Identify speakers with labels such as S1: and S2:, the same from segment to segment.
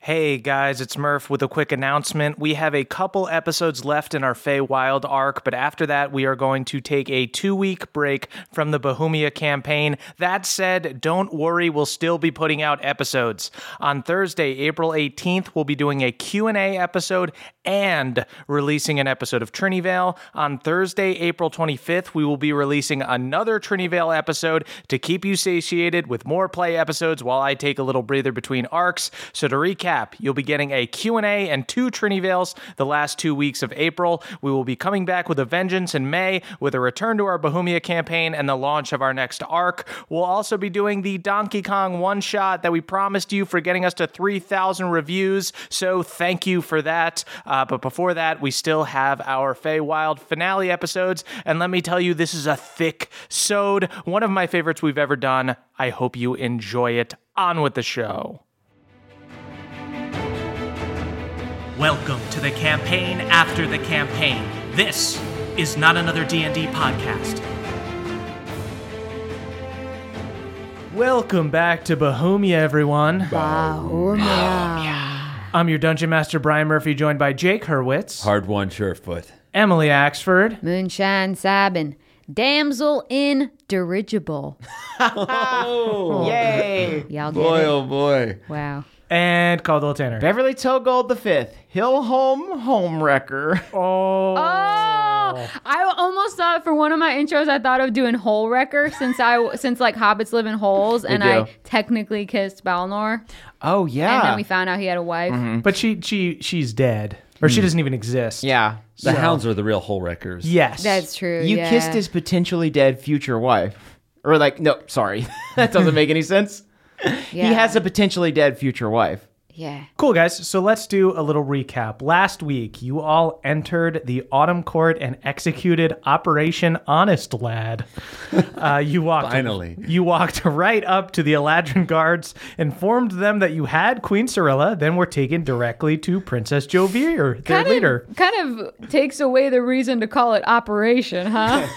S1: Hey guys, it's Murph with a quick announcement. We have a couple episodes left in our Feywild arc, but after that, we are going to take a two week break from the Bohemia campaign. That said, don't worry, we'll still be putting out episodes. On Thursday, April 18th, we'll be doing a Q&A episode and releasing an episode of Trinity Vale. On Thursday, April 25th, we will be releasing another Trinity Vale episode to keep you satiated with more play episodes while I take a little breather between arcs. So to recap, you'll be getting a Q&A and two Trinity Vales the last two weeks of April. We will be coming back with a vengeance in May with a return to our Bohemia campaign and the launch of our next arc. We'll also be doing the Donkey Kong one shot that we promised you for getting us to 3,000 reviews. So thank you for that. Uh, but before that, we still have our Feywild finale episodes. And let me tell you, this is a thick sode, one of my favorites we've ever done. I hope you enjoy it. On with the show.
S2: Welcome to the campaign after the campaign. This is not another D&D podcast.
S1: Welcome back to Bahumia, everyone. I'm your Dungeon Master, Brian Murphy, joined by Jake Hurwitz,
S3: Hard one, surefoot.
S1: Emily Axford,
S4: Moonshine Sabin. Damsel in dirigible.
S5: Yay!
S4: Y'all get
S3: Boy,
S4: it?
S3: oh boy.
S4: Wow.
S1: and Caldwell Tanner.
S5: Beverly Togold the fifth, Hill Home Homewrecker.
S4: Oh, I almost thought for one of my intros, I thought of doing hole wrecker since I since like hobbits live in holes, and I
S5: do.
S4: technically kissed Balnor,
S5: Oh
S4: and
S5: yeah,
S4: then we found out he had a wife.
S1: But she she she's dead, or she doesn't even exist.
S5: Hmm. yeah.
S3: The hounds are the real hole wreckers.
S1: Yes.
S4: That's true.
S5: You
S4: yeah.
S5: kissed his potentially dead future wife, or like no, sorry, that doesn't make any sense.
S4: Yeah.
S5: He has a potentially dead future wife.
S4: yeah.
S1: Cool, guys. So let's do a little recap. Last week, you all entered the Autumn Court and executed Operation Honest Lad. Uh, you walked
S3: Finally.
S1: You walked right up to the Eladrin guards, informed them that you had Queen Cirilla, then were taken directly to Princess Jovier, their
S4: Kind of-
S1: leader.
S4: kind of takes away the reason to call it operation, huh?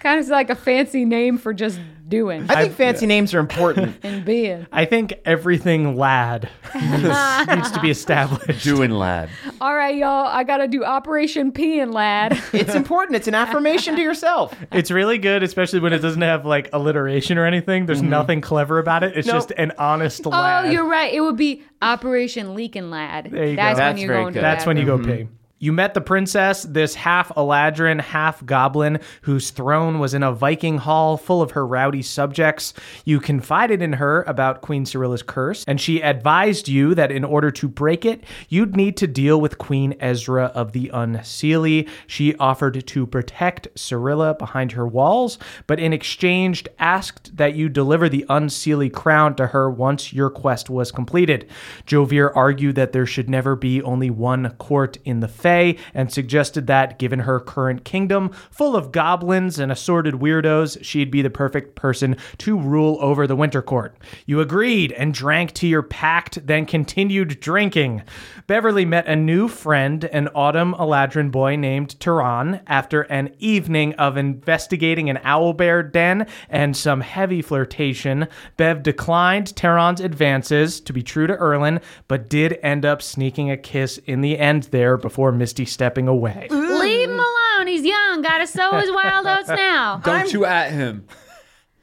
S4: kind of like a fancy name for just doing
S5: I think fancy names are important.
S4: and being.
S1: I think everything Lad needs, needs to be established.
S3: Doing lad.
S4: All right, y'all. I gotta do Operation P and Lad.
S5: it's important. It's an affirmation to yourself.
S1: It's really good, especially when it doesn't have like alliteration or anything. There's nothing clever about it. It's just an honest lad.
S4: Oh, you're right. It would be Operation Leakin' Lad.
S1: There you go.
S4: That's, when
S5: That's
S4: you're
S5: very
S4: going to
S5: good.
S1: That's when you go pee. You met the princess, this half Eladrin, half goblin, whose throne was in a Viking hall full of her rowdy subjects. You confided in her about Queen Cyrilla's curse, and she advised you that in order to break it, you'd need to deal with Queen Ezra of the Unseelie. She offered to protect Cyrilla behind her walls, but in exchange asked that you deliver the Unseelie crown to her once your quest was completed. Jovier argued that there should never be only one court in the Fae and suggested that, given her current kingdom full of goblins and assorted weirdos, she'd be the perfect person to rule over the Winter Court. You agreed and drank to your pact, then continued drinking. Beverly met a new friend, an autumn Aladrin boy named Tehran, after an evening of investigating an owlbear den and some heavy flirtation. Bev declined Tehran's advances to be true to Erlin, but did end up sneaking a kiss in the end there before Misty stepping away.
S4: Leave him alone. He's young. Gotta sow his wild oats now.
S3: Don't you at him.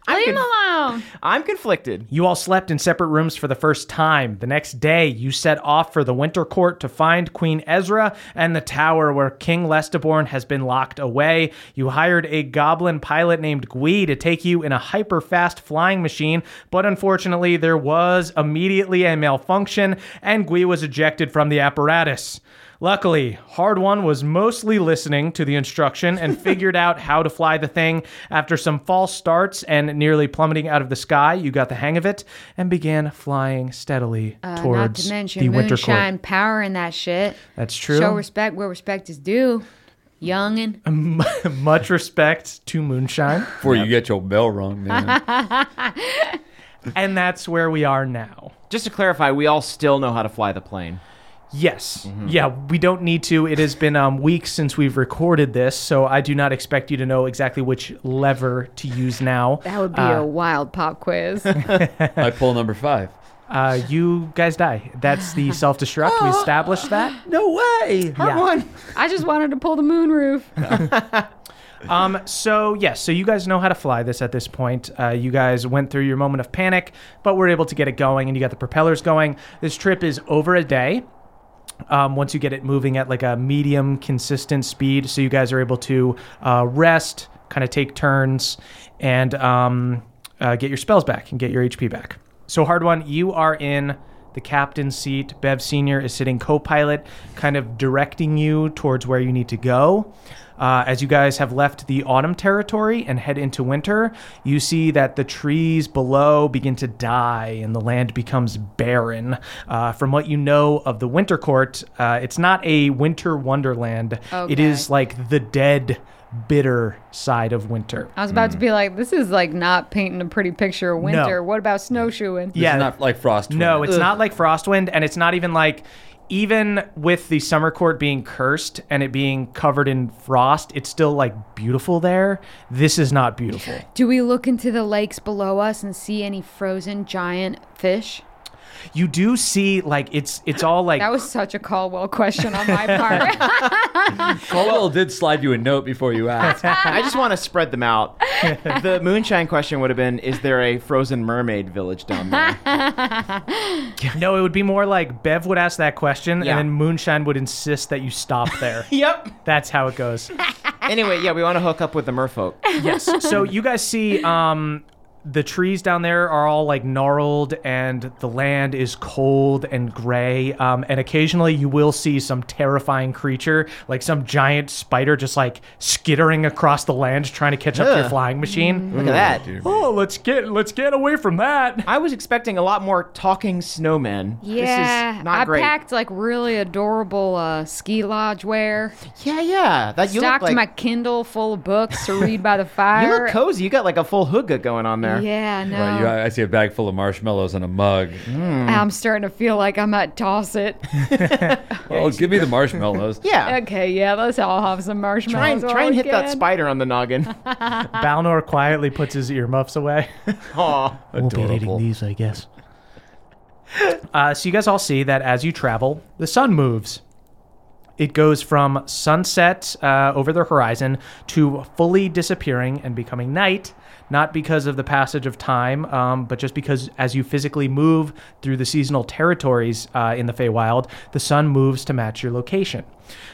S4: Leave him alone.
S5: I'm conflicted.
S1: You all slept in separate rooms for the first time. The next day, you set off for the Winter Court to find Queen Ezra and the tower where King Lestaborn has been locked away. You hired a goblin pilot named Gui to take you in a hyper fast flying machine, but unfortunately, there was immediately a malfunction, and Gui was ejected from the apparatus. Luckily, Hard One was mostly listening to the instruction and figured out how to fly the thing. After some false starts and nearly plummeting out of the sky, you got the hang of it and began flying steadily
S4: Uh, Not
S1: towards
S4: to
S1: the
S4: mention
S1: winter
S4: moonshine
S1: court.
S4: power and that shit.
S1: That's true. Um,
S4: Show respect where respect is due. Youngin.
S1: Much respect to moonshine,
S3: Before you get your bell rung, man.
S1: and that's where we are now.
S5: Just to clarify, we all still know how to fly the plane.
S1: Yes. Yeah, we don't need to. It has been um, weeks since we've recorded this, so I do not expect you to know exactly which lever to use now.
S4: That would be a wild pop quiz.
S3: I pull number five.
S1: Uh, you guys die. That's the self destruct. We established that.
S5: No way. Hard
S1: Yeah.
S5: one.
S4: I just wanted to pull the moon roof.
S1: Um, so, yes, so you guys know how to fly this at this point. Uh, you guys went through your moment of panic, but were able to get it going and you got the propellers going. This trip is over a day. Um, once you get it moving at like a medium consistent speed, so you guys are able to uh, rest, kind of take turns, and um, uh, get your spells back and get your HP back. So, hard one, you are in the captain's seat. Bev Sr. is sitting co pilot, kind of directing you towards where you need to go. Uh, as you guys have left the autumn territory and head into winter, you see that the trees below begin to die and the land becomes barren. Uh, from what you know of the winter court, uh, it's not a winter wonderland. It
S4: Okay.
S1: is like the dead, bitter side of winter.
S4: I was about to be like, this is like not painting a pretty picture of winter. What about snowshoeing?
S1: yeah,
S3: It's not like frost.
S1: No, it's not like Frostwind, and it's not even like even with the summer court being cursed and it being covered in frost, it's still like beautiful there. This is not beautiful.
S4: Do we look into the lakes below us and see any frozen giant fish?
S1: You do see like it's it's all like
S4: That was such a Caldwell question on my part.
S3: Caldwell did slide you a note before you asked.
S5: I just want to spread them out. the moonshine question would have been: Is there a frozen mermaid village down there?
S1: no, it would be more like Bev would ask that question
S5: Yeah.
S1: and then Moonshine would insist that you stop there.
S5: yep.
S1: That's how it goes.
S5: Anyway, yeah, we want to hook up with the merfolk.
S1: yes. So you guys see um the trees down there are all like gnarled and the land is cold and gray. Um, and occasionally you will see some terrifying creature, like some giant spider just like skittering across the land trying to catch up to your
S5: Ugh.
S1: flying machine.
S4: Mm-hmm.
S5: Look at that.
S1: Oh, let's get let's get away from that.
S5: I was expecting a lot more talking snowmen.
S4: yeah,
S5: This is not
S4: I
S5: great.
S4: packed like really adorable uh, ski lodge wear.
S5: yeah, yeah. That you look
S4: Stocked
S5: like
S4: my Kindle full of books to read by the fire.
S5: you look cozy. You got like a full hookah going on there.
S4: Yeah, I know.
S3: Right, you, I see a bag full of marshmallows and a mug.
S4: I'm starting to feel like I might toss it.
S3: Oh, give me the marshmallows.
S5: Yeah.
S4: okay, yeah, let's all have some
S5: Try
S4: marshmallows.
S5: and try and hit that
S4: spot.
S5: spider on the noggin.
S4: Uh,
S1: Balnor quietly puts his earmuffs away.
S5: Aw.
S3: Adorable.
S1: these, I guess. Uh, so you guys all see that as you travel, the sun moves. It goes from sunset uh, over the horizon to fully disappearing and becoming night, not because of the passage of time, um, but just because as you physically move through the seasonal territories uh, in the Feywild, the sun moves to match your location.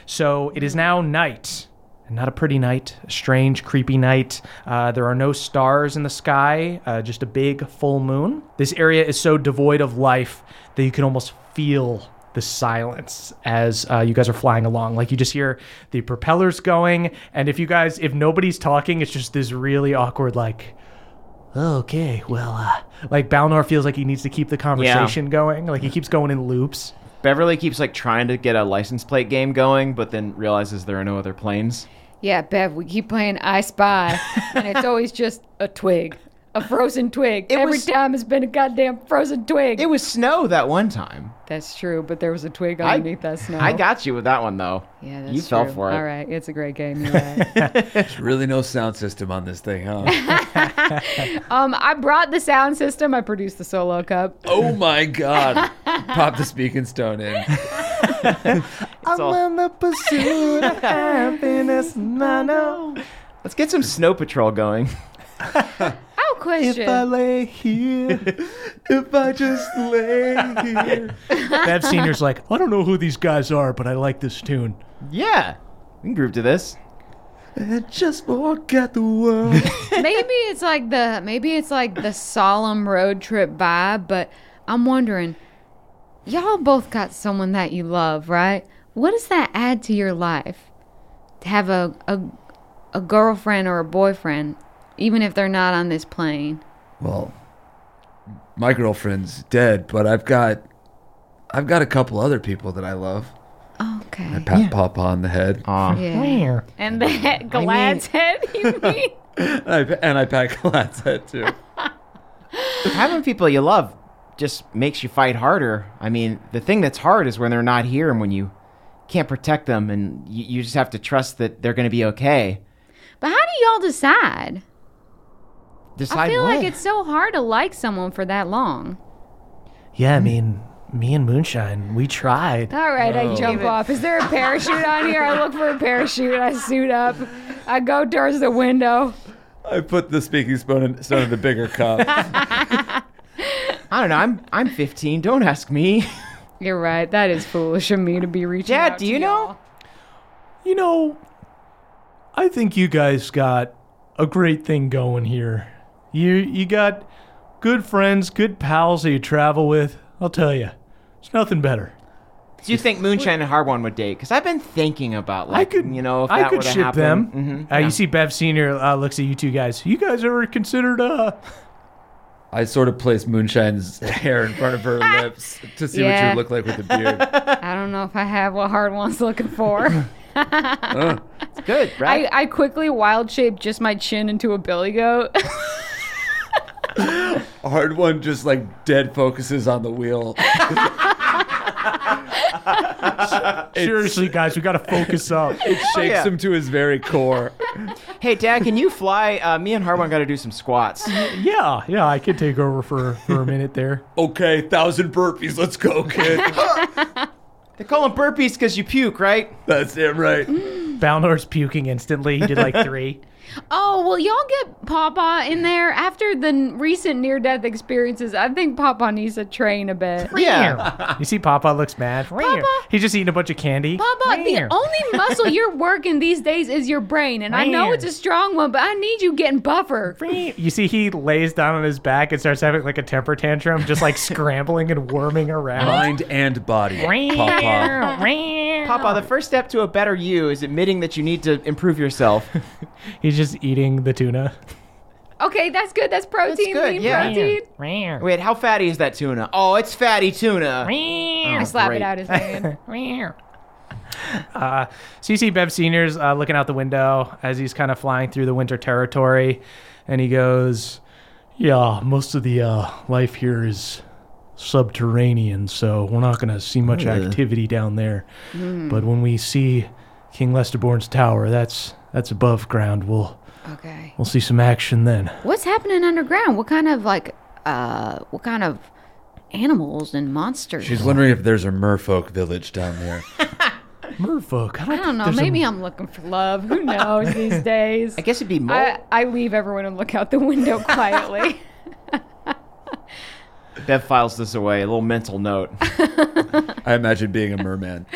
S1: So it is now night. And not a pretty night, a strange, creepy night. Uh, there are no stars in the sky, uh, just a big full moon. This area is so devoid of life that you can almost feel the silence as uh, you guys are flying along. Like you just hear the propellers going, and if you guys, if nobody's talking, it's just this really awkward, like, okay, well, uh, like Balnor feels like he needs to keep the conversation going. Like he keeps going in loops.
S5: Beverly keeps like trying to get a license plate game going, but then realizes there are no other planes.
S4: Yeah, Bev, we keep playing I Spy, and it's always just a twig, a frozen twig. Every
S5: was-
S4: time it's been a goddamn frozen twig.
S5: It was snow that one time.
S4: That's true, but there was a twig underneath that snow.
S5: I got you with that one though.
S4: Yeah, that's
S5: you fell
S4: true.
S5: for it.
S4: All right, it's a great game. You're right.
S3: There's really no sound system on this thing, huh?
S4: um, I brought the sound system. I produced the solo cup.
S3: oh my god. Pop the speaking stone in.
S5: I'm on the pursuit of happiness. No, no. Let's get some Snow Patrol going.
S4: Oh, question.
S3: lay here, if I just lay here.
S1: Bev Senior's like, I don't know who these guys are, but I like this tune.
S5: Yeah, we can group to this.
S3: And just forget the world.
S4: maybe it's like the maybe it's like the solemn road trip vibe, but I'm wondering, y'all both got someone that you love, right? What does that add to your life? To have a a, a girlfriend or a boyfriend, even if they're not on this plane.
S3: Well, my girlfriend's dead, but I've got I've got a couple other people that I love.
S4: Okay.
S3: Pat Papa on the head.
S5: Uh.
S4: Yeah. And the Glad's head, you mean?
S3: And I, and I pat Glad's head too.
S5: Having people you love just makes you fight harder. I mean, the thing that's hard is when they're not here and when you can't protect them, and you, you just have to trust that they're going to be okay.
S4: But how do y'all decide?
S5: Decide
S4: I feel
S5: what?
S4: like it's so hard to like someone for that long.
S1: Yeah, I mean, me and Moonshine, we tried.
S4: All right, I jump off. Is there a parachute on here? I look for a parachute. I suit up. I go towards the window.
S3: I put the speaking stone in, stone in the bigger cup.
S5: I don't know. I'm I'm 15. Don't ask me.
S4: You're right. That is foolish of me to be reaching.
S5: Dad,
S4: out
S5: do
S4: to
S5: you know?
S4: y'all.
S1: You know, I think you guys got a great thing going here. You you got good friends, good pals that you travel with. I'll tell you, it's nothing better.
S5: Do you think Moonshine and Harwan would date? Because I've been thinking about like
S1: I could,
S5: you know if
S1: I
S5: that
S1: could
S5: would've
S1: ship them.
S5: happened. Mhm.
S1: Uh, You see, Bev Senior uh, looks at you two guys. You guys ever considered uh,
S3: I sort of placed Moonshine's hair in front of her lips to see what
S4: Yeah.
S3: you look like with a beard.
S4: I don't know if I have what hard one's looking for.
S5: It's good, right?
S4: I, I quickly wild shaped just my chin into a billy goat.
S3: Hard one just like dead focuses on the wheel.
S1: seriously, guys? We got to focus up.
S3: Shakes
S5: yeah.
S3: him to his very core.
S5: hey, Dad, can you fly? Uh, me and Harwan got to do some squats.
S1: yeah, yeah, I could take over for for a minute there.
S3: Okay, thousand burpees. Let's go, kid.
S5: they call them burpees because you puke, right?
S3: That's it, right?
S1: Mm. Balnor's puking instantly. He did like three.
S4: oh well, y'all get Papa in there after the n- recent near death experiences. I think Papa needs to train a bit.
S5: Yeah.
S1: You see, Papa looks mad. He's just eating a bunch of candy.
S4: Bubba, the only muscle you're working these days is your brain, and I know
S1: Man.
S4: it's a strong one, but I need you getting buffer.
S1: You see, he lays down on his back and starts having like a temper tantrum, just like scrambling and worming around.
S3: Mind and body. Papa.
S5: Papa, the first step to a better you is admitting that you need to improve yourself.
S1: He's just eating the tuna.
S4: Okay, that's good. That's protein.
S5: good,
S4: lean
S5: yeah.
S4: protein.
S5: Wait, how fatty is that tuna? Oh, it's fatty tuna.
S4: I slap
S5: great.
S4: it out his hand.
S1: Uh, So you see Bev Senior's uh, looking out the window as he's kind of flying through the winter territory, and he goes, "Yeah, most of the uh, life here is subterranean, so we're not going to see much activity down there. But when we see King Lesterborn's tower, that's that's above ground. We'll
S4: okay.
S1: we'll see some action then.
S4: What's happening underground? What kind of like, uh, what kind of animals and monsters?
S3: She's wondering if there's a merfolk village down there.
S1: Merfolk. I don't,
S4: I don't know.
S1: think there's a-
S4: Maybe i I'm looking for love. Who knows these days?
S5: I guess it'd be more.
S4: I, I leave everyone and look out the window quietly.
S5: Bev files this away, a little mental note.
S3: I imagine being a merman.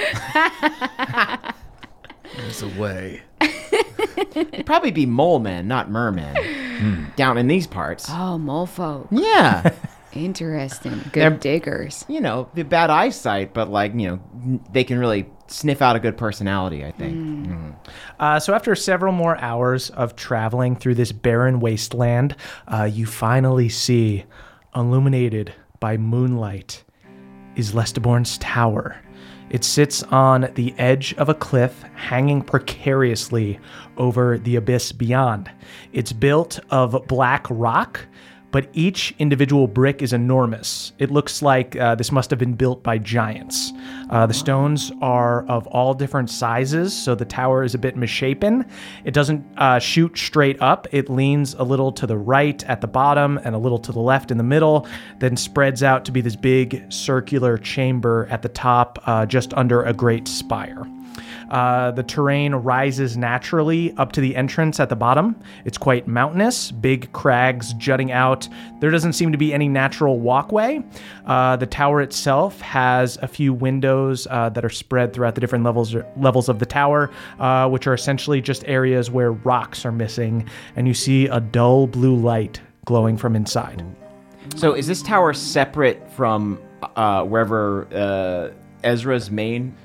S3: there's a way.
S5: It'd probably be mole man, not merman. Down in these parts.
S4: oh, mofo.
S5: Yeah.
S4: Interesting. Good
S5: They're-
S4: diggers.
S5: you know, the bad eyesight, but like, you know, they can really sniff out a good personality, I think.
S1: Uh, so, after several more hours of traveling through this barren wasteland, uh, you finally see, illuminated by moonlight, is Lesteborn's tower. It sits on the edge of a cliff, hanging precariously over the abyss beyond. It's built of black rock, but each individual brick is enormous. It looks like uh, this must have been built by giants. Uh, the stones are of all different sizes, so the tower is a bit misshapen. It doesn't uh, shoot straight up, it leans a little to the right at the bottom and a little to the left in the middle, then spreads out to be this big circular chamber at the top, uh, just under a great spire. Uh, the terrain rises naturally up to the entrance at the bottom. It's quite mountainous, big crags jutting out. There doesn't seem to be any natural walkway. Uh, the tower itself has a few windows uh, that are spread throughout the different levels levels of the tower, uh, which are essentially just areas where rocks are missing, and you see a dull blue light glowing from inside.
S5: So is this tower separate from uh, wherever uh, Ezra's main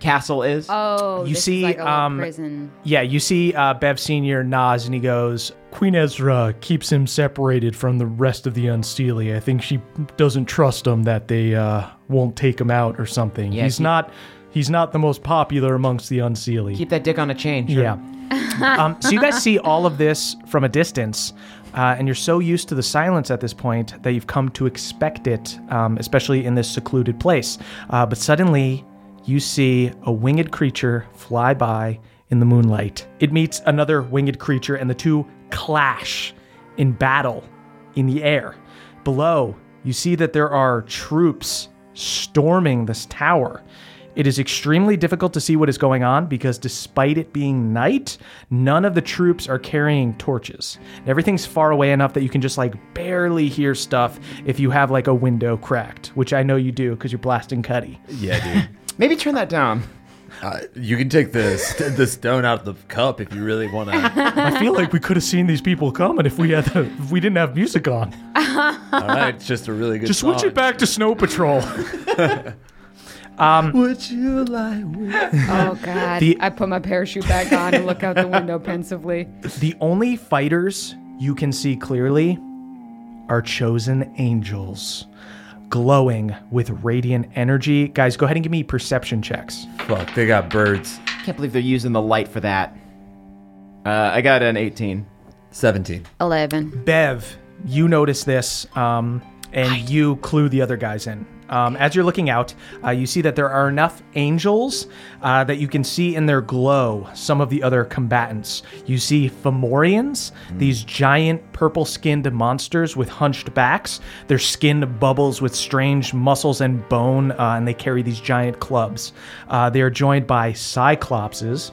S5: castle is?
S4: Oh,
S1: You
S4: this is
S1: see,
S4: like a little
S1: um,
S4: prison.
S1: Yeah, you see uh, Bev Senior nods and he goes,
S6: Queen Ezra keeps him separated from the rest of the Unsteely. I think she doesn't trust him that they uh, won't take him out or something.
S5: Yeah,
S6: he's
S5: keep-
S6: not he's not the most popular amongst the Unseelie.
S5: Keep that dick on a chain. Sure.
S1: Yeah. um, so you guys see all of this from a distance, uh, and you're so used to the silence at this point that you've come to expect it, um, especially in this secluded place. Uh, but suddenly, you see a winged creature fly by in the moonlight. It meets another winged creature, and the two clash in battle in the air. Below, you see that there are troops storming this tower. It is extremely difficult to see what is going on because, despite it being night, none of the troops are carrying torches. And Everything's far away enough that you can just like barely hear stuff if you have like a window cracked, which I know you do because you're blasting Cuddy.
S3: Yeah,
S5: Maybe turn that down.
S3: dude. uh, you can take the st- the stone out of the cup if you really want to.
S6: I feel like we could have seen these people coming if we had the, if we didn't have music on.
S3: All right, it's just a really good.
S6: Just switch
S3: song.
S6: it back to Snow Patrol.
S3: Would you lie?
S4: Oh God!
S1: The-
S4: I put my parachute back on and look out the window pensively.
S1: The only fighters you can see clearly are chosen angels, glowing with radiant energy. Guys, go ahead and give me perception checks.
S3: Fuck, they got birds.
S5: Can't believe they're using the light for that. Uh, I got an 18.
S3: Seventeen.
S4: Eleven.
S1: Bev, you notice this, um, and you clue the other guys in. Um, as you're looking out, uh, you see that there are enough angels uh, that you can see in their glow some of the other combatants. You see Fomorians, these giant purple skinned monsters with hunched backs. Their skin bubbles with strange muscles and bone, uh, and they carry these giant clubs. Uh, they are joined by Cyclopses,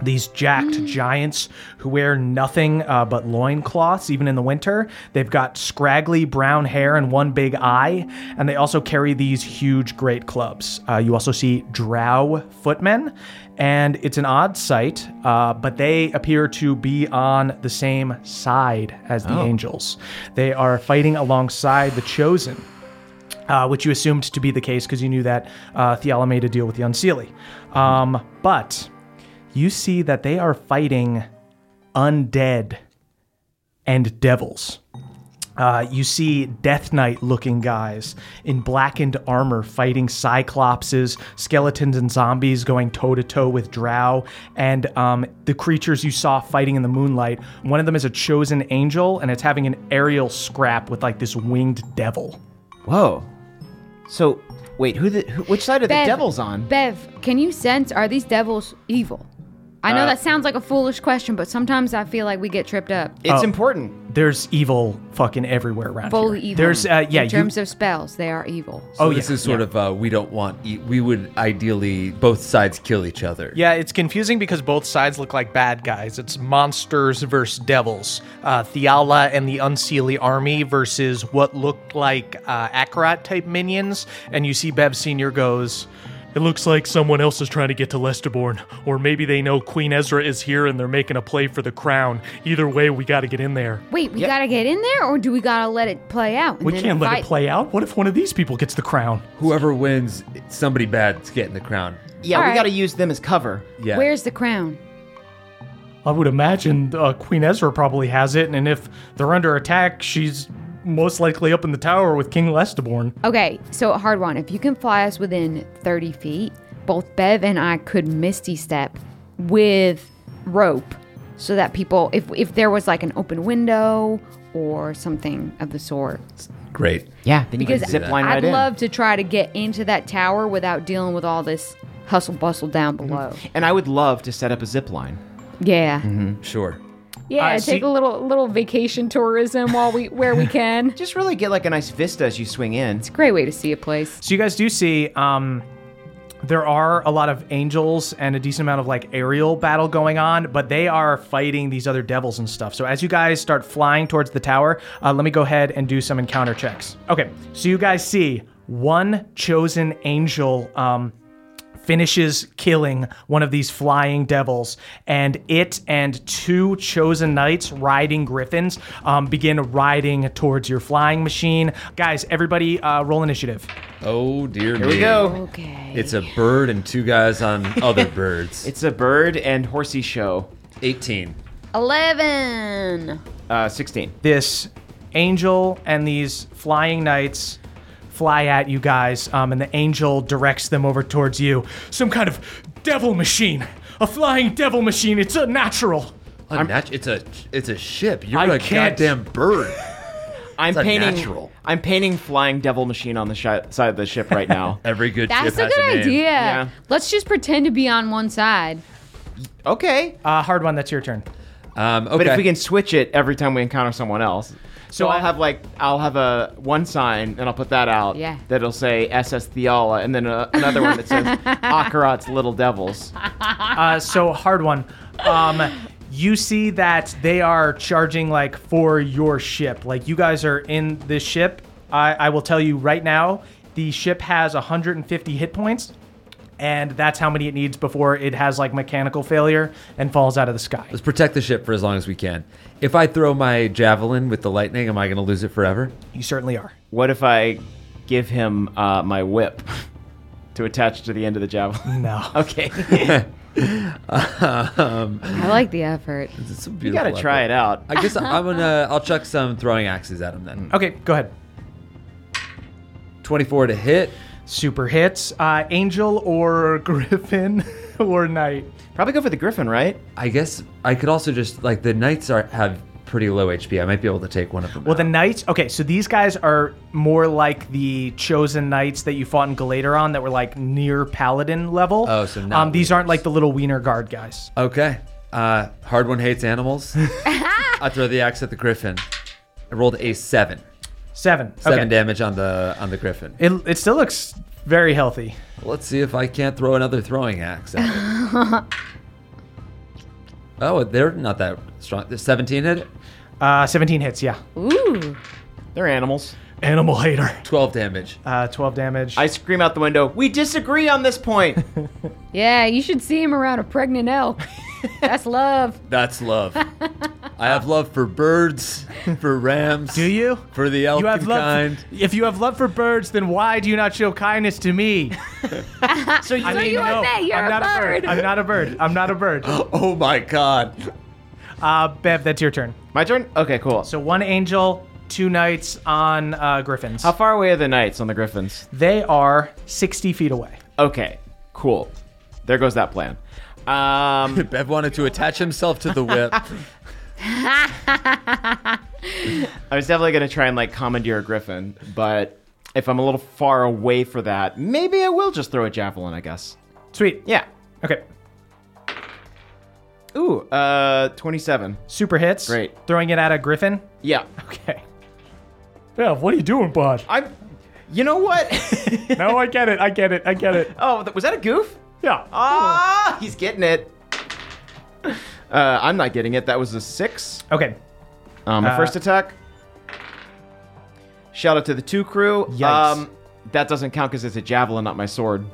S1: these jacked giants who wear nothing uh, but loincloths, even in the winter. They've got scraggly brown hair and one big eye, and they also carry these huge great clubs. Uh, you also see drow footmen, and it's an odd sight, uh, but they appear to be on the same side as the angels. They are fighting alongside the chosen uh, which you assumed to be the case because you knew that uh, Theala made a deal with the Unseelie. Um, but you see that they are fighting undead and devils. Uh, you see Death Knight looking guys in blackened armor fighting cyclopses, skeletons, and zombies going toe to toe with drow. And um, the creatures you saw fighting in the moonlight, one of them is a chosen angel and it's having an aerial scrap with like this winged devil.
S5: Whoa. So, wait, who the who, which side are
S4: Bev.
S5: the devils on?
S4: Bev, can you sense? Are these devils evil? I
S6: Uh,
S4: know that sounds like a foolish question, but sometimes I feel like we get tripped up.
S5: It's
S3: Oh.
S5: important.
S1: there's evil fucking everywhere around
S4: Fully
S1: here.
S4: evil.
S1: There's uh, yeah,
S4: In
S1: you-
S4: terms of spells, they are evil.
S3: So
S1: Oh,
S3: this
S1: yeah,
S3: is sort of uh, we don't want. E- we would ideally both sides kill each other.
S1: yeah, it's confusing because both sides look like bad guys. It's monsters versus devils. Uh, Theala and the Unseelie army versus what looked like uh, Akarat type minions. And you see Bev Senior goes,
S6: It looks like someone else is trying to get to Lesterborn, or maybe they know Queen Ezra is here and they're making a play for the crown. Either way, we got to get in there.
S4: Wait, we gotta get in there, or do we gotta let it play out? and
S6: We
S4: then
S6: can't let
S4: fight?
S6: it play out. What if one of these people gets the crown?
S3: Whoever wins, somebody bad's getting the crown.
S5: Yeah, we
S4: Alright.
S5: got to use them as cover.
S3: Yeah.
S4: Where's the crown?
S6: I would imagine uh, Queen Ezra probably has it, and if they're under attack, she's most likely up in the tower with King Lestaborn.
S4: Okay, so hard one. If you can fly us within 30 feet, both Bev and I could misty step with rope so that people, if, if there was like an open window or something of the sort,
S3: Great.
S5: Yeah, then you
S4: because
S5: can zip line right
S4: I'd
S5: in.
S4: love to try to get into that tower without dealing with all this hustle bustle down
S5: Mm-hmm.
S4: below.
S5: and I would love to set up a zip line.
S4: Yeah,
S5: Mm-hmm.
S3: Sure.
S4: yeah.
S1: I
S4: take
S1: see-
S4: a little little vacation tourism while we where we can.
S5: Just really get like a nice vista as you swing in.
S4: Great way to see a place.
S1: So you guys do see um, there are a lot of angels and a decent amount of like aerial battle going on, but they are fighting these other devils and stuff. So as you guys start flying towards the tower, uh, let me go ahead and do some encounter checks. Okay, so you guys see one chosen angel. Um, finishes killing one of these flying devils, and it and two chosen knights riding griffins um, begin riding towards your flying machine. Guys, everybody, uh, roll initiative.
S3: Oh dear
S5: Here we go.
S4: Okay.
S3: It's a bird and two guys on other birds.
S5: It's a bird and horsey show.
S3: 18.
S4: Eleven.
S5: Uh, 16.
S1: this angel and these flying knights fly at you guys, um, and the angel directs them over towards you. Some kind of devil machine, a flying devil machine. It's unnatural.
S3: Unnatu- it's a it's a ship. You're
S1: I
S3: a
S1: can't-
S3: goddamn bird.
S5: I'm
S3: It's
S5: painting.
S3: unnatural.
S5: I'm painting flying devil machine on the shi- side of the ship right now.
S3: Every good
S4: That's
S3: ship
S4: a
S3: has
S4: good
S3: a name.
S4: idea.
S5: Yeah.
S4: Let's just pretend to be on one side.
S5: okay,
S1: Uh, hard one. That's your turn.
S3: Um, okay.
S5: but if we can switch it every time we encounter someone else, so
S1: I-
S5: I'll have like I'll have a one sign and I'll put that out.
S4: Yeah.
S5: That'll say SS Theala, and then uh, another one that says Akarat's Little Devils.
S1: Uh, so hard one. Um, you see that they are charging like for your ship. Like you guys are in this ship. I, I will tell you right now, the ship has 150 hit points, and that's how many it needs before it has like mechanical failure and falls out of the sky.
S3: Let's protect the ship for as long as we can. If I throw my javelin with the lightning, am I going to lose it forever?
S1: You certainly are.
S5: What if I give him uh, my whip to attach to the end of the javelin?
S1: No.
S5: Okay,
S4: I like the effort.
S3: It's a
S5: you gotta try it out.
S3: I guess I'm gonna. I'll chuck some throwing axes at him then.
S1: Okay, go ahead.
S3: Twenty-four to hit.
S1: Super hits. Uh, Angel or Griffin or Knight.
S5: Probably go for the Griffin, right?
S3: I guess I could also just like the knights are have pretty low HP. I might be able to take one of them.
S1: Well, the
S3: out.
S1: knights. Okay, so these guys are more like the chosen knights that you fought in Galateron that were like near paladin level.
S3: Oh, so not
S1: um, these aren't
S3: wieners.
S1: like the little wiener guard guys.
S3: okay. Uh, hard one hates animals. I throw the axe at the griffin. I rolled a seven.
S1: Seven.
S3: Seven
S1: okay.
S3: damage on the on the griffin.
S1: It, it still looks very healthy.
S3: Let's see if I can't throw another throwing axe at it. oh, they're not that strong. The 17 hit it.
S1: Uh, 17 hits, yeah.
S4: Ooh.
S5: They're animals.
S1: Animal hater.
S3: 12 damage.
S1: Uh, 12 damage.
S5: I scream out the window, we disagree on this point.
S4: Yeah, you should see him around a pregnant elk. That's love.
S3: That's love. I have love for birds, for rams.
S1: do you?
S3: For the elk
S1: You have
S3: and
S1: love.
S3: kind.
S1: if you have love for birds, then why do you not show kindness to me?
S5: so you,
S1: I mean,
S4: you
S1: no,
S4: admit you're
S1: I'm
S4: a
S1: not
S4: bird.
S1: I'm not a bird. I'm not a bird.
S3: Oh my god.
S1: Uh, Bev, that's your turn.
S5: my turn? Okay, cool. So
S1: So one angel, two knights on uh, griffins.
S5: how far away are the knights on the griffins?
S1: They are 60 feet away.
S5: Okay, cool. There goes that plan. Um,
S3: Bev wanted to attach himself to the whip.
S5: I was definitely gonna try and like commandeer a griffin, but if I'm a little far away for that, maybe I will just throw a javelin. I guess.
S1: Sweet.
S5: Yeah.
S1: Okay.
S5: Ooh, uh, 27.
S1: Super hits.
S5: Great.
S1: Throwing it at a griffin.
S5: Yeah.
S1: Okay. Bev, what are you doing, bud?
S5: I'm. You know what?
S6: No, I get it. I get it. I get it.
S5: oh, th- was that a goof?
S6: Yeah.
S5: Ah, he's getting it. Uh, I'm not getting it. That was a six.
S1: Okay.
S5: Um, my
S1: Uh,
S5: first attack. Shout out to the two crew. Um,
S1: Yikes.
S5: that doesn't count because it's a javelin, not my sword.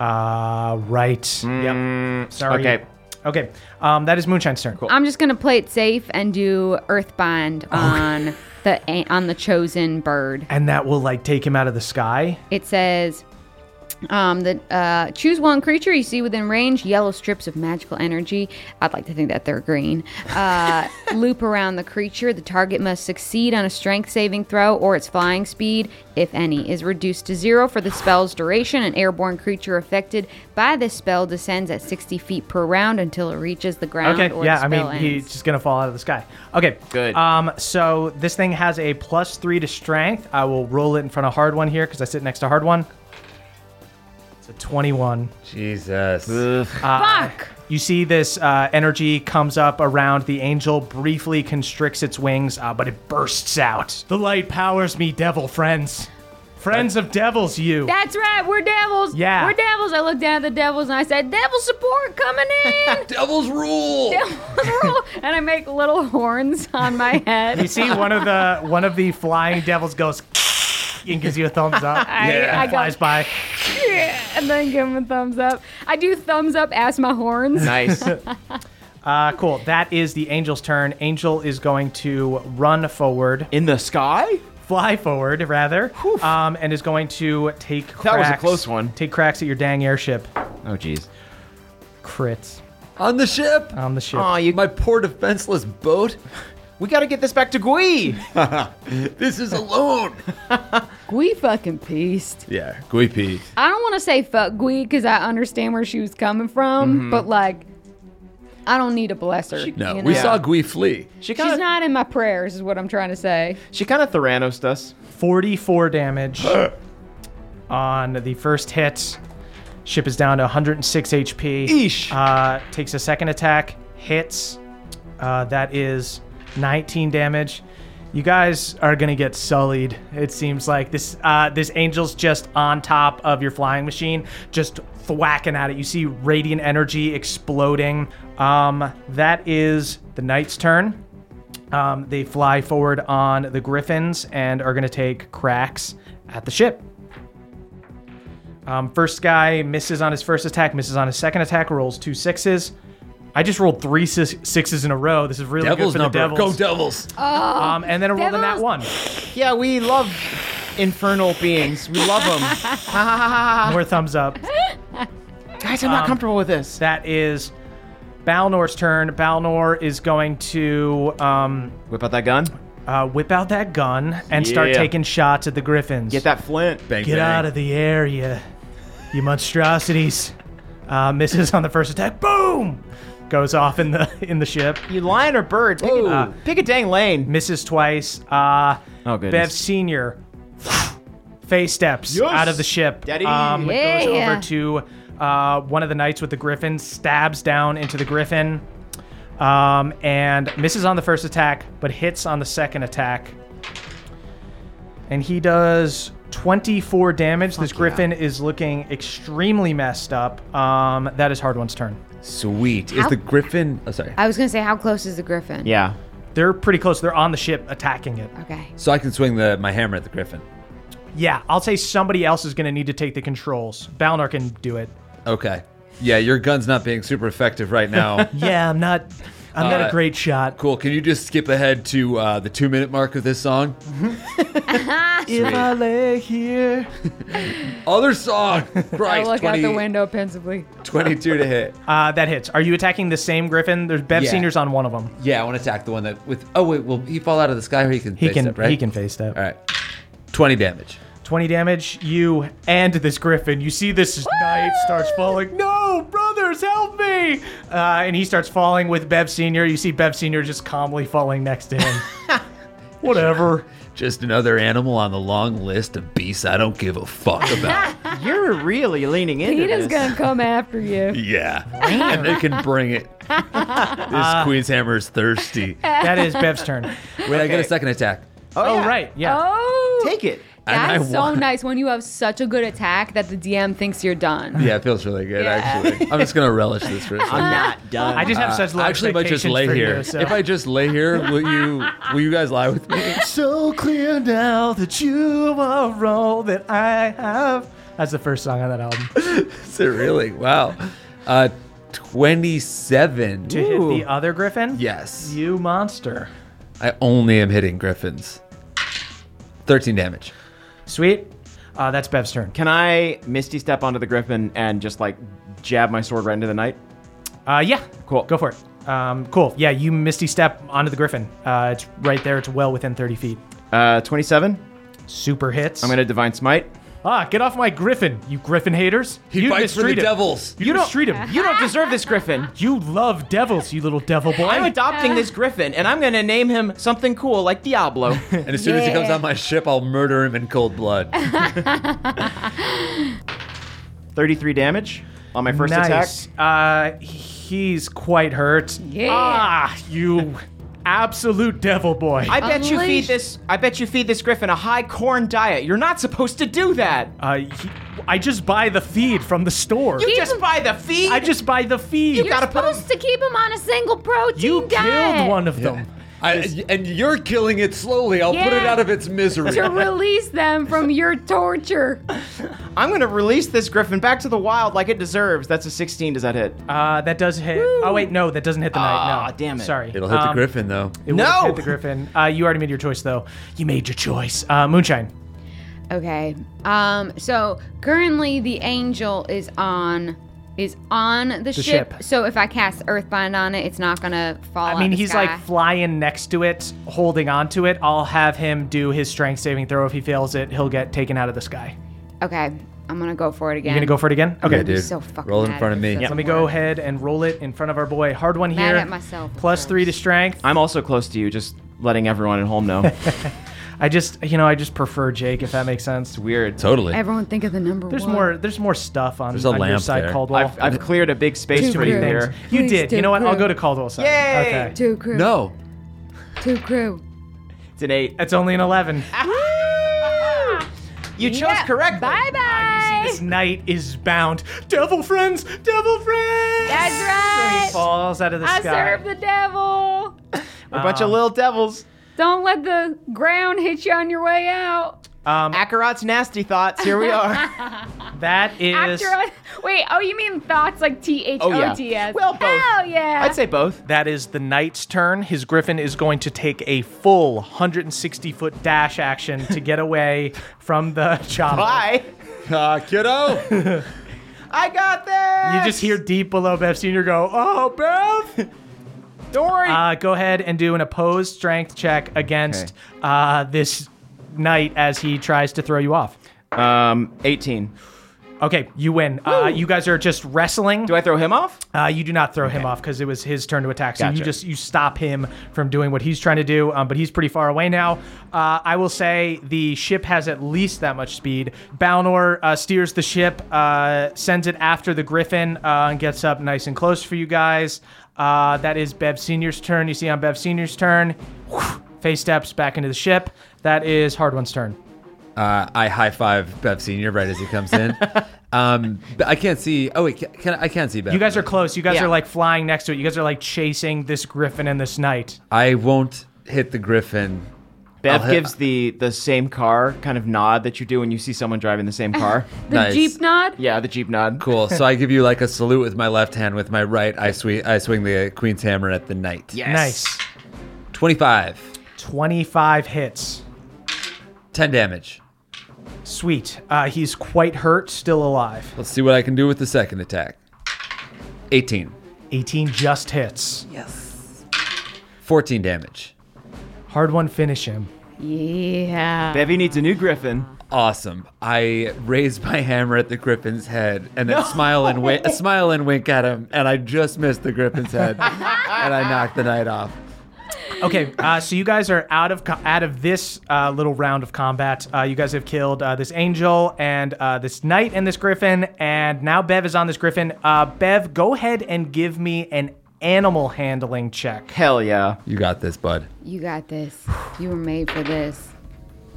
S1: Uh, right. Yep. Sorry.
S5: okay.
S1: Okay. Um, that is Moonshine's turn. Cool.
S4: I'm just gonna play it safe and do Earthbind on the a- on the chosen bird.
S1: And that will like take him out of the sky.
S4: It says, Um, the, uh, choose one creature you see within range. Yellow strips of magical energy. I'd like to think that they're green. Uh, loop around the creature. The target must succeed on a strength saving throw, or its flying speed, if any, is reduced to zero for the spell's duration. An airborne creature affected by this spell descends at 60 feet per round until it reaches the ground.
S1: Okay,
S4: or
S1: yeah,
S4: the
S1: I mean,
S4: spell
S1: he's
S4: ends.
S1: just gonna fall out of the sky. Okay,
S5: Good.
S1: Um, so this thing has a plus three to strength. I will roll it in front of hard one here because I sit next to hard one. It's a twenty-one.
S3: Jesus.
S4: Fuck!
S1: You see this uh, energy comes up around the angel, briefly constricts its wings, uh, but it bursts out. The light powers me, devil friends, friends of devils, you.
S4: That's right, we're devils.
S1: Yeah.
S4: We're devils. I looked down at the devils and I said, Devil support coming in.
S3: Devil's rule.
S4: Devils rule. and I make little horns on my head.
S1: you see one of the one of the flying devils goes and gives you a thumbs up.
S4: I, I
S1: and
S4: go,
S1: flies by.
S4: "Yeah," and then give him a thumbs up. I do thumbs up as my horns.
S5: nice.
S1: Uh, cool. That is the angel's turn. Angel is going to run forward,
S5: In the sky?
S1: fly forward rather, um, and is going to take. Cracks,
S5: That was a close one.
S1: Take cracks at your dang airship.
S5: Oh, jeez.
S1: Crits
S3: On the ship.
S1: on the ship.
S5: Oh, you.
S3: My poor defenseless boat.
S5: we got to get this back to Gui.
S3: This is alone.
S4: Gui fucking pieced.
S3: yeah, Gui Pete.
S4: I don't want to say fuck Gui because I understand where she was coming from, but like, I don't need a blesser.
S3: No,
S4: you
S3: we
S4: know?
S3: saw Gui flee.
S5: She kind
S4: She's
S5: of.
S4: not in my prayers, is what I'm trying to say.
S5: she kind of Theranos us.
S1: Forty-four damage on the first hit. Ship is down to 106 HP.
S5: Eesh.
S1: Uh, takes a second attack. Hits. Uh, that is 19 damage. You guys are gonna get sullied. It seems like this uh, this angel's just on top of your flying machine, just thwacking at it. You see radiant energy exploding. Um, that is the knight's turn. Um, they fly forward on the griffins and are gonna take cracks at the ship. Um, first guy misses on his first attack, misses on his second attack, rolls two sixes. I just rolled three sis- sixes in a row. This is really
S3: Devil's
S1: good for
S3: number.
S1: the
S3: Go
S1: devils.
S3: Devils.
S1: Um, and then I rolled a nat
S4: Devils.
S1: one.
S5: Yeah, we love infernal beings. We love them.
S1: More thumbs up.
S5: Guys, I'm not
S1: Um,
S5: comfortable with this.
S1: That is Balnor's turn. Balnor is going to um,
S5: Whip out that gun.
S1: uh, whip out that gun and start
S5: Yeah.
S1: taking shots at the griffins.
S5: Get that flint.
S3: Bang,
S1: Get
S3: bang.
S1: out of the area, you monstrosities. Uh, misses on the first attack. Boom! Goes off in the in the ship.
S5: You lion or bird? Pick, a, uh, pick a dang lane.
S1: misses twice. Uh,
S5: Oh, goodness.
S1: Bev Senior face steps out of the ship.
S5: Daddy.
S1: Um, goes
S4: Yeah.
S1: over to uh, one of the knights with the griffin, stabs down into the griffin, um, and misses on the first attack, but hits on the second attack. And he does 24 damage. this griffin is looking extremely messed up. Um, that is Hard One's turn.
S3: Sweet. Is
S4: How-
S3: the Griffin? Oh, sorry.
S4: I was gonna say, how close is the griffin?
S5: Yeah.
S1: They're pretty close. They're on the ship attacking it.
S4: Okay.
S3: So I can swing the my hammer at the Griffin.
S1: Yeah, I'll say somebody else is going to need to take the controls. Balnor can do it.
S3: Okay. Yeah, your gun's not being super effective right now.
S1: Yeah, I'm not. I'm not a
S3: Uh,
S1: great shot.
S3: cool. Can you just skip ahead to uh, the two minute mark of this song?
S1: If I lay here,
S3: Other song.
S4: I
S3: Right.
S4: look out the window pensively.
S3: 22 to hit.
S1: uh, that hits. Are you attacking the same Griffin? There's Bev
S3: Yeah.
S1: Senior's on one of them.
S3: Yeah, I want to attack the one that with. Oh wait, will he fall out of the sky or he can?
S1: He
S3: face
S1: can.
S3: It, right?
S1: He can face that.
S3: All right. 20 damage.
S1: 20 damage. You and this Griffin. You see this knight starts falling. No, brothers, help me! Uh, and he starts falling with Bev Senior. You see Bev Senior just calmly falling next to him. Whatever.
S3: Just another animal on the long list of beasts I don't give a fuck about.
S5: You're really leaning into
S4: Peter's
S5: this.
S4: gonna come after you.
S3: yeah. and they can bring it. This
S1: Uh.
S3: Queen's Hammer is thirsty. Wait,
S1: That is Bev's turn.
S3: I get a second attack.
S1: Oh,
S5: yeah.
S1: right. Yeah.
S4: Oh,
S5: Take it.
S3: And I
S4: that's so
S3: won.
S4: nice when you have such a good attack that the DM thinks you're done.
S3: Yeah, it feels really good,
S4: Yeah.
S3: actually. I'm just going to relish this for a second.
S4: Uh,
S5: I'm not done.
S1: I just have such low
S3: Uh, I actually might just
S1: expectations
S3: lay
S1: for you,
S3: here.
S1: so-
S3: If I just lay here, will you will you guys lie with me?
S1: so clear now that you are all that I have. That's the first song on that album.
S3: Is it really? Wow. Uh 27.
S1: to hit the other griffin?
S3: Yes.
S1: You monster.
S3: I only am hitting griffins. 13 damage.
S1: Sweet. Uh, that's Bev's turn.
S5: Can I Misty step onto the griffin and just like jab my sword right into the knight?
S1: Uh, yeah,
S5: Cool.
S1: Go for it. Um, cool. Yeah, you misty step onto the griffin. Uh, it's right there. It's well within 30 feet.
S5: Uh, 27.
S1: Super hits.
S5: I'm gonna divine smite.
S1: Ah, get off my griffin, you griffin haters.
S3: He
S1: you
S3: bites for the
S1: mistreat him.
S3: devils.
S1: You, don't mistreat him.
S5: You don't deserve this griffin. uh,
S1: You love devils, you little devil boy.
S5: I'm adopting this griffin, and I'm gonna name him something cool like Diablo.
S3: And as soon as he comes
S4: Yeah.
S3: on my ship, I'll murder him in cold blood.
S5: 33 damage on my first
S1: nice.
S5: attack.
S1: Uh, he's quite hurt.
S4: Yeah.
S1: Ah, you absolute devil boy.
S5: I bet you feed
S4: Unleash-
S5: this. I bet you feed this griffin a high corn diet. You're not supposed to do that.
S1: uh, he, I just buy the feed from the store.
S5: You
S4: Keep
S5: just
S4: him-
S5: buy the feed.
S1: I just buy the feed.
S4: You're
S5: gotta put
S4: supposed to keep him on a single protein
S1: You
S4: diet
S1: killed one of them.
S3: I, and you're killing it slowly. I'll put it
S4: Yeah.
S3: out of its misery.
S4: to release them from your torture.
S5: I'm gonna release this griffin back to the wild like it deserves. That's a 16. Does that hit?
S1: Uh, that does hit. Oh wait, no, that doesn't hit the knight.
S5: Ah,
S1: No,
S5: damn it.
S1: Sorry.
S3: It'll hit the
S1: Um,
S3: griffin, though.
S1: It would've
S5: No!
S1: hit the griffin. Uh, you already made your choice though. You made your choice. Uh, Moonshine.
S4: Okay. Um. So currently, the angel is on is on the, ship.
S1: ship.
S4: So if I cast Earthbind on it, it's not gonna fall.
S1: I
S4: out
S1: mean,
S4: the
S1: he's
S4: sky.
S1: like flying next to it, holding onto it. I'll have him do his strength saving throw. If he fails it, he'll get taken out of the sky.
S4: okay. I'm gonna go for it again.
S1: You gonna go for it again? Okay.
S3: yeah, dude.
S4: so fucking
S3: Roll it in
S4: mad
S3: front of
S4: at
S3: me.
S4: this.
S1: Let me go ahead and roll it in front of our boy. Hard one
S4: Mad
S1: here.
S4: at myself, of
S1: Plus three to
S4: course.
S1: strength.
S5: I'm also close to you. Just letting everyone at home know.
S1: I just, you know, I just prefer Jake if that makes sense.
S5: Weird.
S3: Totally.
S4: Everyone think of the number
S1: There's
S4: one.
S1: more. There's more stuff on,
S3: There's a
S1: on your
S3: lamp
S1: side,
S3: there.
S1: Caldwell.
S5: I've, I've cleared a big space
S4: Two
S5: for you
S4: griffins.
S5: there.
S1: you
S4: Please
S1: did. You
S4: don't
S1: know what? I'll
S4: grow.
S1: go to Caldwell's side.
S5: Yay!
S1: Okay.
S4: Two crew.
S3: No.
S4: Two crew.
S5: It's an eight.
S1: It's only an eleven.
S5: You chose
S4: Yeah,
S5: correctly.
S4: Bye bye.
S1: This knight is bound. Devil friends, devil friends.
S4: That's right.
S1: So he falls out of the
S4: I
S1: sky.
S4: serve the devil.
S5: A bunch of little devils.
S4: Don't let the ground hit you on your way out.
S1: Um,
S5: Akarat's nasty thoughts. Here we are.
S1: That is
S4: After I, wait, oh, you mean thoughts like T H
S5: Oh, yeah.
S4: O T S?
S5: Well, both.
S4: Hell yeah.
S5: I'd say both.
S1: that is the knight's turn. His griffin is going to take a full 160 foot dash action to get away from the chopper.
S5: Bye.
S3: Ah, kiddo.
S5: I got this.
S1: You just hear deep below Bev Senior go, "Oh, Bev!"
S5: Don't worry.
S1: Uh, go ahead and do an opposed strength check against uh, this knight as he tries to throw you off.
S5: um, 18.
S1: Okay, you win. Uh, you guys are just wrestling.
S5: Do I throw him off?
S1: Uh, you do not throw him off because it was his turn to attack. So you
S5: Gotcha.
S1: just you stop him from doing what he's trying to do. Um, but he's pretty far away now. Uh, I will say the ship has at least that much speed. Balnor uh, steers the ship, uh, sends it after the Griffin, uh, and gets up nice and close for you guys. Uh, that is Bev Senior's turn. You see on Bev Senior's turn, whew, face steps back into the ship. That is Hard One's turn.
S3: Uh, I high five Bev Senior right as he comes in. um, but I can't see. Oh wait, can, can I I can't see Bev.
S1: You guys are close. You guys
S5: Yeah.
S1: are like flying next to it. You guys are like chasing this Griffin and this Knight.
S3: I won't hit the griffin.
S5: Bev
S3: hit-
S5: gives the the same car kind of nod that you do when you see someone driving the same car.
S4: the
S3: nice.
S4: Jeep nod?
S5: yeah, the Jeep nod.
S3: Cool. So I give you like a salute with my left hand. With my right, I swe- I swing the queen's hammer at the knight.
S5: Yes.
S1: Nice.
S3: Twenty-five.
S1: 25 hits.
S3: Ten damage.
S1: Sweet. Uh, he's quite hurt, still alive.
S3: Let's see what I can do with the second attack. Eighteen.
S1: 18 just hits.
S3: 14 damage.
S1: Hard one, finish him.
S4: Yeah.
S5: Bevy needs a new griffin.
S3: Awesome. I raise my hammer at the griffin's head and then smile and wink, smile and wink at him, and I just missed the griffin's head, and I knocked the knight off.
S1: Okay, uh, so you guys are out of co- out of this uh, little round of combat. Uh, you guys have killed uh, this angel and uh, this knight and this griffin, and now Bev is on this griffin. Uh, Bev, go ahead and give me an animal handling check.
S5: Hell yeah.
S3: You got this, bud.
S4: You got this. You were made for this.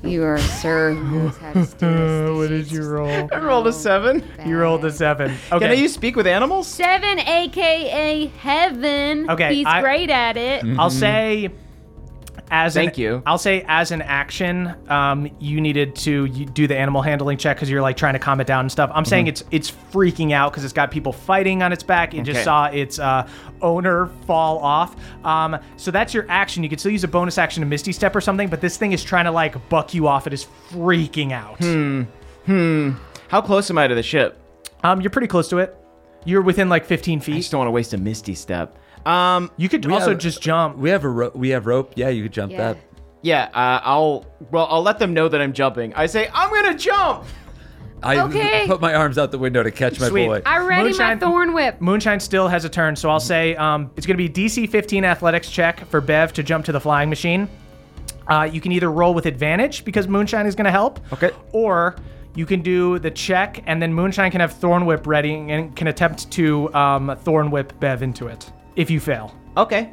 S4: You are a sir who knows how to steer
S1: What did you roll?
S5: I rolled a seven.
S1: You rolled a seven. Okay.
S5: Can I use speak with animals?
S4: Seven, aka Heaven.
S1: Okay,
S4: He's
S1: I-
S4: great at it.
S1: I'll say as
S5: Mm-hmm. Thank
S1: an,
S5: you.
S1: I'll say as an action, um, you needed to you do the animal handling check because you're like trying to calm it down and stuff.
S5: Mm-hmm.
S1: I'm saying it's it's freaking out because it's got people fighting on its back. It just
S5: Okay.
S1: saw its uh, owner fall off. Um, so that's your action. You could still use a
S5: Hmm.
S1: bonus action to Misty Step or something, but this thing is trying to like buck you off. It is freaking out.
S5: How close am I to the ship?
S1: Um, you're pretty close to it. You're within like 15
S5: I
S1: feet.
S5: just don't want to waste a misty step. Um,
S1: You could also
S3: have-
S1: just jump.
S3: We have a ro- we have rope. Yeah, you could jump
S4: Yeah.
S3: that.
S5: yeah, uh, I'll well, I'll let them know that I'm jumping. I say I'm gonna jump.
S3: I
S4: Okay.
S3: put my arms out the window to catch my
S1: Sweet.
S3: boy.
S4: I ready
S1: Moonshine-
S4: my thorn whip.
S1: Moonshine still has a turn, so I'll say um, it's going to be DC 15 athletics check for Bev to jump to the flying machine. Uh, you can either roll with advantage because Moonshine is going to help.
S5: Okay.
S1: Or you can do the check, and then Moonshine can have Thorn Whip ready and can attempt to um, Thorn Whip Bev into it if you fail.
S5: Okay,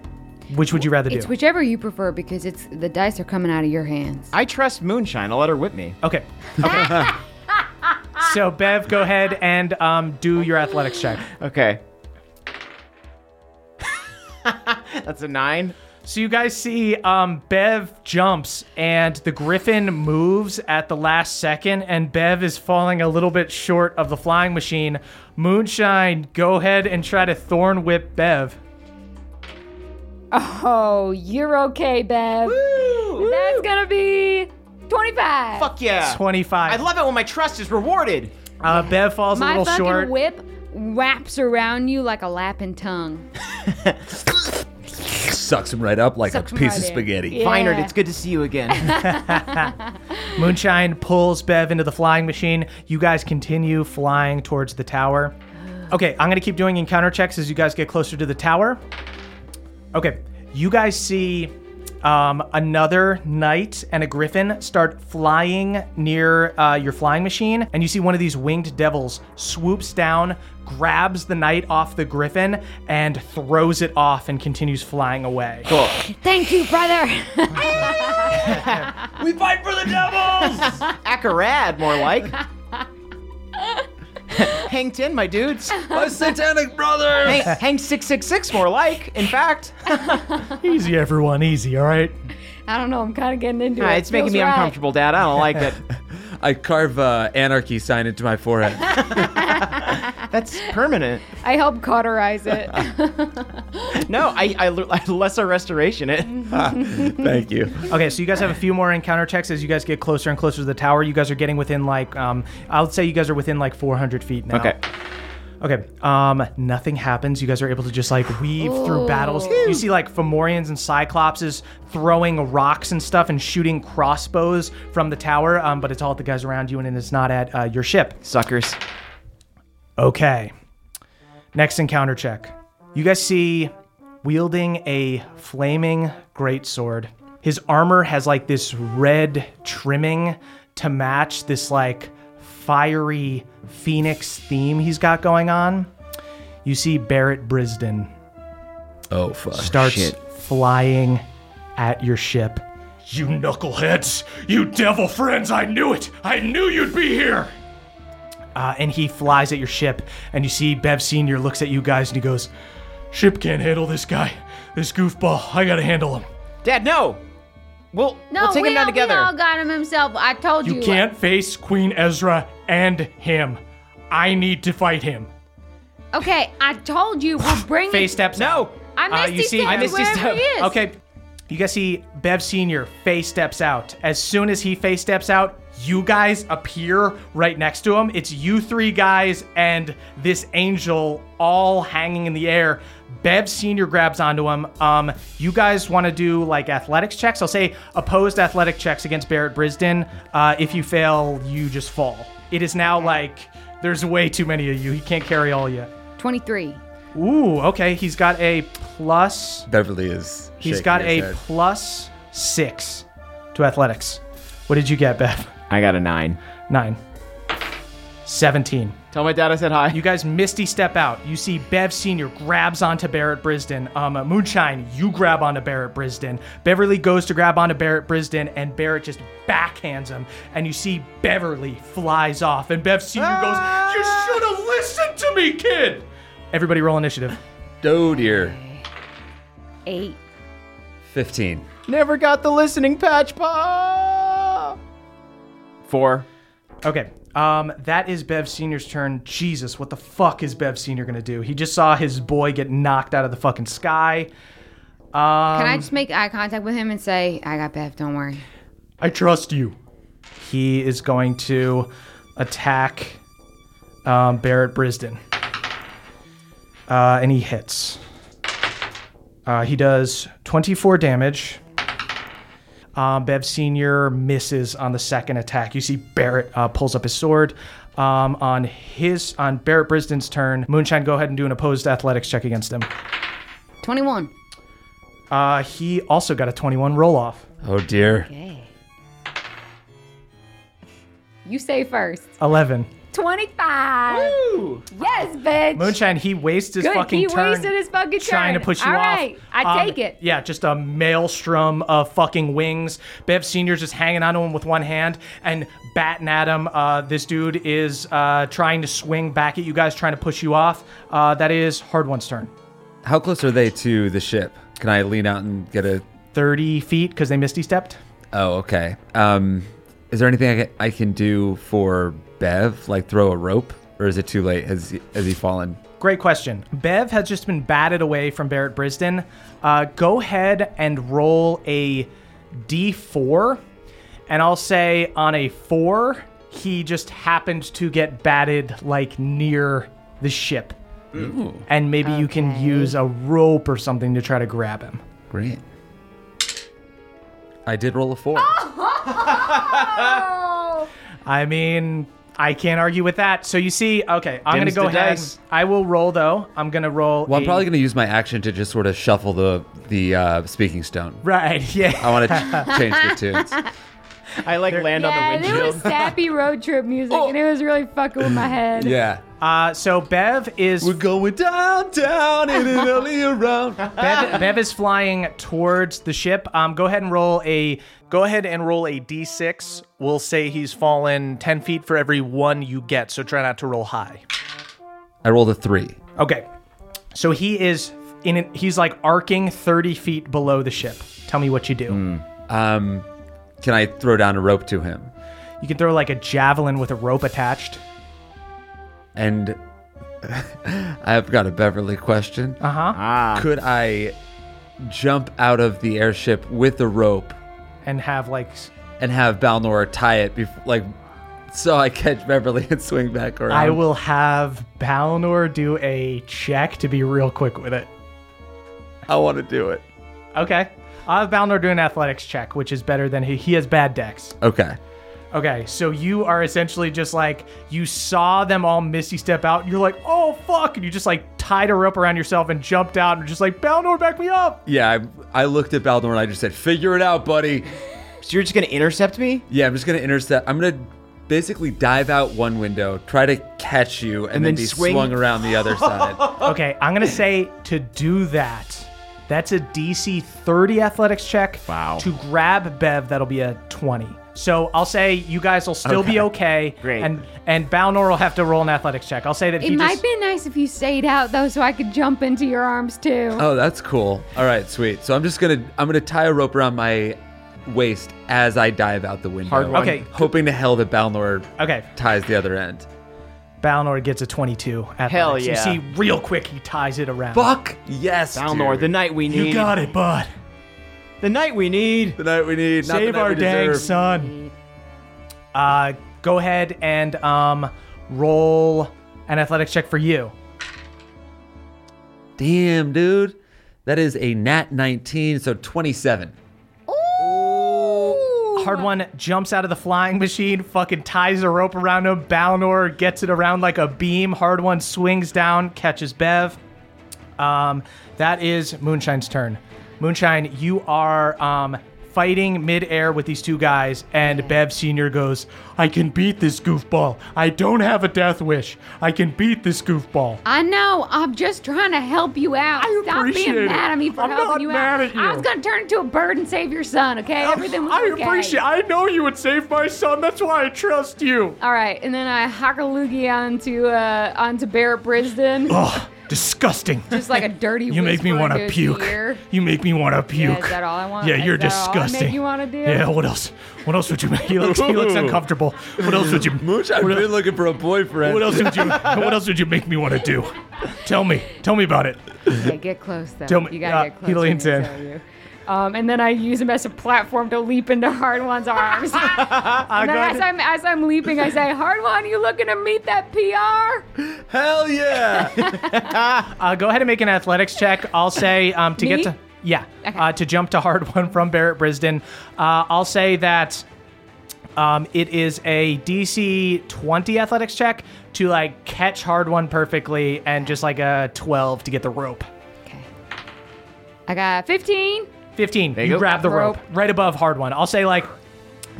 S1: Which would you rather
S4: It's
S1: do?
S4: whichever you prefer because it's the dice are coming out of your hands.
S5: I trust Moonshine. I'll let her whip me.
S1: Okay. so, Bev, go ahead and um, do your athletics check.
S5: Okay. That's a nine.
S1: So you guys see um, Bev jumps and the Griffin moves at the last second, and Bev is falling a little bit short of the flying machine. Moonshine, go ahead and try to thorn whip Bev.
S4: Oh, you're okay, Bev. That's gonna be 25.
S5: Fuck yeah.
S1: 25.
S5: I love it when my trust is rewarded.
S1: uh, Bev falls a
S4: My
S1: little
S4: fucking
S1: short.
S4: whip wraps around you like a lapping tongue.
S3: Sucks him right up like
S4: Sucks
S3: a
S4: 'em
S3: piece
S4: right
S3: of
S4: in.
S3: spaghetti.
S4: Yeah.
S5: Feinert, it's good to see you again.
S1: Moonshine pulls Bev into the flying machine. You guys continue flying towards the tower. Okay, I'm gonna keep doing encounter checks as you guys get closer to the tower. Okay, you guys see um, another knight and a griffin start flying near uh, your flying machine, and you see one of these winged devils swoops down, grabs the knight off the griffin, and throws it off and continues flying away.
S4: Thank you, brother.
S5: we fight for the devils! Akarad, more like. Hang 10, my dudes.
S3: My satanic brother.
S5: Hang, hang 666, more like. In fact,
S6: Easy, everyone, easy, all right?
S4: I don't know. I'm kind of getting into
S5: Ah,
S4: it.
S5: it's making
S4: Feels
S5: me
S4: right.
S5: uncomfortable, Dad. I don't like it.
S3: I carve uh, anarchy sign into my forehead.
S5: That's permanent.
S4: I help cauterize it.
S5: No, I, I, l- I lesser restoration it.
S3: Thank you.
S1: Okay, so you guys have a few more encounter checks as you guys get closer and closer to the tower. You guys are getting within like, um, I'll say you guys are within like 400 feet now.
S5: Okay.
S1: Okay. Um, nothing happens. You guys are able to just like weave through battles. You see like Fomorians and Cyclopses throwing rocks and stuff and shooting crossbows from the tower, um, but it's all at the guys around you and it's not at uh, your ship.
S5: Suckers.
S1: Okay. Next encounter check. You guys see wielding a flaming greatsword. His armor has like this red trimming to match this like fiery phoenix theme he's got going on. You see Barrett Brisden
S3: Oh fuck.
S1: starts flying at your ship. You knuckleheads! You devil friends! I knew it! I knew you'd be here! Uh, and he flies at your ship, and you see Bev Sr. looks at you guys and he goes, Ship can't handle this guy. This goofball, I gotta handle him.
S5: Dad, no! We'll,
S4: no,
S5: we'll take
S4: we
S5: him down
S4: all,
S5: together.
S4: We all got him himself. I told you.
S6: You can't face Queen Ezra and him. I need to fight him.
S4: Okay, I told you. We're bringing.
S1: Face steps. Uh,
S5: No!
S4: I missed
S1: you see,
S4: steps
S1: I
S5: missed his
S4: wherever
S5: step.
S4: he is.
S1: Okay, you guys see Bev Sr. face steps out. As soon as he face steps out, you guys appear right next to him. It's you three guys and this angel all hanging in the air. Bev Sr. grabs onto him. Um, you guys want to do like athletics checks? I'll say opposed athletic checks against Barrett Brisden. Uh, if you fail, you just fall. It is now like there's way too many of you. He can't carry all yet.
S4: 23.
S1: Ooh, okay. He's got a plus.
S3: Beverly is.
S1: He's
S3: shaking
S1: got a
S3: his head.
S1: plus six to athletics. What did you get, Bev?
S5: I got a nine.
S1: Nine. 17.
S5: Tell my dad I said hi.
S1: You guys misty step out. You see Bev Sr. grabs onto Barrett Brisden. Um, uh, Moonshine, you grab onto Barrett Brisden. Beverly goes to grab onto Barrett Brisden, and Barrett just backhands him. And you see Beverly flies off, and Bev Sr. goes, You should have listened to me, kid! Everybody roll initiative.
S3: Oh dear.
S4: 8.
S3: Fifteen.
S5: Never got the listening patch, Pa! Four.
S1: Okay. Um, that is Bev Senior's turn. Jesus, what the fuck is Bev Senior gonna do? He just saw his boy get knocked out of the fucking sky.
S4: Can I just make eye contact with him and say, I got Bev, don't worry.
S6: I trust you.
S1: He is going to attack um, Barrett Brisden. Uh, and he hits. Uh, he does 24 damage. Um, Bev Sr. misses on the second attack. You see Barrett uh, pulls up his sword. Um, on his on Barrett Brisden's turn, Moonshine, go ahead and do an opposed athletics check against him.
S4: 21.
S1: Uh, he also got a 21 roll off.
S3: Oh dear.
S4: Okay. You say first.
S1: 11.
S4: 25. Yes, bitch.
S1: Moonshine, he wastes his
S4: Good.
S1: fucking
S4: he
S1: turn.
S4: wasted his fucking
S1: trying
S4: turn.
S1: to push you
S4: All
S1: off.
S4: right, I
S1: Um,
S4: take it.
S1: Yeah, just a maelstrom of fucking wings. Bev Senior's just hanging onto him with one hand and batting at him. Uh, this dude is uh, trying to swing back at you guys, trying to push you off. Uh, that is Hard One's turn.
S3: How close are they to the ship? Can I lean out and get a?
S1: 30 feet because they misty stepped.
S3: Oh, okay. Um, is there anything I can, I can do for Bev? Like throw a rope, or is it too late? Has he- has he fallen?
S1: Great question. Bev has just been batted away from Barrett Brisden. Uh, go ahead and roll a d4. And I'll say on a four, he just happened to get batted like near the ship. And maybe you can use a rope or something to try to grab him.
S3: Great. I did roll a four.
S1: I mean, I can't argue with that. So you see, okay, I'm going to
S5: Dims
S1: go
S5: the
S1: ahead.
S5: dice.
S1: I will roll though. I'm going to roll.
S3: Well, I'm
S1: a-
S3: probably going to use my action to just sort of shuffle the the uh, speaking stone.
S1: Right, yeah.
S3: I want to ch- change the tunes.
S5: I like land
S4: yeah,
S5: on the
S4: there was
S5: windshield.
S4: sappy road trip music, and it was really fucking with my head.
S3: Yeah.
S1: Uh, so Bev is
S3: going downtown in an early round.
S1: Bev, Bev is flying towards the ship. Um, go ahead and roll a go ahead and roll a d6. We'll say he's fallen ten feet for every one you get. So try not to roll high.
S3: I rolled a three.
S1: Okay, so he is in. An, he's like arcing thirty feet below the ship. Tell me what you do.
S3: Um, can I throw down a rope to him?
S1: You can throw like a javelin with a rope attached.
S3: And I've got a Beverly question.
S1: Uh huh.
S5: Ah,
S3: Could I jump out of the airship with a rope
S1: And have like s-
S3: and have Balnor tie it, bef- like, so I catch Beverly and swing back around?
S1: I will have Balnor do a check to be real quick with it.
S3: I want to do it.
S1: Okay. I'll have Balnor do an athletics check, which is better than he he has bad decks.
S3: Okay.
S1: Okay, so you are essentially just like you saw them all misty step out, and you're like, oh fuck, and you just like tied her up around yourself and jumped out and just like, Balnor, back me up.
S3: Yeah, I, I looked at Balnor and I just said, "Figure it out, buddy."
S5: so you're just gonna intercept me?
S3: Yeah, I'm just gonna intercept. I'm gonna basically dive out one window, try to catch you, and, then,
S5: then
S3: be
S5: swing.
S3: swung around the other side.
S1: Okay, I'm gonna say to do that. That's a DC 30 athletics check.
S5: Wow.
S1: To grab Bev, that'll be a 20. So I'll say you guys will still be okay.
S5: Great.
S1: And and Balnor will have to roll an athletics check. I'll say that
S4: It
S1: he
S4: might
S1: just
S4: be nice if you stayed out though, so I could jump into your arms too.
S3: oh, that's cool. All right, sweet. So I'm just gonna I'm gonna tie a rope around my waist as I dive out the window.
S5: Hard one.
S1: Okay.
S3: hoping to hell that Balnor
S1: Okay.
S3: ties the other end.
S1: Balnor gets a 22 athletics.
S5: Hell
S1: You
S5: yeah.
S1: see, real quick, he ties it around.
S3: Fuck yes,
S5: Balnor,
S3: dude.
S5: the night we need.
S1: You got it, bud.
S5: The night we need.
S3: The night we need. not the
S1: Save
S3: night
S1: our
S3: we
S1: dang
S3: deserve.
S1: son. Uh, go ahead and um, roll an athletics check for you.
S3: Damn, dude. That is a nat 19, so 27.
S1: Hard one jumps out of the flying machine, fucking ties a rope around him. Balnor gets it around like a beam. Hard one swings down, catches Bev. Um, that is Moonshine's turn. Moonshine, you are um, fighting midair with these two guys, and Bev Sr. goes, I can beat this goofball. I don't have a death wish. I can beat this goofball.
S4: I know. I'm just trying to help you out.
S1: I
S4: Stop
S1: appreciate
S4: being
S1: it.
S4: mad at me for
S1: I'm
S4: helping
S1: not
S4: you
S1: mad
S4: out.
S1: at you.
S4: I was gonna turn into a bird and save your son. Okay, everything was
S1: I
S4: okay.
S1: appreciate I know you would save my son. That's why I trust you.
S4: All right, and then I hock a loogie onto uh, onto Barrett Brisden,
S1: Oh, disgusting.
S4: just like a dirty.
S1: You make me
S4: want
S1: want to puke. You make me want to
S4: Yeah,
S1: puke.
S4: is that all I want?
S1: Yeah,
S4: Is
S1: you're
S4: that all I make
S1: disgusting.
S4: you wanna do?
S1: Yeah, what else? What else would you make? He looks, he looks uncomfortable. What else would you?
S3: Mooch, I've
S1: what,
S3: been looking for a boyfriend.
S1: what else would you? What else would you make me want to do? Tell me. Tell me about it.
S4: Okay, get close though.
S1: Tell me-
S4: you gotta
S1: uh,
S4: get
S1: he
S4: close.
S1: leans in.
S7: Um, and then I use him as a platform to leap into Hard One's arms. and then as I'm as I'm leaping, I say, Hard One, you looking to meet that PR?
S3: Hell yeah!
S1: Uh, go ahead and make an athletics check. I'll say um, to
S7: Me?
S1: get to yeah uh, to jump to hard one from Barrett Brisden. Uh, I'll say that um, it is a DC 20 athletics check to like catch hard one perfectly and just like a 12 to get the rope.
S4: Okay.
S7: I got 15.
S1: 15. You,
S5: go.
S1: grab the rope.
S7: Rope.
S1: right above hard one. I'll say like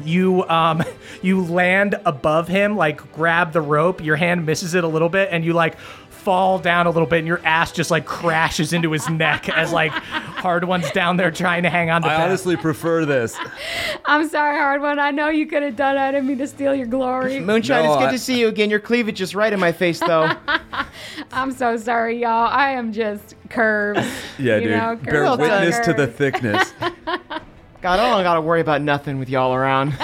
S1: you um you land above him, like grab the rope, your hand misses it a little bit and you like fall down a little bit and your ass just like crashes into his neck as like hard one's down there trying to hang on to
S3: I
S1: Beth.
S3: honestly prefer this.
S7: I'm sorry, Hard One. I know you could have done it. I didn't mean to steal your glory.
S5: Moonshine,
S3: No,
S5: it's good
S3: I-
S5: to see you again. Your cleavage is right in my face, though.
S7: I'm so sorry, y'all. I am just curves.
S3: Yeah,
S7: You
S3: dude.
S7: know,
S3: Bear
S7: curves,
S3: witness to the
S7: curves.
S3: thickness.
S5: God, I don't gotta worry about nothing with y'all around.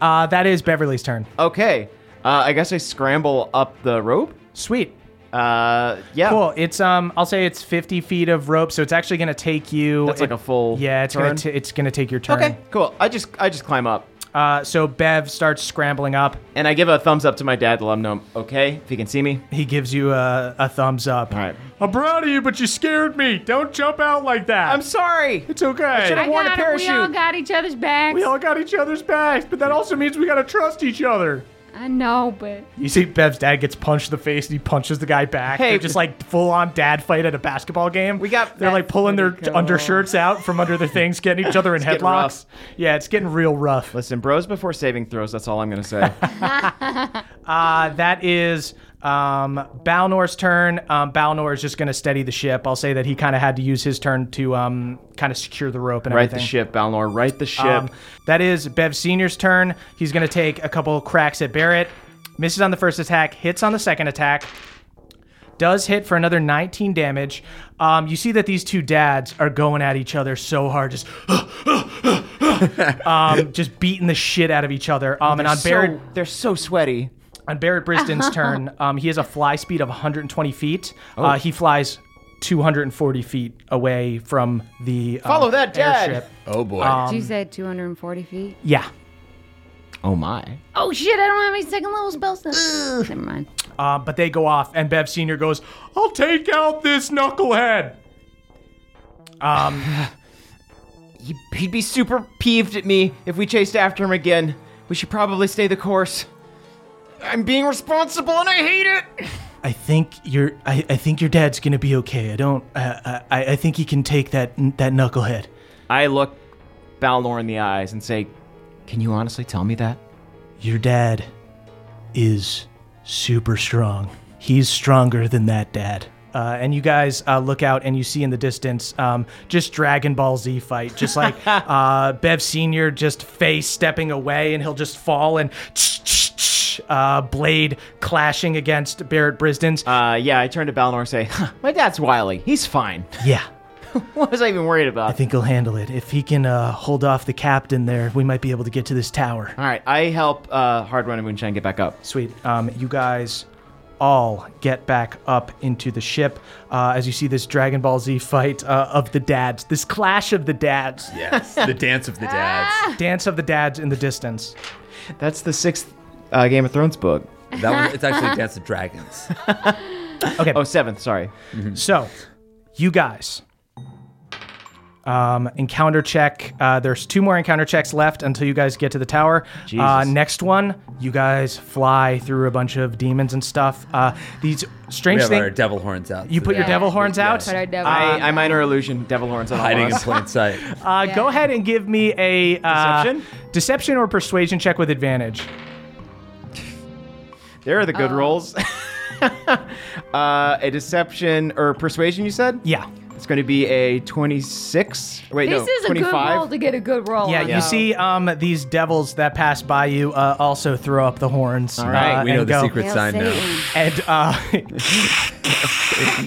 S1: Uh, that is Beverly's turn.
S5: Okay, uh, I guess I scramble up the rope.
S1: Sweet.
S5: Uh, yeah,
S1: Cool. It's um I'll say it's 50 feet of rope, so it's actually going to take you
S5: That's like a full
S1: Yeah, it's going
S5: turn?
S1: to it's going to take your turn.
S5: Okay, cool. I just I just climb up
S1: Uh so Bev starts scrambling up.
S5: and I give a thumbs up to my dad to let him know. Okay, if he can see me.
S1: He gives you a, a thumbs up.
S5: All right.
S1: I'm proud of you, but you scared me. Don't jump out like that.
S5: I'm sorry.
S1: It's okay.
S5: should've- I want a
S7: got it. We all
S5: parachute.
S7: got each other's backs.
S1: we all got each other's backs, but that also means we gotta trust each other.
S7: I know, but
S1: You see, Bev's dad gets punched in the face, and he punches the guy back.
S5: Hey.
S1: They're just like full-on dad fight at a basketball game.
S5: We got-
S1: They're like pulling their
S7: pretty cool.
S1: undershirts out from under their things, getting each other in
S5: getting rough.
S1: headlocks. Yeah, it's getting real rough.
S5: Listen, bros before saving throws. That's all I'm gonna say.
S1: Uh, that is um, Balnor's turn. Um, Balnor is just gonna steady the ship. I'll say that he kind of had to use his turn to um, kind of secure the rope and
S5: right
S1: everything.
S5: the ship, Balnor. Right the ship.
S1: Um, that is Bev Senior's turn. He's going to take a couple cracks at Barrett. Misses on the first attack, hits on the second attack. Does hit for another 19 damage. Um, you see that these two dads are going at each other so hard, just um, just beating the shit out of each other. Um, and on
S5: so,
S1: Barrett,
S5: they're so sweaty.
S1: on Barrett Brisden's turn, um, he has a fly speed of 120 feet. Uh, he flies 240 feet away from the um,
S5: Follow that dad.
S1: airship.
S3: Oh boy.
S4: Did you say 240 feet?
S1: Yeah.
S5: Oh my.
S4: Oh shit! I don't have any second level spells. left. Never mind.
S1: Um, but they go off, and Bev Senior goes, "I'll take out this knucklehead."
S5: He- He'd be super peeved at me if we chased after him again. We should probably stay the course. I'm being responsible and I hate it.
S1: I think your I, I think your dad's gonna be okay. I don't. I, I I think he can take that that knucklehead.
S5: I look Balnor in the eyes and say, "Can you honestly tell me that?"
S1: Your dad is super strong. He's stronger than that dad. Uh, and you guys uh, look out and you see in the distance um, just Dragon Ball Z fight. Just like uh, Bev Sr. just face stepping away and he'll just fall and uh, blade clashing against Barrett Brisden's.
S5: Uh, yeah, I turn to Balnor and say, huh, "My dad's wily. He's fine.
S1: yeah.
S5: what was I even worried
S1: I
S5: about?"
S1: think he'll handle it. If he can uh, hold off the captain there, we might be able to get to this tower.
S5: All right, I help uh, Hard Run and Moonshine get back up.
S1: Sweet. Um, you guys all get back up into the ship uh, as you see this Dragon Ball Z fight uh, of the dads, this clash of the dads,
S3: yes. The dance of the dads.
S1: dance of the dads in the distance.
S5: That's the sixth uh, Game of Thrones book.
S3: That one, it's actually a dance of dragons.
S1: Okay,
S5: Oh, seventh. Sorry.
S1: so you guys. Um, encounter check. Uh, there's two more encounter checks left until you guys get to the tower. Uh,
S5: Jesus.
S1: next one, you guys fly through a bunch of demons and stuff. Uh, these
S3: We
S1: strange
S3: have
S1: things.
S3: our devil horns out.
S1: You
S3: so
S1: put your
S3: they're
S1: devil horns
S3: Yeah.
S1: out.
S4: Put our devil.
S5: I, I minor illusion, devil horns on all
S3: hiding
S5: of
S3: in
S5: us.
S3: plain sight.
S1: Uh, Go ahead and give me a uh,
S5: Deception?
S1: deception or persuasion check with advantage.
S5: There are the
S4: Oh.
S5: good rolls. uh, a deception or persuasion, you said?
S1: Yeah.
S5: It's going to be a 26. Wait,
S4: this
S5: no, Uh,
S4: is a
S5: 25.
S4: good roll to get a good roll.
S1: Yeah,
S4: on,
S1: you
S4: though.
S1: see um, these devils that pass by you uh, also throw up the horns. All
S5: right,
S1: uh,
S3: we know
S1: and
S3: the
S1: go-
S3: secret
S4: Hail
S3: sign now.
S4: Satan.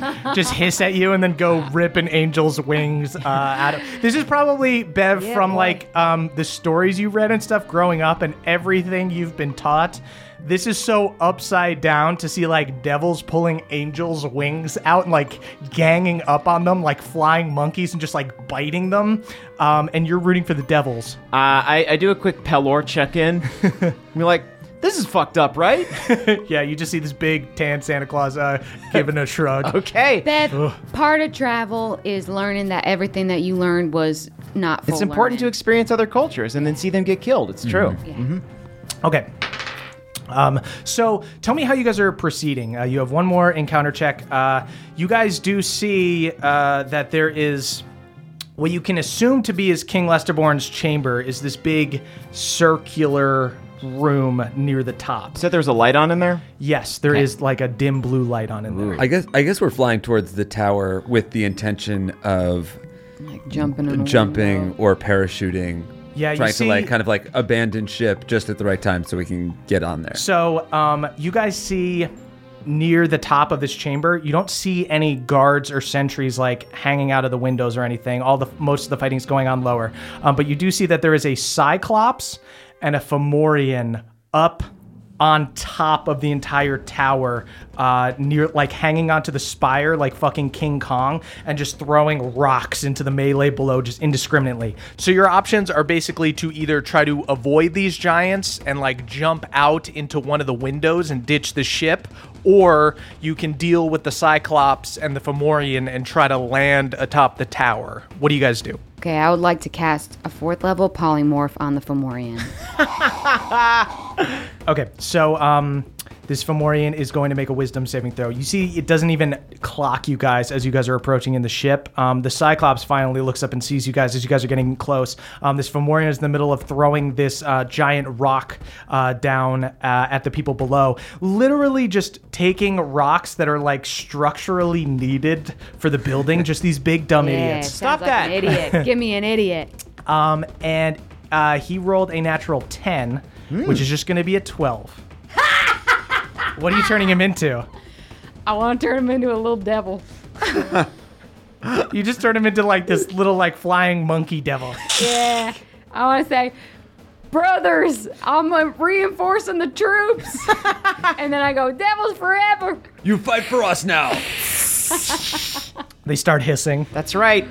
S1: And uh, just hiss at you and then go rip an angel's wings uh, out of. This is probably, Bev,
S4: Yeah,
S1: from
S4: boy.
S1: like um, the stories you read and stuff growing up and everything you've been taught. This is so upside down to see like devils pulling angels' wings out and like ganging up on them like flying monkeys and just like biting them. Um, and you're rooting for the devils.
S5: Uh, I, I do a quick Pelor check in. I'm like, this is fucked up, right?
S1: yeah, you just see this big tan Santa Claus uh, giving a shrug.
S5: Okay.
S4: That part of travel is learning that everything that you learned was not.
S5: It's important to experience other cultures and then see them get killed. It's true.
S1: Okay. Um, so tell me how you guys are proceeding. Uh, you have one more encounter check. Uh, you guys do see uh, that there is what you can assume to be is King Lesterborn's chamber is this big circular room near the top.
S5: Said there was a light on in there.
S1: Yes, there is like a dim blue light on in there.
S3: I guess I guess we're flying towards the tower with the intention of
S4: like jumping. in a
S3: jumping
S4: window.
S3: or parachuting.
S1: Yeah, you
S3: trying
S1: see-
S3: to like kind of like abandon ship just at the right time so we can get on there.
S1: So, um, you guys see near the top of this chamber, you don't see any guards or sentries like hanging out of the windows or anything. All the most of the fighting's going on lower, um, but you do see that there is a cyclops and a Fomorian up on top of the entire tower, uh, near like hanging onto the spire like fucking King Kong and just throwing rocks into the melee below just indiscriminately. So your options are basically to either try to avoid these giants and like jump out into one of the windows and ditch the ship, or you can deal with the Cyclops and the Fomorian and try to land atop the tower. What do you guys do?
S4: Okay, I would like to cast a fourth level polymorph on the Fomorian.
S1: Okay, so um, this Fomorian is going to make a wisdom saving throw. You see, it doesn't even clock you guys as you guys are approaching in the ship. Um, the Cyclops finally looks up and sees you guys as you guys are getting close. Um, this Fomorian is in the middle of throwing this uh, giant rock uh, down uh, at the people below, literally just taking rocks that are like structurally needed for the building, just these big dumb
S4: yeah,
S1: idiots.
S4: Stop that! An idiot. Give me an idiot.
S1: Um, and uh, he rolled a natural 10, which is just going to be a 12. what are you turning him into?
S7: I want to turn him into a little devil.
S1: You just turn him into like this little like flying monkey devil.
S7: Yeah. I want to say, brothers, I'm uh, reinforcing the troops. and then I go, devils forever.
S3: You fight for us now.
S1: They start hissing.
S5: That's right.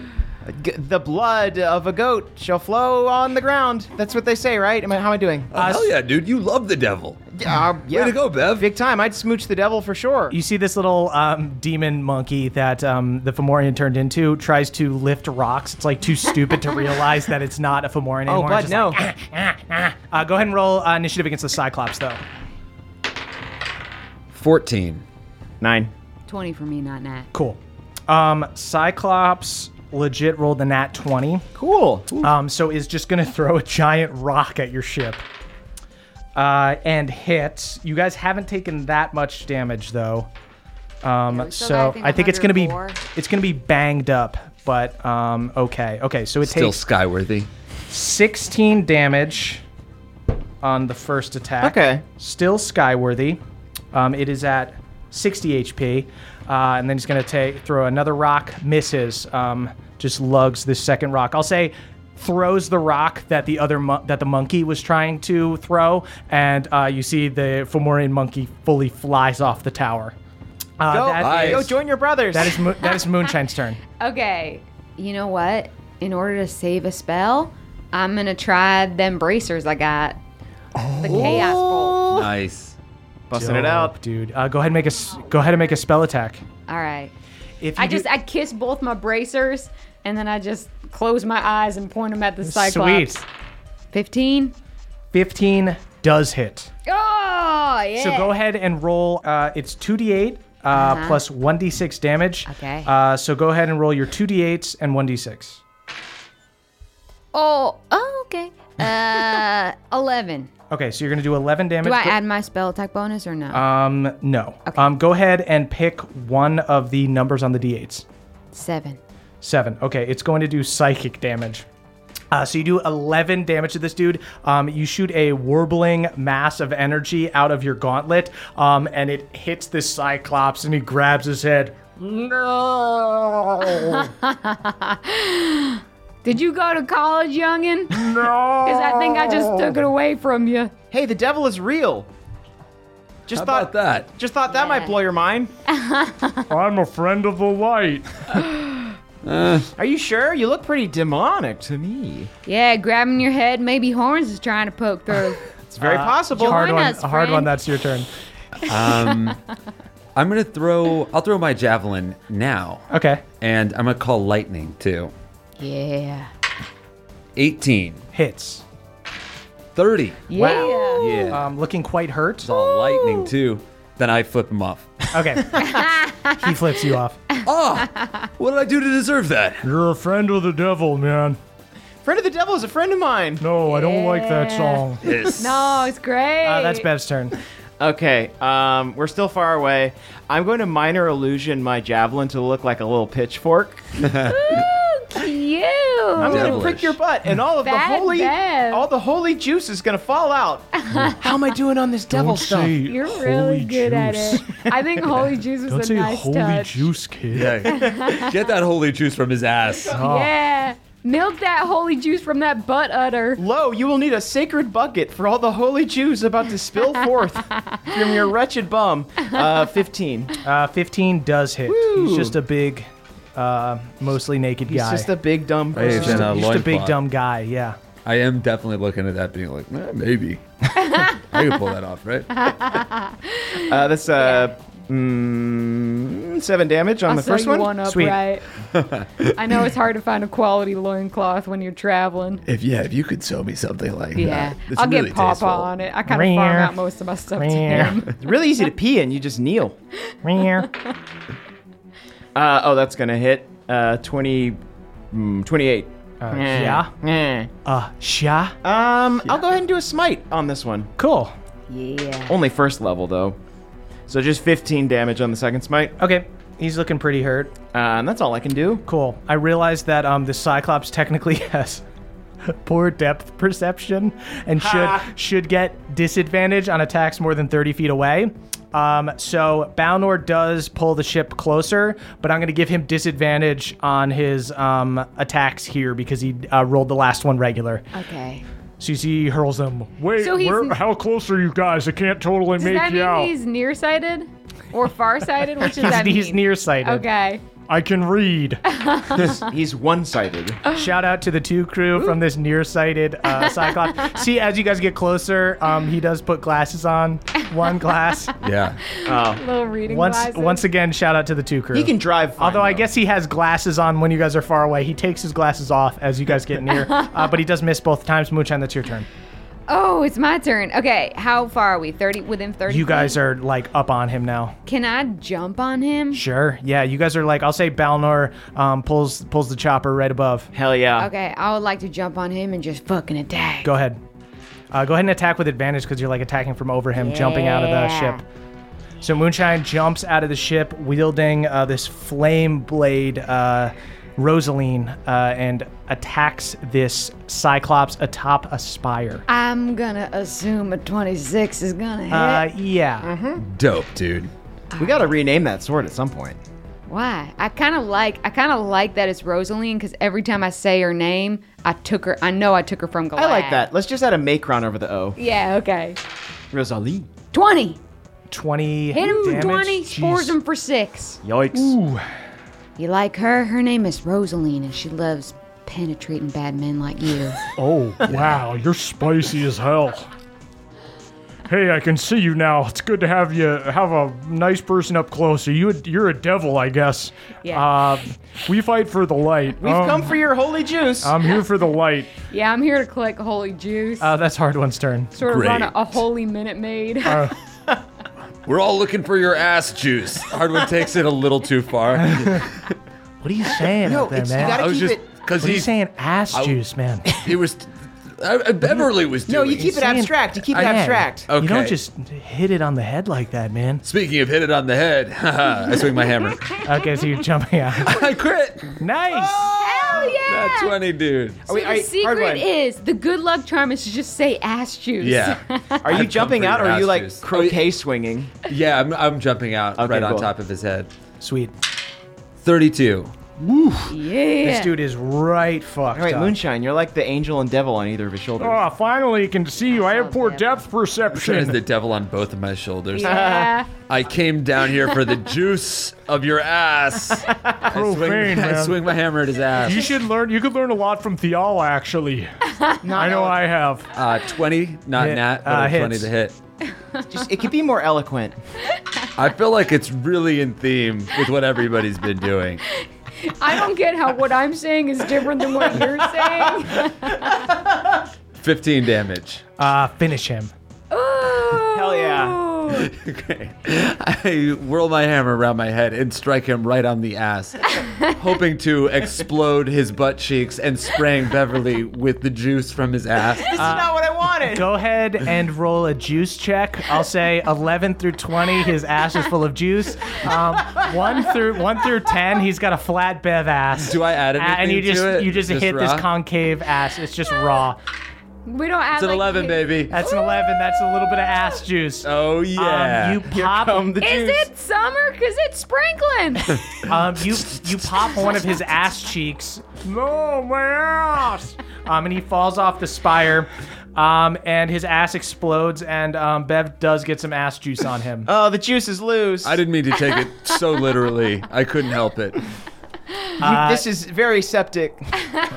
S5: G- The blood of a goat shall flow on the ground. That's what they say, right? Am I, how am I doing?
S3: Oh, hell yeah, dude. You love the devil.
S5: Uh, yeah.
S3: Way to go, Bev.
S5: Big time. I'd smooch the devil for sure.
S1: You see this little um, demon monkey that um, the Fomorian turned into tries to lift rocks. It's like too stupid to realize that it's not a Fomorian anymore.
S5: oh,
S1: It's
S5: bud,
S1: just
S5: no.
S1: like, ah. uh, go ahead and roll uh, initiative against the Cyclops though.
S3: 14.
S5: Nine.
S4: Twenty for me, not Nat.
S1: Cool. Um, Cyclops legit rolled a nat 20.
S5: Cool.
S1: Um, so is just gonna throw a giant rock at your ship. Uh, and hit. You guys haven't taken that much damage though. Um,
S4: we still
S1: so
S4: got, I think,
S1: I think it's gonna be
S4: 104.
S1: it's gonna be banged up, but um, okay, okay. So it
S3: Still
S1: takes
S3: skyworthy.
S1: 16 damage on the first attack.
S5: Okay.
S1: Still skyworthy. Um, it is at 60 HP, uh, and then he's gonna take throw another rock. Misses. Um, just lugs this second rock. I'll say throws the rock that the other mon- that the monkey was trying to throw, and uh, you see the Fomorian monkey fully flies off the tower. Uh,
S5: Go,
S1: that,
S3: Nice.
S1: is,
S5: go join your brothers.
S1: that is Mo- that is Moonshine's turn.
S4: Okay, you know what? In order to save a spell, I'm gonna try them bracers I got. The chaos bolt.
S3: Oh. Nice.
S5: busting it out.
S1: dude. Uh, go ahead and make a s- go ahead and make a spell attack.
S4: All right.
S1: If you
S7: I
S1: do-
S7: just, I kiss both my bracers and then I just close my eyes and point them at the cyclops.
S1: Sweet.
S4: 15.
S1: 15 does hit.
S4: Oh, yeah.
S1: So go ahead and roll. Uh, it's 2d8 uh, plus 1d6 damage.
S4: Uh-huh. Okay.
S1: Uh, so go ahead and roll your 2d8s and 1d6.
S4: Oh, oh okay. Uh, 11.
S1: Okay, so you're going to do 11 damage.
S4: Do I
S1: Go-
S4: add my spell attack bonus or no?
S7: Uh,
S1: um, no. Um, go ahead and pick one of the numbers on the d8s.
S4: Seven.
S1: Seven. Okay, it's going to do psychic damage. Uh, so you do 11 damage to this dude. Um, you shoot a warbling mass of energy out of your gauntlet, um, and it hits this cyclops, and he grabs his head. No!
S7: Did you go to college, youngin'? No. Because I think I just took it away from you.
S5: Hey, the devil is real. Just
S3: How
S5: thought
S3: about that?
S5: Just thought that might blow your mind.
S1: I'm a friend of the light.
S5: Are you sure? You look pretty demonic to me.
S7: Yeah, grabbing your head, maybe horns is trying to poke through.
S5: It's very
S1: Uh,
S5: possible.
S1: hard
S7: Join
S1: one.
S7: us,
S1: a hard one.
S7: friend.
S1: That's your turn.
S3: I'm gonna throw. I'll throw my javelin now,
S1: Okay.
S3: and I'm gonna call lightning too.
S7: yeah.
S3: 18,
S1: Hits.
S3: 30.
S7: Wow. Yeah.
S3: Yeah,
S1: Um, looking quite hurt.
S3: it's all lightning too. Then I flip him off.
S1: Okay. he flips you off.
S3: What did I do to deserve that?
S1: You're a friend of the devil, man.
S5: Friend of the devil is a friend of mine.
S1: No, I don't like that song.
S3: Yes.
S4: No, Oh, it's great.
S1: Uh, that's Bev's turn.
S5: Okay, um, we're still far away. I'm going to minor illusion my javelin to look like a little pitchfork.
S4: Cute.
S5: I'm going to
S3: Devilish.
S5: prick your butt, and all of the
S4: Bad
S5: holy,
S4: Bev.
S5: all the holy juice is going to fall out. How am I doing on this devil stuff?
S4: You're really good at it. I think holy juice was
S1: Don't
S4: a
S1: say
S4: nice
S1: holy
S4: touch.
S1: juice, kid.
S3: Yeah. Get that holy juice from his ass.
S5: Oh.
S4: Yeah. Milk that holy juice from that butt udder.
S5: Lo, you will need a sacred bucket for all the holy Jews about to spill forth from your wretched bum. Uh, 15.
S1: Uh, 15 does hit. He's
S5: Woo.
S1: just a big, uh, mostly naked
S5: He's
S1: guy.
S5: just a big dumb
S3: Hey,
S5: person.
S3: Jenna. a
S1: He's just a big
S3: loincloth.
S1: dumb guy, yeah.
S3: I am definitely looking at that, being like, eh, maybe. I can pull that off, right?
S5: Uh, that's uh, mm, seven damage on
S4: I
S5: the
S4: saw
S5: first
S4: Uh, you
S5: one.
S4: one up,
S1: Sweet.
S4: right? I know it's hard to find a quality loincloth when you're traveling.
S3: If yeah, if you could sew me something like
S4: Yeah. I'll get Papa on it. I kind of farm
S1: Meow.
S4: out most of my stuff to
S1: Meow.
S4: him.
S5: It's really easy to pee in. You just kneel.
S1: Meow.
S5: Uh, oh, that's gonna hit uh, 20, mm, 28.
S1: Uh, yeah.
S4: Eh.
S1: Uh, Sha.
S5: Um, I'll go ahead and do a smite on this one.
S1: Cool.
S5: Only first level though, so just 15 damage on the second smite,
S1: Okay. He's looking pretty hurt.
S5: uh, and that's all I can do.
S1: Cool. I realized that um, the Cyclops technically has poor depth perception and should should get disadvantage on attacks more than 30 feet away. Um, so Balnor does pull the ship closer, but I'm going to give him disadvantage on his um, attacks here because he uh, rolled the last one regular.
S7: Okay.
S1: So you see, he hurls them. Wait,
S4: Uh, So he's- where-
S1: how close are you guys? I can't totally
S4: Does that mean he's nearsighted? Or farsighted? Which does that mean?
S1: He's nearsighted.
S4: Okay.
S1: I can read.
S5: He's one-sided.
S1: Shout out to the two crew from this nearsighted uh, Cyclops. See, as you guys get closer, um, he does put glasses on. One glass.
S3: Yeah.
S4: Little reading
S1: Once,
S4: glasses.
S1: once again, shout out to the two crew.
S5: He can drive. Fine,
S1: Although I
S5: though.
S1: guess he has glasses on when you guys are far away. He takes his glasses off as you guys get near, uh, but he does miss both times. Moonshine, that's your turn.
S7: Oh, it's my turn. Okay, how far are we? 30 within 30.
S1: You guys
S7: feet?
S1: are like up on him now.
S7: Can I jump on him?
S1: Sure. Yeah, you guys are like. I'll say Balnor um, pulls pulls the chopper right above.
S5: Hell yeah.
S7: Okay, I would like to jump on him and just fucking attack.
S1: Go ahead. Uh, go ahead and attack with advantage because you're like attacking from over him, jumping out of the
S7: Yeah.
S1: ship. So Moonshine jumps out of the ship, wielding uh, this flame blade, uh, Rosaline, uh, and attacks this Cyclops atop a spire.
S7: I'm gonna assume a 26 is gonna hit. Mm-hmm.
S1: Uh, yeah.
S3: Dope, dude.
S5: We gotta rename that sword at some point.
S7: Why? I kind of like I kind of like that it's Rosaline because every time I say her name, I took her. I know I took her from Goliath.
S5: I like that. Let's just add a Macron over the O.
S4: Yeah, okay.
S5: Rosalie.
S7: Twenty.
S1: 20
S7: Hit him
S1: damage.
S7: with twenty.
S1: Jeez.
S7: Scores him for six.
S5: Yikes.
S7: You like her? Her name is Rosaline, and she loves penetrating bad men like you.
S1: Oh, wow, you're spicy as hell. Hey, I can see you now. It's good to have you have a nice person up close. You you're a devil, I guess.
S7: Yeah.
S1: Uh, we fight for the light. Um,
S5: We've come for your holy juice.
S1: I'm here for the light.
S4: Yeah, I'm here to collect holy juice.
S1: Uh, that's hard one's turn.
S4: sort of run a,
S3: great.
S4: a holy minute
S1: Uh,
S4: maid.
S3: We're all looking for your ass juice. Hardwood takes it a little too far.
S1: What are you saying
S5: No,
S1: up there,
S5: it's- you
S1: man?
S5: gotta-
S3: I was
S5: keep
S3: just
S5: it-
S3: because
S1: what are you
S3: he's
S1: saying? Ass juice, man.
S3: he was. I, I- Beverly was doing.
S5: no, you keep it
S1: saying-
S5: abstract. You keep it
S1: Man,
S5: abstract.
S3: Okay.
S1: You don't just hit it on the head like that, man.
S3: Speaking of hit it on the head, I swing my hammer.
S1: Okay, so you're jumping out.
S3: I crit.
S1: nice.
S5: Oh!
S7: Hell yeah!
S3: Not twenty, dude.
S5: Are, we, are,
S7: The
S5: hard one.
S7: secret is the good luck charm is to just say ass juice.
S3: Yeah,
S5: are you
S3: come
S5: jumping
S3: for
S5: out or
S3: your
S5: are you
S3: ass
S5: like
S3: juice.
S5: croquet swinging?
S3: yeah. I'm, I'm jumping out
S5: Okay,
S3: right
S5: cool.
S3: on top of his head.
S1: Sweet.
S3: Thirty-two.
S7: Yeah.
S1: This dude is right fucked
S5: All right,
S1: up.
S5: Moonshine, you're like the angel and devil on either of his shoulders.
S8: Oh, finally can see you. I have poor
S7: damn.
S8: depth
S3: Sure is
S8: perception.
S3: the devil on both of my shoulders.
S4: Yeah.
S3: I came down here for the juice of your ass. I swing,
S8: Profane,
S3: I
S8: man.
S3: swing my hammer at his ass.
S8: You should learn. You could learn a lot from Theala, actually. I know I have.
S3: Uh, 20, not
S1: Hit.
S3: nat, but
S1: Uh,
S3: a 20
S1: hits.
S3: to hit.
S5: Just, it could be more eloquent.
S3: I feel like it's really in theme with what everybody's been doing.
S4: I don't get how what I'm saying is different than what you're saying.
S3: 15 damage.
S1: Uh, finish him.
S4: Ooh.
S5: Hell yeah.
S3: Okay. I whirl my hammer around my head and strike him right on the ass, hoping to explode his butt cheeks and spraying Beverly with the juice from his ass. Uh,
S5: Not what I wanted.
S1: Go ahead and roll a juice check. I'll say 11 through 20, his ass is full of juice. Um, one through one through 10, he's got a flat bev ass.
S3: Do I add
S1: Uh,
S3: anything
S1: and you
S3: to
S1: just
S3: it?
S1: you just, hit
S3: raw?
S1: this concave ass. It's just raw.
S4: We don't have
S3: It's an 11, baby.
S1: That's an 11. That's a little bit of ass juice.
S3: Oh, yeah.
S1: Um, you pop
S5: Come the
S4: Is
S5: juice.
S4: it summer? Cause it's sprinkling.
S1: Um, you you pop one of his ass cheeks. No, my ass! Um, and he falls off the spire. Um, and his ass explodes, and um, Bev does get some ass juice on him.
S5: Oh, the juice is loose.
S3: I didn't mean to take it so literally. I couldn't help it.
S5: You- this is very septic.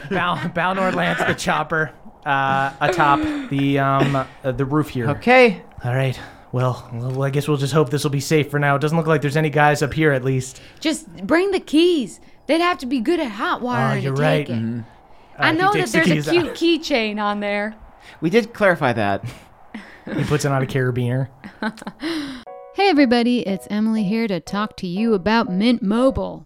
S1: Bal- Balnor lands the chopper uh, atop the um, uh, the roof here.
S5: Okay.
S1: All right. Well, well, I guess we'll just hope this will be safe for now. It doesn't look like there's any guys up here, at least.
S7: Just bring the keys. They'd have to be good at hot
S1: Oh,
S7: water.
S1: you're
S7: to
S1: right.
S7: Take it.
S1: Uh,
S4: I
S1: he
S4: know that
S1: takes the
S4: there's
S1: keys uh,
S4: a
S1: out.
S4: cute keychain on there.
S5: We did clarify that.
S1: He puts it on a carabiner.
S7: Hey everybody, it's Emily here to talk to you about Mint Mobile.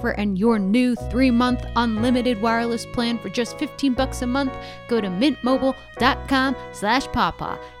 S7: and your new three month unlimited wireless plan for just 15 bucks a month, go to mintmobile.com slash pawpaw.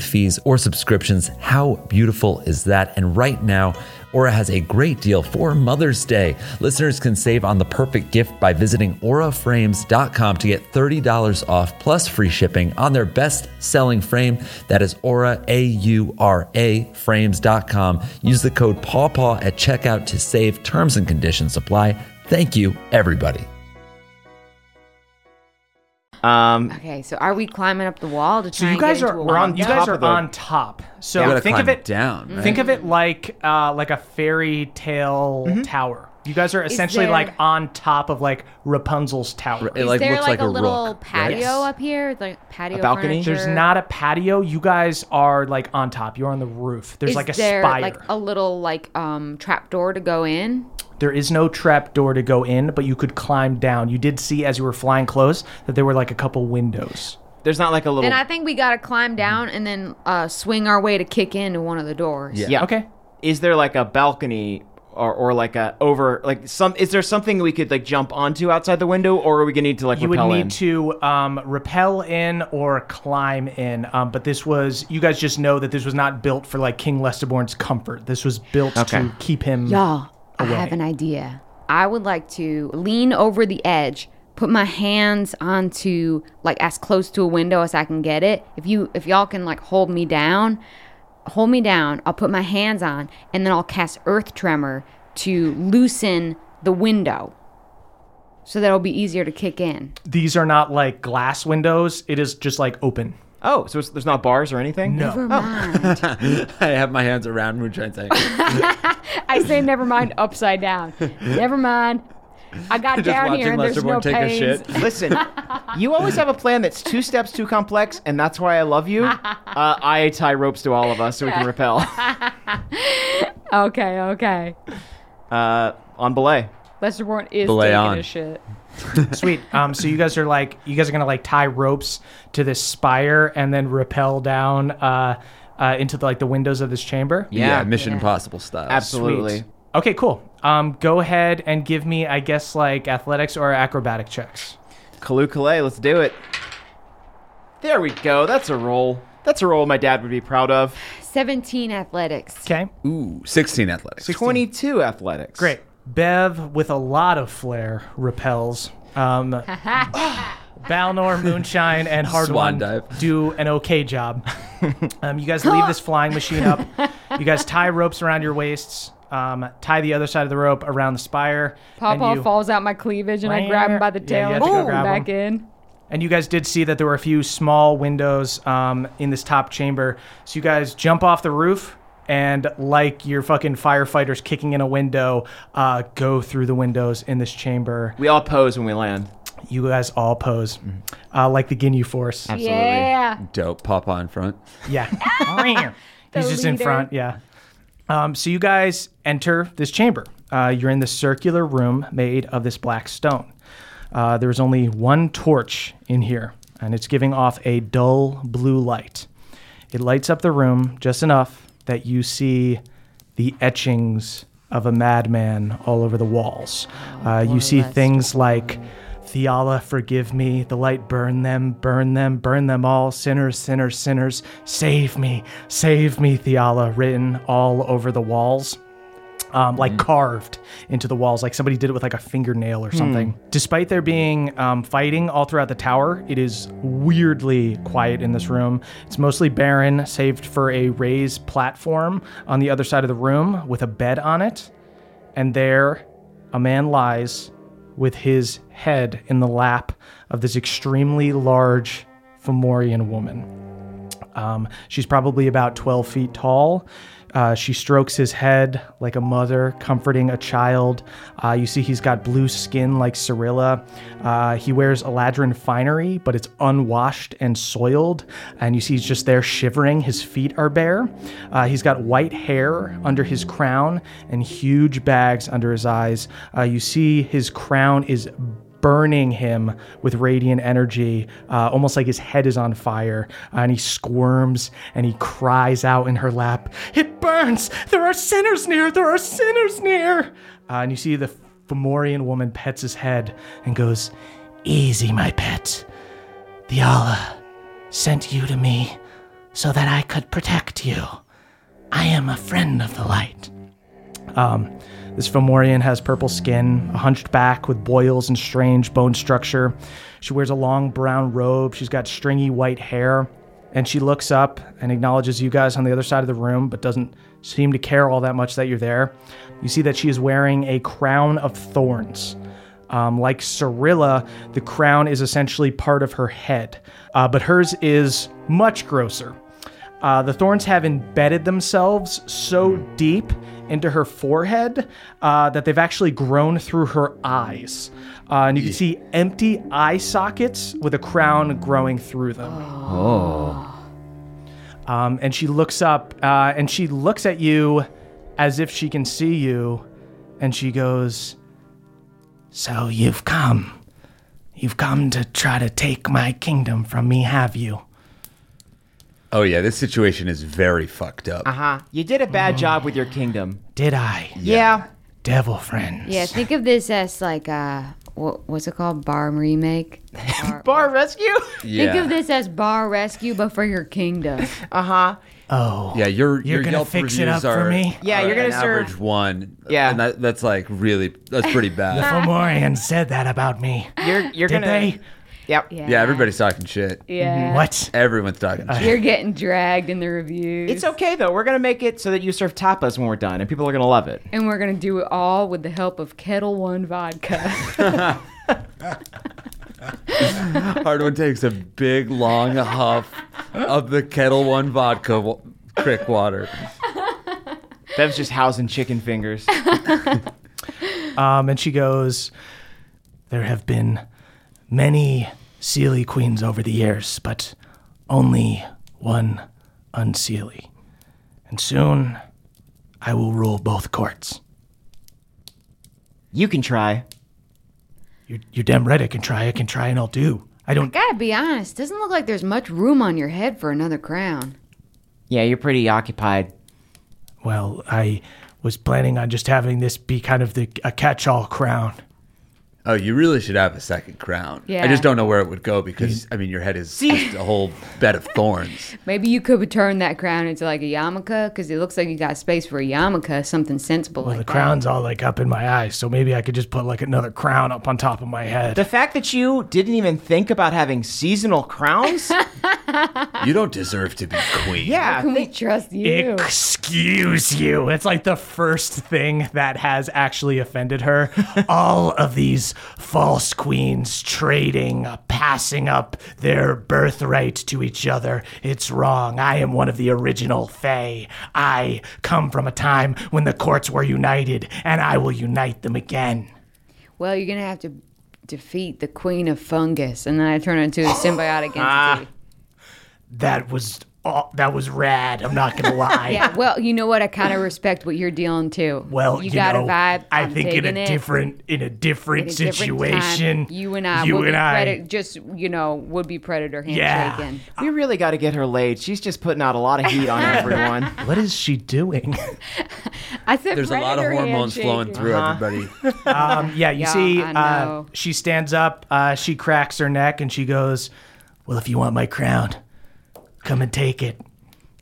S9: fees or subscriptions. How beautiful is that? And right now, Aura has a great deal for Mother's Day. Listeners can save on the perfect gift by visiting auraframes.com to get $30 off plus free shipping on their best selling frame. That is aura, A U R A, frames.com. Use the code PAWPAW at checkout to save. Terms and conditions apply. Thank you, everybody.
S5: Um,
S7: Okay, so are we climbing up the wall to try
S1: So you guys are we're on, you guys
S5: top
S1: are
S5: of the-
S1: on top. So
S3: You gotta
S1: think of
S3: climb
S1: it
S3: down. Right?
S1: Think of it like uh, like a fairy tale tower. You guys are essentially
S7: there-
S1: like on top of like Rapunzel's tower.
S3: it like
S7: there
S3: looks like,
S7: like, a, little
S3: rook,
S7: patio
S3: Right?
S7: up here? Like patio
S5: balcony?
S7: furniture?
S1: There's not a patio. You guys are like on top. You're on the roof. There's
S7: Is
S1: like a
S7: there
S1: spire.
S7: like a little like um trap door to go in?
S1: There is no trap door to go in, but you could climb down. You did see as you were flying close that there were like a couple windows.
S5: There's not like a little.
S4: Then I think we gotta climb down and then uh, swing our way to kick into one of the doors.
S5: Yeah. Okay. Is there like a balcony or, or like a over like some? Is there something we could like jump onto outside the window, or are we gonna need to like
S1: you would
S5: repel
S1: need
S5: in?
S1: to um, repel in or climb in. Um, but this was, you guys just know that this was not built for like King Lesterborn's comfort. This was built
S5: Okay.
S1: to keep him.
S4: Y'all, I
S1: away.
S4: have an idea. I would like to lean over the edge, put my hands onto like as close to a window as I can get it. If you if y'all can like hold me down, hold me down. I'll put my hands on and then I'll cast earth tremor to loosen the window. So that'll be easier to kick in.
S1: These are not like glass windows, it is just like open.
S5: Oh, so it's, there's not bars or anything?
S1: No.
S4: Never mind.
S3: I have my hands around Moonshine's ankle.
S7: I say never mind upside down. Never mind. I got
S3: Just
S7: down
S3: watching
S7: here and there's
S3: Lesterborn
S7: no
S3: take
S7: pains.
S3: a shit.
S5: Listen, you always have a plan that's two steps too complex, and that's why I love you. Uh, I tie ropes to all of us so we can repel.
S7: Okay, okay.
S5: Uh, on belay.
S7: Lesterborn is
S3: Belay
S7: taking
S3: on.
S7: a shit.
S1: Sweet. Um, so you guys are like, you guys are gonna like tie ropes to this spire and then rappel down uh, uh, into the, like the windows of this chamber.
S3: Yeah,
S5: Yeah.
S3: Mission Impossible style.
S5: Absolutely.
S1: Sweet. Okay, cool. Um, go ahead and give me, I guess, like athletics or acrobatic checks.
S5: Kalu Kalay, let's do it. There we go. That's a roll. That's a roll my dad would be proud of.
S4: 17 athletics.
S1: Okay.
S3: Ooh, 16 athletics.
S5: 22 athletics.
S1: Great. Bev, with a lot of flair, repels. Um, Balnor, Moonshine, and
S3: Swan
S1: Hardwon
S3: dive.
S1: do an okay job. um, you guys leave this flying machine up. You guys tie ropes around your waists, um, tie the other side of the rope around the spire.
S7: Pawpaw
S1: and you,
S7: falls out my cleavage and I grab him by the
S1: Yeah, you
S7: tail
S1: have
S7: and
S1: to go
S7: pull him
S1: grab
S7: back in.
S1: And you guys did see that there were a few small windows um, in this top chamber. So you guys jump off the roof and, like your fucking firefighters kicking in a window, uh, go through the windows in this chamber.
S5: We all pose when we land.
S1: You guys all pose uh, like the Ginyu Force.
S7: Yeah.
S3: Dope. Papa in front.
S1: Yeah. He's just in
S7: leader.
S1: front. Yeah. Um, so you guys enter this chamber. Uh, you're in this circular room made of this black stone. Uh, there is only one torch in here, and it's giving off a dull blue light. It lights up the room just enough that you see the etchings of a madman all over the walls. Uh, you see things like Theala, forgive me. The light burn them, burn them, burn them all. Sinners, sinners, sinners. Save me, save me, Theala, written all over the walls. Um, like carved into the walls, like somebody did it with like a fingernail or something. Despite there being um, fighting all throughout the tower, it is weirdly quiet in this room. It's mostly barren, saved for a raised platform on the other side of the room with a bed on it and there a man lies with his head in the lap of this extremely large Fomorian woman. Um, she's probably about 12 feet tall. Uh, she strokes his head like a mother comforting a child. Uh, you see, he's got blue skin like Cyrilla. Uh, he wears Eladrin finery, but it's unwashed and soiled. And you see, he's just there shivering. His feet are bare. Uh, he's got white hair under his crown and huge bags under his eyes. Uh, you see, his crown is burning him with radiant energy, uh, almost like his head is on fire. and he squirms and he cries out in her lap, It burns! There are sinners near! There are sinners near! Uh, and you see the Fomorian woman pets his head and goes, Easy, my pet. The Allah sent you to me so that I could protect you. I am a friend of the light. This Fomorian has purple skin, a hunched back with boils and strange bone structure. She wears a long brown robe. She's got stringy white hair. And she looks up and acknowledges you guys on the other side of the room, but doesn't seem to care all that much that you're there. You see that she is wearing a crown of thorns. Um, like Cyrilla, the crown is essentially part of her head, uh, but hers is much grosser. Uh, the thorns have embedded themselves so deep into her forehead uh, that they've actually grown through her eyes. Uh, and you can see empty eye sockets with a crown growing through them. Oh. Um, and she looks up uh, and she looks at you as if she can see you and she goes, So you've come. You've come to try to take my kingdom from me, have you?
S3: Oh yeah, this situation is very fucked up.
S1: Uh-huh.
S5: Uh huh. You did a bad job with your kingdom.
S1: Did I?
S5: Yeah.
S1: Devil friend.
S4: Yeah, think of this as like a what, what's it called? Bar remake.
S5: Bar rescue?
S4: Think of this as bar rescue, but for your kingdom.
S5: Uh huh.
S1: Oh.
S3: Yeah, your
S1: You're
S3: your
S1: gonna
S3: Yelp
S1: fix it up
S3: reviews are
S1: for me?
S5: Yeah,
S3: are
S5: you're gonna
S3: an
S5: serve-
S3: average one.
S5: Yeah.
S3: and that, that's like really that's pretty
S1: The
S3: bad.
S1: Fomorian said that about me.
S5: You're you're
S1: Did
S5: gonna.
S1: they?
S5: Yep.
S4: Yeah.
S3: yeah, everybody's talking shit.
S4: Yeah.
S1: What?
S3: Everyone's talking shit.
S4: You're getting dragged in the reviews.
S5: It's okay though. We're gonna make it so that you serve tapas when we're done, and people are gonna love it.
S4: And we're gonna do it all with the help of Kettle One vodka.
S3: Hardwin takes a big long huff of the Kettle One vodka w- crick water.
S5: Bev's just housing chicken fingers.
S1: Um, and she goes, There have been many Sealy queens over the years, but only one unseelie. And soon I will rule both courts.
S5: you can try.
S1: Your, your damn Reddit can try, I can try, and I'll do. I don't.
S4: Gotta be honest, doesn't look like there's much room on your head for another crown.
S5: Yeah, you're pretty occupied.
S1: Well, I was planning on just having this be kind of the a catch-all crown.
S3: Oh, you really should have a second crown. I
S4: Yeah.
S3: just don't know where it would go because I mean your head is just a whole bed of thorns.
S4: Maybe you could turn that crown into like a yarmulke, because it looks like you got space for a yarmulke, something sensible
S1: Well, the
S4: like
S1: crown's all like up in my eyes, so maybe I could just put like another crown up on top of my head.
S5: The fact that you didn't even think about having seasonal crowns.
S3: You don't deserve to be queen.
S4: that.
S5: yeah.
S4: Can we trust you?
S1: Excuse you. It's like the first thing that has actually offended her. all of these false queens trading, uh, passing up their birthright to each other. It's wrong. I am one of the original Fae. I come from a time when the courts were united, and I will unite them again.
S4: Well, you're gonna have to defeat the queen of fungus, and then I turn her into a symbiotic
S1: Ah.
S4: entity.
S1: That was all, that was rad. I'm not gonna lie.
S4: Yeah, well, you know what? I kind of respect what you're dealing too.
S1: Well, you,
S4: got
S1: know,
S4: a vibe.
S1: I
S4: I'm
S1: think in
S4: digging
S1: a
S4: it.
S1: different in a different
S4: In a different
S1: situation,
S4: time, you and I,
S1: you
S4: would
S1: and
S4: be
S1: I,
S4: predi- just you know, would be predator
S1: Yeah.
S4: handshaking.
S5: We really got to get her laid. She's just putting out a lot of heat on everyone.
S1: What is she doing?
S4: I said
S3: There's a lot of
S4: predator
S3: hormones flowing
S4: handshaking.
S3: through
S1: Uh-huh.
S3: everybody.
S1: um, yeah, you
S4: Yeah,
S1: see,
S4: I
S1: uh,
S4: know.
S1: she stands up, uh, she cracks her neck, and she goes, "Well, if you want my crown, come and take it."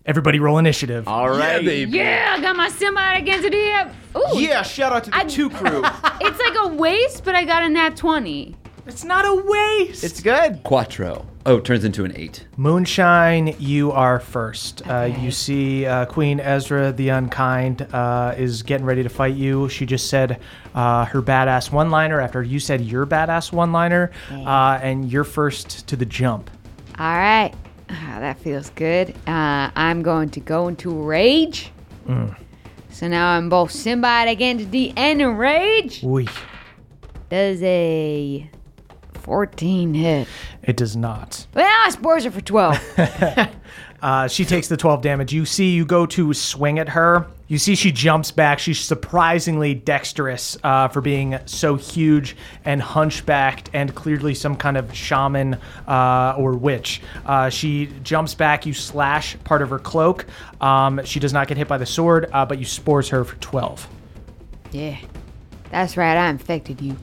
S1: Everybody, roll initiative.
S5: All
S3: Yeah,
S5: right.
S3: baby.
S7: Yeah, I got my symbiotic entity up. Ooh,
S5: Yeah, shout out to the
S7: I-
S5: two crew.
S7: it's like a waste, but I got a nat 20.
S1: It's not a waste.
S5: It's good.
S3: Quattro. Oh, it turns into an eight.
S1: Moonshine, you are first. Uh, you see uh, Queen Ezra the Unkind uh, is getting ready to fight you. She just said uh, her badass one liner after you said your badass one liner, uh, and you're first to the jump.
S4: All right, Ah, that feels good. Uh, I'm going to go into rage.
S7: Mm.
S4: So now I'm both symbiotic entity and enraged.
S1: Oui.
S4: Does a 14 hit?
S1: It does not.
S4: Well, I suppose it for 12.
S1: Uh, she takes the 12 damage. You see, you go to swing at her. You see, she jumps back. She's surprisingly dexterous uh, for being so huge and hunchbacked and clearly some kind of shaman uh, or witch. Uh, she jumps back. You slash part of her cloak. Um, she does not get hit by the sword, uh, but you spores her for 12.
S4: yeah, that's right. I infected you.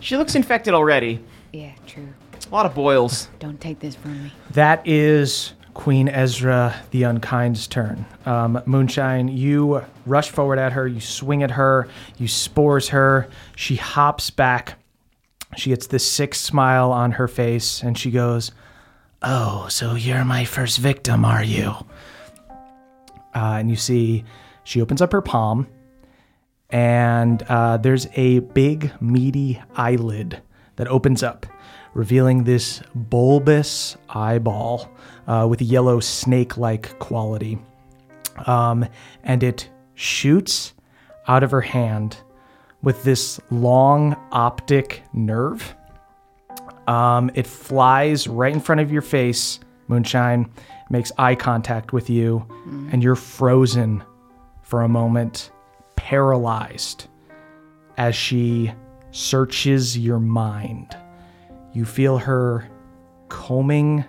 S5: She looks infected already.
S4: Yeah, true.
S5: A lot of boils.
S4: Don't take this from me.
S1: That is Queen Ezra the Unkind's turn. Um, Moonshine, you rush forward at her, you swing at her, you spores her. She hops back. She gets this sick smile on her face and she goes, Oh, so you're my first victim, are you? Uh, and you see, she opens up her palm and uh, there's a big, meaty eyelid that opens up, revealing this bulbous eyeball uh, with yellow snake like quality. Um, and it shoots out of her hand with this long optic nerve. Um, it flies right in front of your face, Moonshine, makes eye contact with you, and you're frozen for a moment, paralyzed as she searches your mind. You feel her combing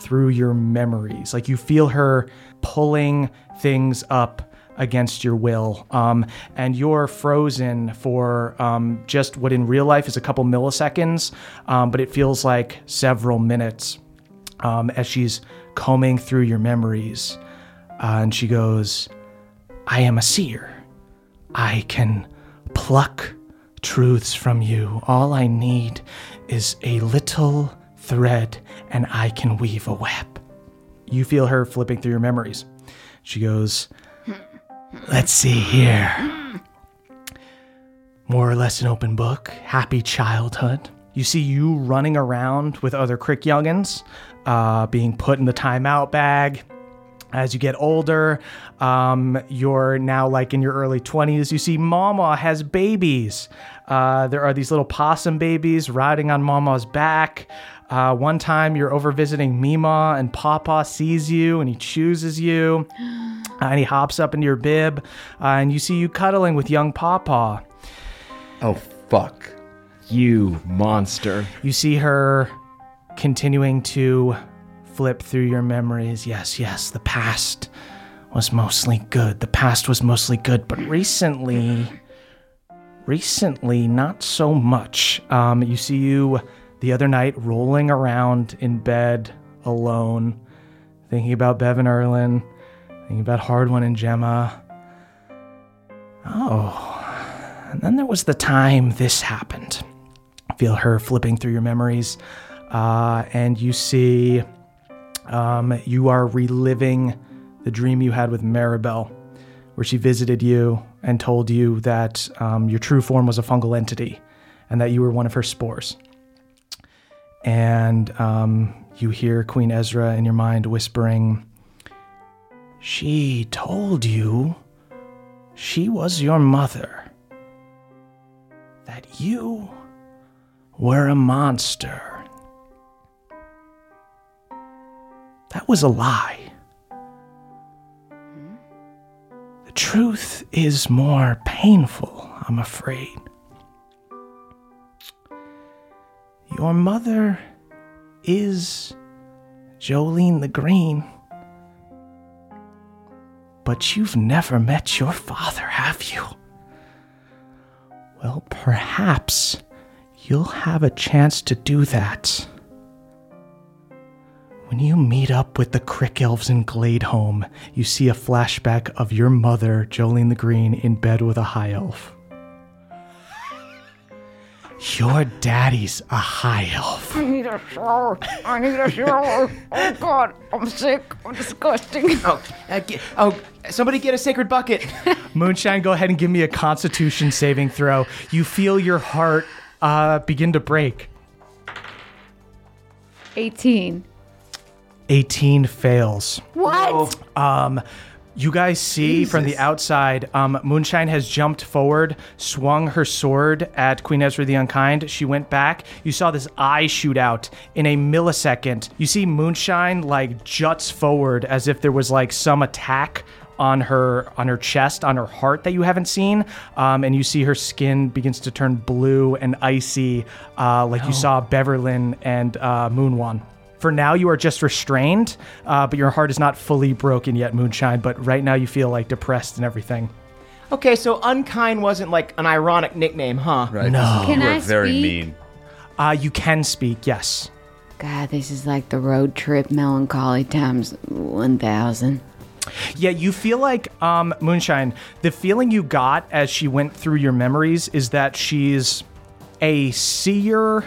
S1: through your memories. Like you feel her pulling things up against your will. Um, and you're frozen for um, just what in real life is a couple milliseconds, um, but it feels like several minutes um, as she's combing through your memories. Uh, and she goes, I am a seer. I can pluck truths from you. All I need is a little thread and I can weave a web. You feel her flipping through your memories. She goes, Let's see here. More or less an open book. Happy childhood. You see you running around with other Crick youngins, uh, being put in the timeout bag. As you get older, um, you're now like in your early 20s. You see, Mama has babies. Uh, there are these little possum babies riding on Mama's back. Uh, one time you're over visiting Mima, and Papa sees you and he chooses you. Uh, and he hops up into your bib, uh, and you see you cuddling with young Pawpaw.
S3: Oh, fuck.
S5: You monster.
S1: You see her continuing to flip through your memories. Yes, yes, the past was mostly good. The past was mostly good, but recently, recently, not so much. Um, you see you the other night rolling around in bed alone, thinking about Bevan Erlin, thinking about Hard One and Gemma. Oh, and then there was the time this happened. Feel her flipping through your memories, uh, and you see um, you are reliving the dream you had with Maribel, where she visited you and told you that um, your true form was a fungal entity and that you were one of her spores. And um, you hear Queen Ezra in your mind whispering, She told you she was your mother, that you were a monster. That was a lie. The truth is more painful, I'm afraid. Your mother is Jolene the Green, but you've never met your father, have you? Well, perhaps you'll have a chance to do that when you meet up with the Crick Elves in Gladeholm, you see a flashback of your mother, Jolene the Green, in bed with a High Elf. Your daddy's a High Elf.
S7: I need a shower. I need a shower. oh God, I'm sick. I'm disgusting.
S5: Oh, uh, ge- oh, somebody get a sacred bucket.
S1: Moonshine, go ahead and give me a Constitution saving throw. You feel your heart uh, begin to break.
S4: 18.
S1: 18 fails.
S7: What?
S1: Um, you guys see from the outside, um, Moonshine has jumped forward, swung her sword at Queen Ezra the Unkind. She went back. You saw this eye shoot out in a millisecond. You see Moonshine like juts forward as if there was like some attack on her on her chest, on her heart that you haven't seen, um, and you see her skin begins to turn blue and icy, uh, like you saw Beverlyn and uh, Moonwan. For now, you are just restrained, uh, but your heart is not fully broken yet, Moonshine. But right now, you feel like depressed and everything.
S5: Okay, so unkind wasn't like an ironic nickname, huh?
S3: Right. No.
S4: Can I
S3: very
S4: speak?
S3: mean.
S1: Uh, you can speak, yes.
S4: God, this is like the road trip melancholy times 1,000.
S1: Yeah, you feel like um, Moonshine. The feeling you got as she went through your memories is that she's a seer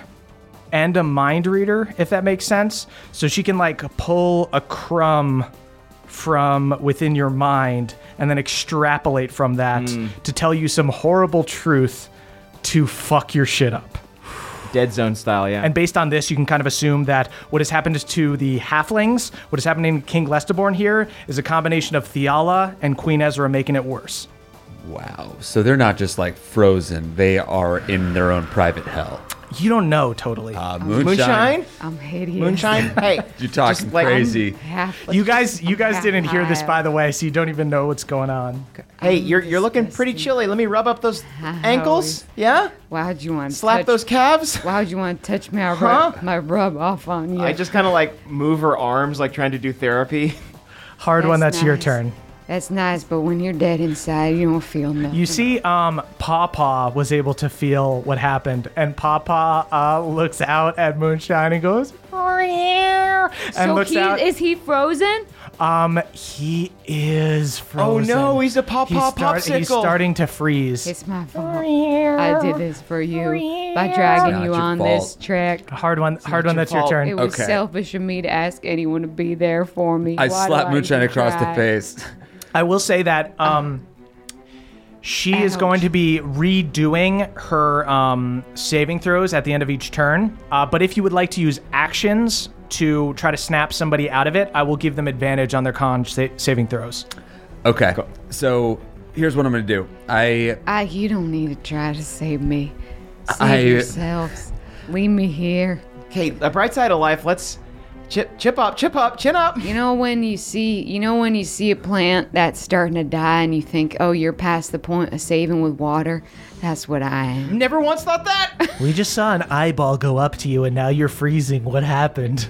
S1: and a mind reader, if that makes sense. So she can like pull a crumb from within your mind and then extrapolate from that to tell you some horrible truth to fuck your shit up.
S5: Dead Zone style, yeah.
S1: And based on this, you can kind of assume that what has happened to the halflings, what is happening to King Lesteborn here, is a combination of Theala and Queen Ezra making it worse.
S3: Wow. So they're not just like frozen, they are in their own private hell.
S1: You don't know totally.
S5: Uh,
S3: moonshine?
S4: I'm hideous.
S5: Moonshine? Hey,
S3: You're talking
S5: Just like-
S3: crazy.
S4: Half
S1: You guys, you guys
S4: half
S1: didn't hear this,
S4: alive.
S1: by the way, so you don't even know what's going on.
S5: hey, you're you're looking pretty chilly. Let me rub up those ankles. Yeah,
S4: Why'd you want to
S5: slap
S4: touch,
S5: those calves.
S4: Why'd you want to touch my
S5: Huh?
S4: rub, my rub off on you?
S5: I just kind of like move her arms, like trying to do therapy.
S1: Hard one.
S4: That's
S1: That's your
S4: nice.
S1: turn.
S4: That's nice, but when you're dead inside, you don't feel nothing.
S1: You see, um, Papa was able to feel what happened, and Papa uh, looks out at Moonshine and goes, "We're here," and
S7: so
S1: looks
S7: he,
S1: out.
S7: is he frozen?
S1: um, he is frozen.
S5: Oh, no, he's a Papa
S1: he's start- He's
S5: popsicle.
S1: starting to freeze.
S4: It's my fault. I did this for you by dragging
S3: Not
S4: you
S3: your
S4: on this
S3: fault.
S4: trek.
S1: hard one. hard one.
S5: your
S1: That's your
S5: fault.
S4: It
S1: turn.
S4: was
S3: Okay.
S4: selfish of me to ask anyone to be there for me.
S3: I
S4: Why do
S3: slapped Moonshine
S4: even
S3: across the
S4: try?
S3: face.
S1: I will say that. Um, she is
S4: Ouch.
S1: going to be redoing her um, saving throws at the end of each turn. Uh, but if you would like to use actions to try to snap somebody out of it, I will give them advantage on their con sa- saving throws.
S3: Okay. So here's what I'm going to do. I
S4: I, you don't need to try to save me. Save
S3: I-
S4: yourselves. Leave me here.
S5: Okay, the bright side of life. Let's chip chip up, chip up, chin up.
S4: You know when you see, you know when you see a plant that's starting to die, and you think, "Oh, you're past the point of saving with water." That's what I am.
S5: Never once thought that.
S1: We just saw an eyeball go up to you, and now you're freezing. What happened?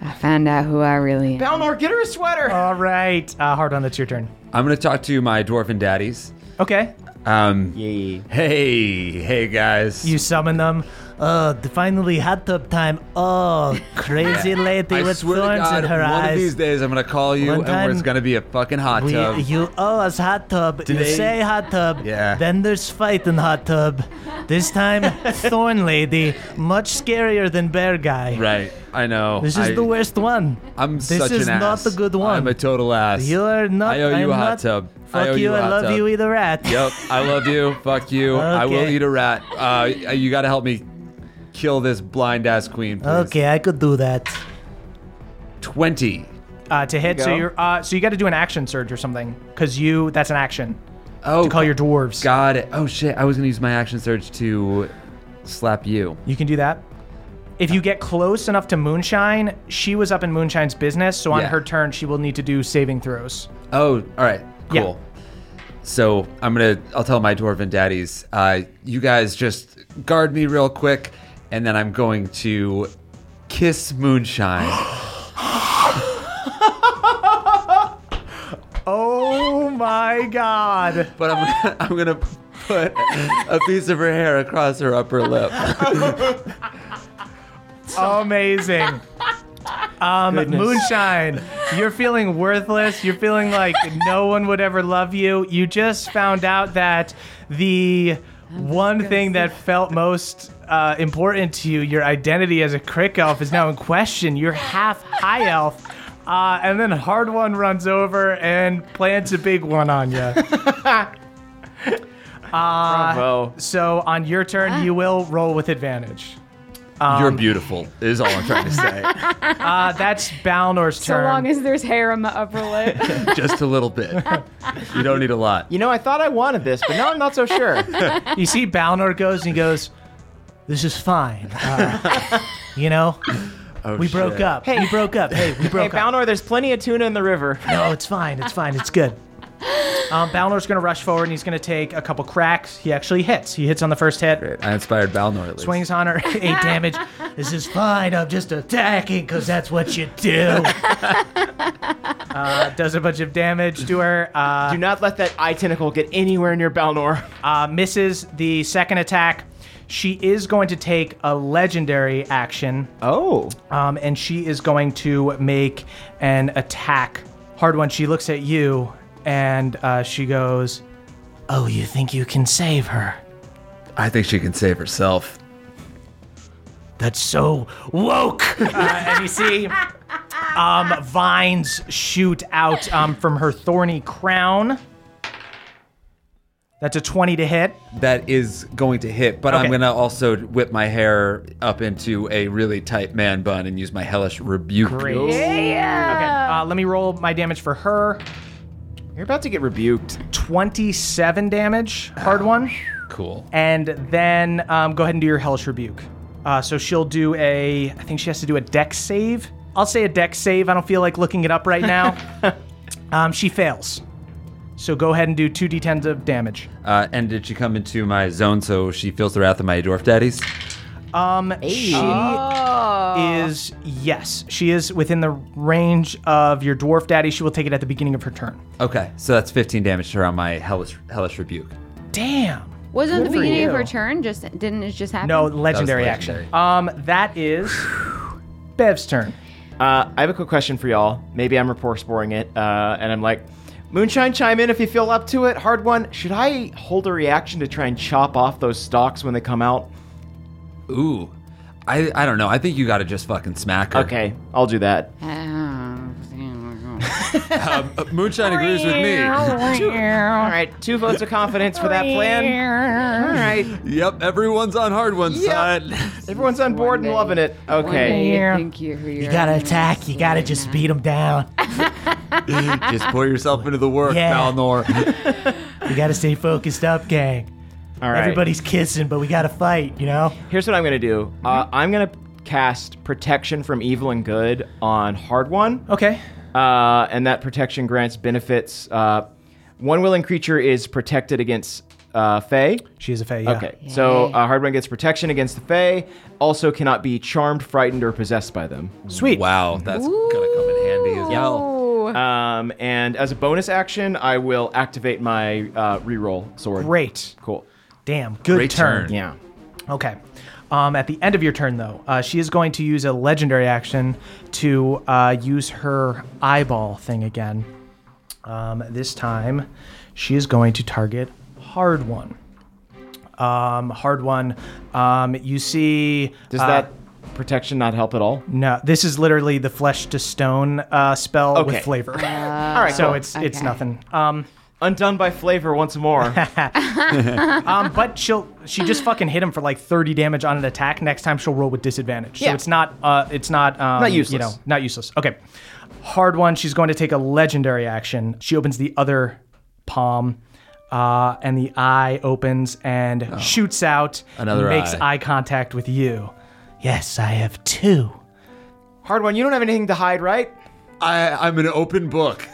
S4: I found out who I really am.
S5: Balnor, get her a sweater.
S1: All right, uh, hard on. That's your turn.
S3: I'm going to talk to my dwarven daddies.
S1: Okay,
S3: Um
S5: Yay.
S3: hey, hey guys.
S1: you summon them. Uh, finally hot tub time. Oh, crazy lady
S3: I
S1: with
S3: swear to
S1: thorns
S3: God,
S1: in her
S3: one
S1: eyes.
S3: of these days I'm gonna call you,
S1: One
S3: and where it's
S1: time
S3: gonna be a fucking hot
S1: We,
S3: tub.
S1: you owe us hot tub. you
S3: Today-
S1: say hot tub.
S3: Yeah.
S1: Then there's fight in hot tub. This time, Thorn Lady, much scarier than Bear Guy.
S3: right? I know.
S1: This is
S3: I,
S1: the worst one.
S3: I'm
S1: this
S3: such
S1: is
S3: an
S1: not
S3: ass.
S1: a good one.
S3: I'm a total ass.
S1: you are not.
S3: I owe you
S1: I'm
S3: a hot
S1: not-
S3: tub. I
S1: Fuck
S3: owe
S1: you.
S3: you a
S1: I
S3: hot
S1: love
S3: tub.
S1: you. Eat a rat.
S3: Yep. I love you. Fuck you. I will
S1: Okay.
S3: eat a rat. Uh, you gotta help me kill this blind ass queen. Please.
S1: Okay, I could do that.
S3: Twenty.
S1: Uh, to hit, so
S5: go.
S1: you're uh, so you got to do an action surge or something, because you that's an action
S3: Oh,
S1: to call your dwarves.
S3: got it. Oh shit! I was gonna use my action surge to slap you.
S1: You can do that. If you get close enough to Moonshine, she was up in Moonshine's business, so on
S3: Yeah.
S1: her turn, she will need to do saving throws.
S3: Oh, all right,
S1: Yeah.
S3: cool. So I'm gonna, I'll tell my dwarven daddies, uh, you guys just guard me real quick, and then I'm going to kiss Moonshine.
S1: Oh my god.
S3: but I'm, gonna, I'm gonna put a piece of her hair across her upper lip.
S1: Amazing. Um, Moonshine, you're feeling worthless. You're feeling like no one would ever love you. You just found out that the one thing that felt most uh, important to you, your identity as a Crick Elf, is now in question. You're half High Elf. Uh, and then Hard One runs over and plants a big one on you.
S5: Bravo.
S1: So on your turn, you will roll with advantage.
S3: You're
S1: Um,
S3: beautiful, is all I'm trying to say.
S1: Uh, that's Balnor's
S7: So
S1: turn.
S7: long as there's hair on the upper lip.
S3: just a little bit. You don't need a lot.
S5: You know, I thought I wanted this, but now I'm not so sure.
S1: you see Balnor goes and he goes, "This is fine." Uh, you know,
S3: Oh,
S1: we broke
S3: shit.
S1: up. Hey, we broke up. Hey, we
S5: hey,
S1: broke up.
S5: Balnor, there's plenty of tuna in the river.
S1: No, it's fine. It's fine. It's good. Um, Balnor's gonna rush forward and he's gonna take a couple cracks. He actually hits. He hits on the first hit.
S3: I inspired Balnor at least.
S1: Swings on her, eight damage. This is fine. I'm just attacking because that's what you do. uh, does a bunch of damage to her. Uh,
S5: Do not let that eye tentacle get anywhere near Balnor.
S1: uh, misses the second attack. She is going to take a legendary action.
S5: Oh.
S1: um, and she is going to make an attack. Hard one. She looks at you and uh, she goes, "Oh, you think you can save her?
S3: I think she can save herself.
S1: That's so woke." uh, and you see, um, vines shoot out um, from her thorny crown. That's a twenty to hit.
S3: That is going to hit, but I'm
S1: Okay.
S3: going to also whip my hair up into a really tight man bun and use my hellish rebuke.
S1: Okay. Uh, let me roll my damage for her.
S5: You're about to get rebuked.
S1: Twenty-seven damage. Hard one.
S9: Cool.
S1: And then um, go ahead and do your hellish rebuke. Uh, so she'll do a. I think she has to do a dex save. I'll say a dex save. I don't feel like looking it up right now. um, she fails. So go ahead and do two d10s of damage.
S9: Uh, and did she come into my zone so she feels the wrath of my dwarf daddies?
S1: Um,
S5: Uh,
S1: she is yes, she is within the range of your dwarf daddy. She will take it at the beginning of her turn.
S9: Okay, so that's 15 damage to her on my hellish, hellish rebuke.
S1: Damn.
S4: Wasn't
S1: Good
S4: the
S1: for
S4: beginning of
S1: you.
S4: her turn? Just didn't it just happen?
S1: No legendary,
S9: legendary.
S1: action. Um, that is Bev's turn.
S5: Uh, I have a quick question for y'all. Maybe I'm report sporing it, uh, and I'm like, Moonshine, chime in if you feel up to it. Hard one. Should I hold a reaction to try and chop off those stalks when they come out?
S9: Ooh. I, I don't know. I think you gotta just fucking smack her.
S5: Okay, I'll do that.
S4: Oh,
S9: Um, uh, Moonshine agrees with me.
S5: All right, two votes of confidence for that plan. All right,
S9: Yep, everyone's on hard one side.
S5: everyone's on board and loving it. Okay.
S4: You think you're who you're
S1: attack. You gotta just beat him down.
S9: just pour yourself into the work,
S1: Yeah.
S9: Balnor.
S1: You gotta stay focused up, gang.
S5: All right.
S1: kissing, but we gotta fight. You know.
S5: Here's what I'm gonna do. Uh, I'm gonna cast protection from evil and good on hard one.
S1: Okay.
S5: uh, and that protection grants benefits. Uh, one willing creature is protected against uh, Fey.
S1: She is a fae. Yeah.
S5: Okay, so uh, Hardwin gets protection against the Fey. Also, cannot be charmed, frightened, or possessed by them.
S1: Sweet.
S9: wow, that's gonna come in handy as well.
S5: Um, and as a bonus action, I will activate my uh, reroll sword.
S1: Great.
S5: Cool.
S1: Damn. Good
S9: Great turn.
S5: Yeah.
S1: Okay. Um, at the end of your turn, though, uh, she is going to use a legendary action to uh, use her eyeball thing again. Um, this time, she is going to target hard one. Um, hard one. Um, you see.
S5: Does
S1: uh,
S5: that protection not help at all?
S1: No, this is literally the flesh to stone uh, spell
S5: Okay.
S1: with flavor.
S5: all right.
S1: so
S5: cool.
S1: it's it's
S4: Okay.
S1: nothing. Um,
S5: undone by flavor once more.
S1: um, but she'll she just fucking hit him for like thirty damage on an attack. Next time she'll roll with disadvantage. So
S5: Yeah.
S1: it's not uh it's not um,
S5: Not useless.
S1: You know, not useless. Okay, hard one. She's going to take a legendary action. She opens the other palm. Uh, and the eye opens and shoots out.
S9: Another
S1: makes
S9: eye.
S1: eye contact with you. Yes, I have two.
S5: Hard one. You don't have anything to hide, right?
S3: I, I'm an open book.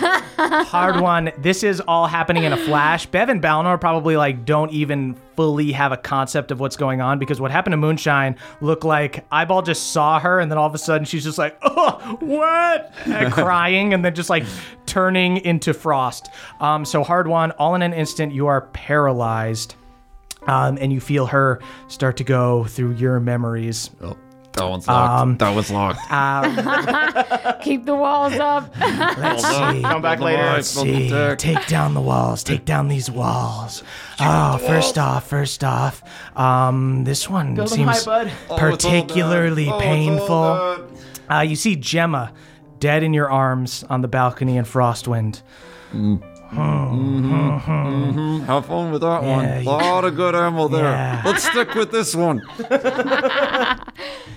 S1: hard one. This is all happening in a flash. Bev and Balnor probably like don't even fully have a concept of what's going on because what happened to Moonshine looked like Eyeball just saw her and then all of a sudden she's just like, oh, what? And crying and then just like turning into frost. Um, so hard one. All in an instant, you are paralyzed. Um, and you feel her start to go through your memories.
S9: Oh, that one's locked. that one's locked.
S7: Keep the walls up.
S1: Let's see.
S5: Come back later.
S1: Let's see. Take down the walls. Take down these walls. Oh, first off, first off, um, this one
S5: Build 'em high,
S1: seems
S5: bud.
S1: particularly painful. Uh, you see Gemma dead in your arms on the balcony in Frostwind.
S3: Have fun with that
S1: Yeah,
S3: one.
S1: you-
S3: lot of good ammo there.
S1: Yeah.
S3: Let's stick with this one.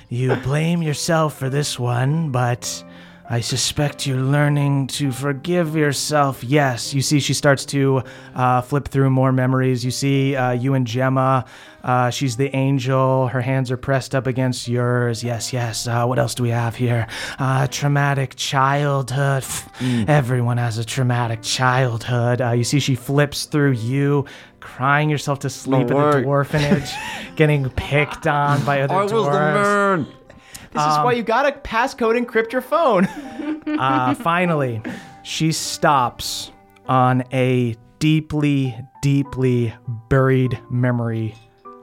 S1: You blame yourself for this one, but I suspect you're learning to forgive yourself. Yes, you see, she starts to uh, flip through more memories. You see, uh, you and Gemma. Uh, she's the angel. Her hands are pressed up against yours. Yes, yes. Uh, what else do we have here? Uh, traumatic childhood.
S3: Mm.
S1: Pff, Everyone has a traumatic childhood. Uh, you see, she flips through you, crying yourself to sleep in the
S3: way.
S1: dwarfenage, getting picked on by other
S3: I was the
S1: dwarves.
S3: man.
S5: This is why you gotta passcode encrypt your phone.
S1: Uh, finally, she stops on a deeply, deeply buried memory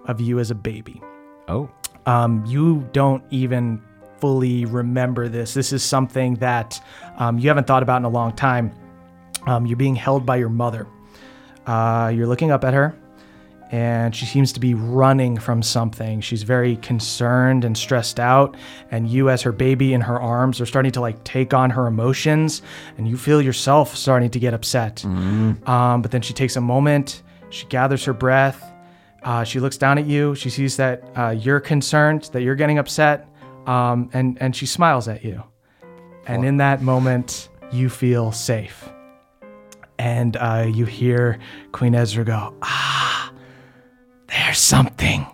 S1: of you as a baby.
S5: Oh.
S1: Um, you don't even fully remember this. This is something that um, you haven't thought about in a long time. Um, you're being held by your mother. Uh, you're looking up at her, and she seems to be running from something. She's very concerned and stressed out, and you, as her baby in her arms, are starting to like take on her emotions, and you feel yourself starting to get upset. Um, but then she takes a moment, she gathers her breath, uh, she looks down at you, she sees that uh, you're concerned, that you're getting upset, um, and and she smiles at you. And in that moment, you feel safe. And uh, you hear Queen Ezra go, ah, There's something.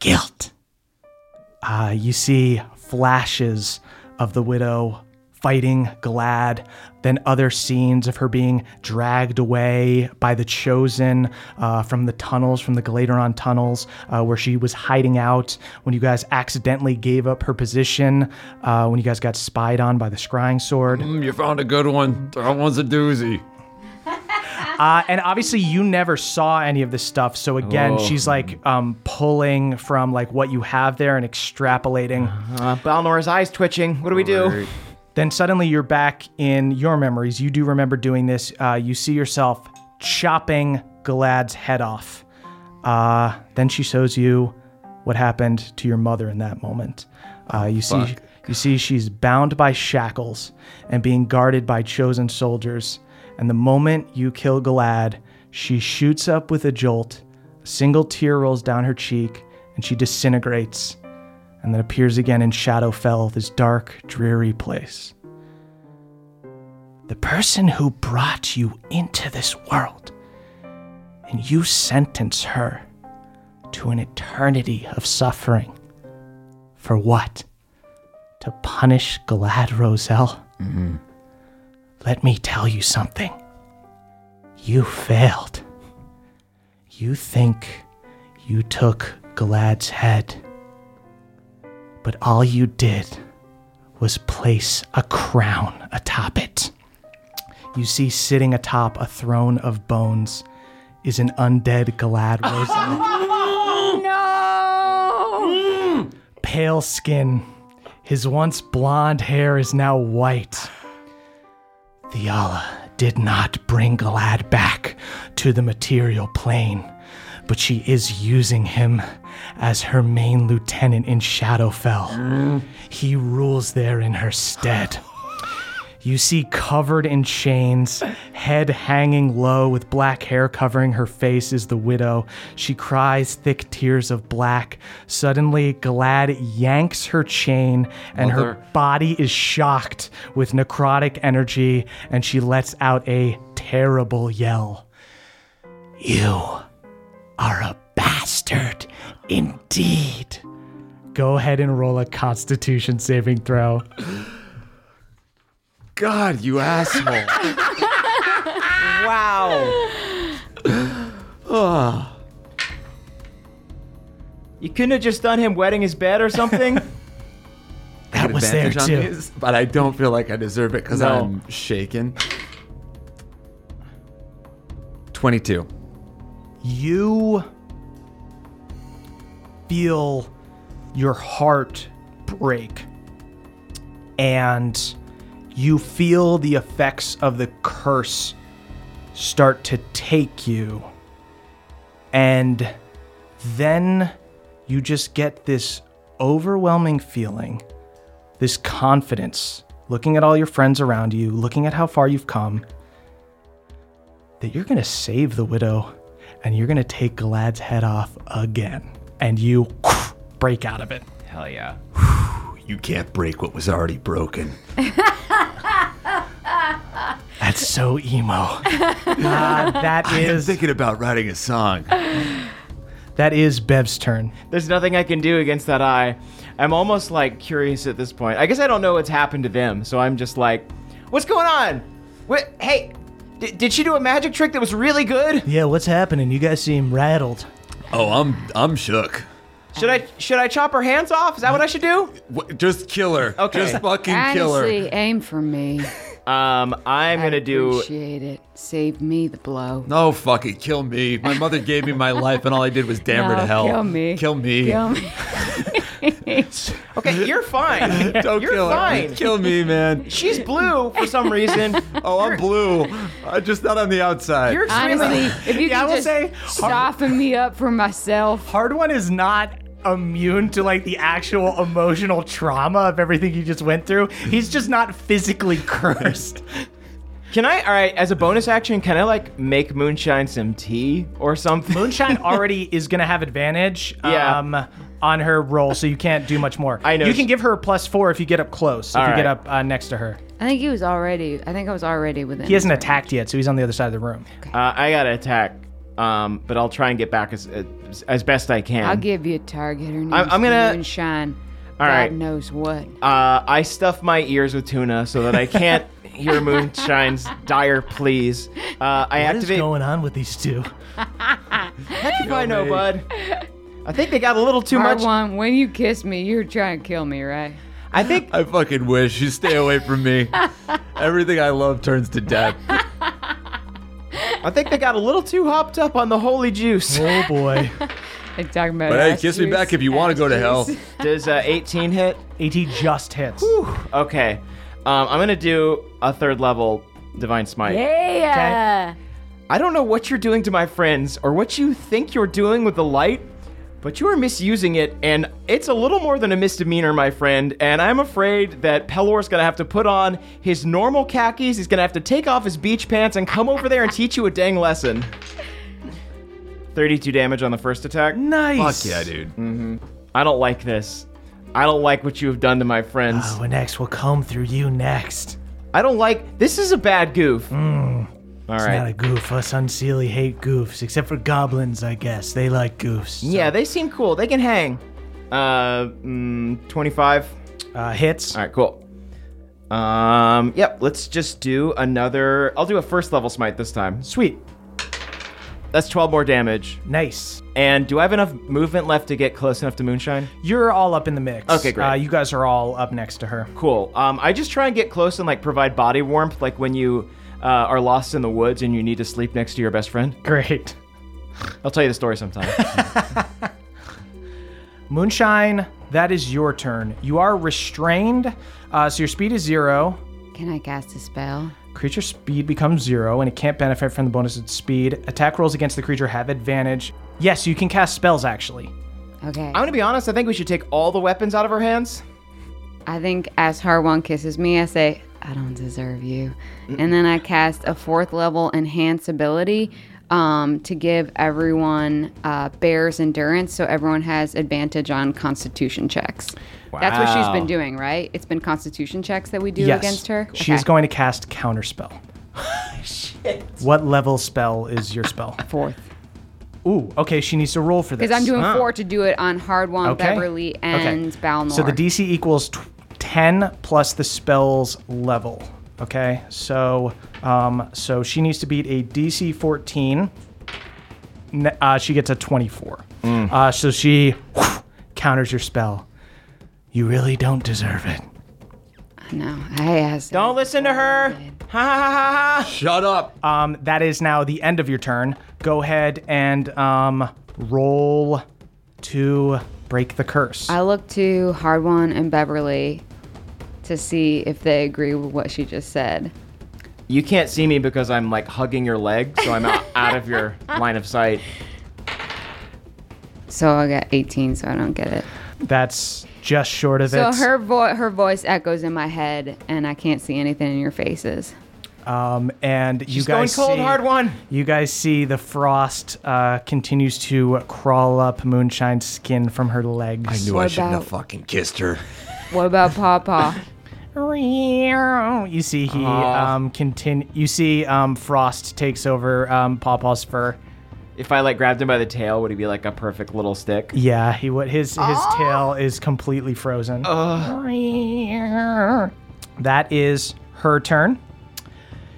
S1: Guilt. Uh, you see flashes of the widow fighting Glad, then other scenes of her being dragged away by the Chosen uh, from the tunnels, from the Galateron tunnels, uh, where she was hiding out when you guys accidentally gave up her position, uh, when you guys got spied on by the Scrying Sword.
S3: you found a good one. That one's a doozy.
S1: Uh, and obviously, you never saw any of this stuff. So again,
S5: Oh.
S1: she's like um, pulling from like what you have there and extrapolating.
S5: Uh, Balnor's eyes twitching. What do we do?
S1: Then suddenly, you're back in your memories. You do remember doing this. Uh, you see yourself chopping Galad's head off. Uh, then she shows you what happened to your mother in that moment. Uh, you see,
S3: Fuck.
S1: you see, she's bound by shackles and being guarded by chosen soldiers. And the moment you kill Galad, she shoots up with a jolt. A single tear rolls down her cheek, and she disintegrates, and then appears again in Shadowfell, this dark, dreary place. The person who brought you into this world, and you sentence her to an eternity of suffering. For what? To punish Glad Roselle? Let me tell you something. You failed. You think you took Glad's head, but all you did was place a crown atop it. You see, sitting atop a throne of bones is an undead Glad Roselle.
S7: no!
S1: pale skin. His once blonde hair is now white. Theala did not bring Galad back to the material plane, but she is using him as her main lieutenant in Shadowfell. He rules there in her stead. You see, covered in chains, head hanging low with black hair covering her face, is the widow. She cries thick tears of black. Suddenly, Glad yanks her chain, and her body is shocked with necrotic energy, and she lets out a terrible yell. You are a bastard indeed. Go ahead and roll a constitution saving throw.
S3: God, you asshole.
S5: Wow.
S3: Ah.
S5: You couldn't have just done him wetting his bed or something?
S1: That was there
S3: Advantage
S1: too.
S3: on these, but I don't feel like I deserve it because
S5: No.
S3: I'm shaken. 22.
S1: you feel your heart break and you feel the effects of the curse start to take you and then you just get this overwhelming feeling this confidence looking at all your friends around you looking at how far you've come that you're going to save the widow and you're going to take Galad's head off again. And you break out of it.
S5: Hell yeah.
S3: You can't break what was already broken.
S1: That's so emo. Uh, that
S3: I am
S1: is
S3: thinking about writing a song.
S1: that is Bev's turn.
S5: There's nothing I can do against that eye. I'm almost like curious at this point. I guess I don't know what's happened to them, so I'm just like, what's going on? What? Hey, di- did she do a magic trick that was really good?
S1: Yeah, what's happening? You guys seem rattled.
S3: Oh, I'm I'm shook.
S5: Should I should I chop her hands off? Is that what I should do?
S3: What, just kill her.
S5: Okay.
S3: Just fucking kill her.
S4: Honestly, aim for me.
S5: Um, I'm
S4: I
S5: gonna do.
S4: Appreciate it. Save me the blow.
S3: No, fuck it. Kill me. My mother gave me my life, and all I did was damn her
S4: No,
S3: to hell.
S4: kill me.
S3: Kill me.
S4: Kill me.
S5: Okay, you're fine.
S3: Don't
S5: You're
S3: kill
S5: fine.
S3: her. Kill me, man.
S5: She's blue for some reason.
S3: Oh, I'm blue. i just not on the outside.
S5: You're
S4: Honestly,
S5: extremely.
S4: if you
S1: Yeah, I
S4: can
S1: will
S4: just
S1: say,
S4: soften me up for myself.
S1: Hard one is not immune to like the actual emotional trauma of everything you just went through. He's just not physically cursed.
S5: Can I? All right. As a bonus action, can I like make moonshine some tea or something?
S1: Moonshine already is going to have advantage
S5: Yeah.
S1: um, on her roll, so you can't do much more.
S5: I know.
S1: You can give her a plus four if you get up close, if
S5: All
S1: you get
S5: right.
S1: up uh, next to her.
S4: I think he was already. I think I was already within.
S1: He hasn't attacked yet, so he's on the other side of the room.
S5: Uh, I gotta attack. um, but I'll try and get back as as, as best I can.
S4: I'll give you a target. Her name's
S5: I'm- I'm gonna-
S4: Moonshine.
S5: All
S4: God
S5: right.
S4: knows what.
S5: Uh, I stuff my ears with tuna so that I can't hear Moonshine's dire pleas. Uh, I
S1: What is
S5: activate.
S1: going on with these two?
S5: Heck if I know, bud. I think they got a little too
S4: Hard
S5: much.
S4: one, when you kiss me, you're trying to kill me, right?
S5: I think
S3: I fucking wish you stay away from me. Everything I love turns to death.
S5: I think they got a little too hopped up on the holy juice.
S1: Oh boy.
S4: Like talking about.
S3: But hey,
S4: ass
S3: kiss me
S4: juice,
S3: back if you want to
S4: ass
S3: go to hell.
S4: juice.
S5: Does uh, 18 hit?
S1: 80 just hits.
S5: Okay. Um, I'm gonna do a third level divine smite.
S10: Yeah.
S5: I don't know what you're doing to my friends or what you think you're doing with the light, but you are misusing it, and it's a little more than a misdemeanor, my friend. And I'm afraid that Pelor's gonna have to put on his normal khakis, he's gonna have to take off his beach pants and come over there and teach you a dang lesson. 32 damage on the first attack.
S1: Nice.
S3: Fuck yeah, dude.
S5: I don't like this. I don't like what you have done to my friends.
S1: Oh, and X will come through you next.
S5: I don't like. This is a bad goof. All
S1: Hmm. It's not a
S5: right.
S1: goof. Us unseelie hate goofs, except for goblins, I guess. They like goofs. so-
S5: Yeah, they seem cool. They can hang. Uh, mm, 25.
S1: Uh, hits.
S5: All right, cool. Um, yep, let's just do another. I'll do a first level smite this time.
S1: Sweet.
S5: That's 12 more damage.
S1: Nice.
S5: And do I have enough movement left to get close enough to Moonshine?
S1: You're all up in the mix.
S5: Okay, great.
S1: Uh, you guys are all up next to her.
S5: Cool. Um, I just try and get close and like provide body warmth, like when you uh, are lost in the woods and you need to sleep next to your best friend.
S1: Great.
S5: I'll tell you the story sometime.
S1: Moonshine, that is your turn. You are restrained, uh, so your speed is zero.
S4: Can I cast a spell?
S1: Creature speed becomes zero, and it can't benefit from the bonus at speed. Attack rolls against the creature have advantage. Yes, you can cast spells, actually.
S4: Okay.
S5: I'm gonna be honest. I think we should take all the weapons out of our hands.
S4: I think as Harwan kisses me, I say, I don't deserve you. And then I cast a fourth level enhance ability um, to give everyone uh, bear's endurance so everyone has advantage on constitution checks. That's what she's been
S5: Wow.
S4: doing, right? It's been constitution checks that we do
S1: yes.
S4: against her.
S1: She is
S4: Okay.
S1: going to cast counterspell. Shit. What level spell is your spell?
S4: fourth.
S1: Ooh, okay, she needs to roll for this.
S4: Because I'm doing four to do it on Hardwon,
S1: Okay.
S4: Beverly, and
S1: okay.
S4: Balnor.
S1: So the DC equals t- 10 plus the spell's level. Okay, so um, so she needs to beat a DC 14. N- Uh, she gets a 24. Uh, so she counters your spell. You really don't deserve it.
S4: No, I asked.
S5: Don't listen to her. Ha ha ha ha.
S3: Shut up.
S1: Um, that is now the end of your turn. Go ahead and um, roll to break the curse.
S4: I look to Hardwon and Beverly to see if they agree with what she just said.
S5: You can't see me because I'm like hugging your leg, so I'm out, out of your line of sight.
S4: So I got 18, so I don't get it.
S1: That's just short of
S4: So
S1: it.
S4: her vo- her voice echoes in my head, and I can't see anything in your faces.
S1: Um, and you
S5: going
S1: guys
S5: cold,
S1: see,
S5: hard one.
S1: You guys see the frost uh, continues to crawl up Moonshine's skin from her legs.
S3: Knew Oh, I
S4: What
S3: shouldn't have
S4: about-
S3: fucking kissed her.
S4: What about Papa?
S1: You see he
S5: Ah.
S1: um, continue. You see um, frost takes over um, Pawpaw's fur.
S5: If I like grabbed him by the tail, would he be like a perfect little stick?
S1: Yeah, he what his his tail is completely frozen. That is her turn.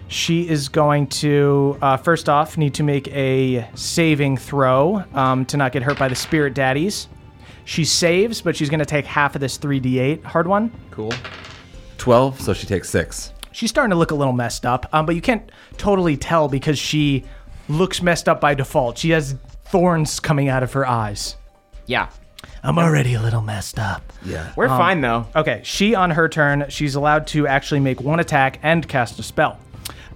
S1: She is going to uh, first off need to make a saving throw um, to not get hurt by the spirit daddies. She saves, but she's going to take half of this 3d8 hard one.
S3: Cool. 12, so she takes 6.
S1: She's starting to look a little messed up, um, but you can't totally tell because she looks messed up by default. She has thorns coming out of her eyes.
S5: Yeah,
S1: I'm already a little messed up.
S5: we're fine though.
S1: Okay, she on her turn, she's allowed to actually make one attack and cast a spell.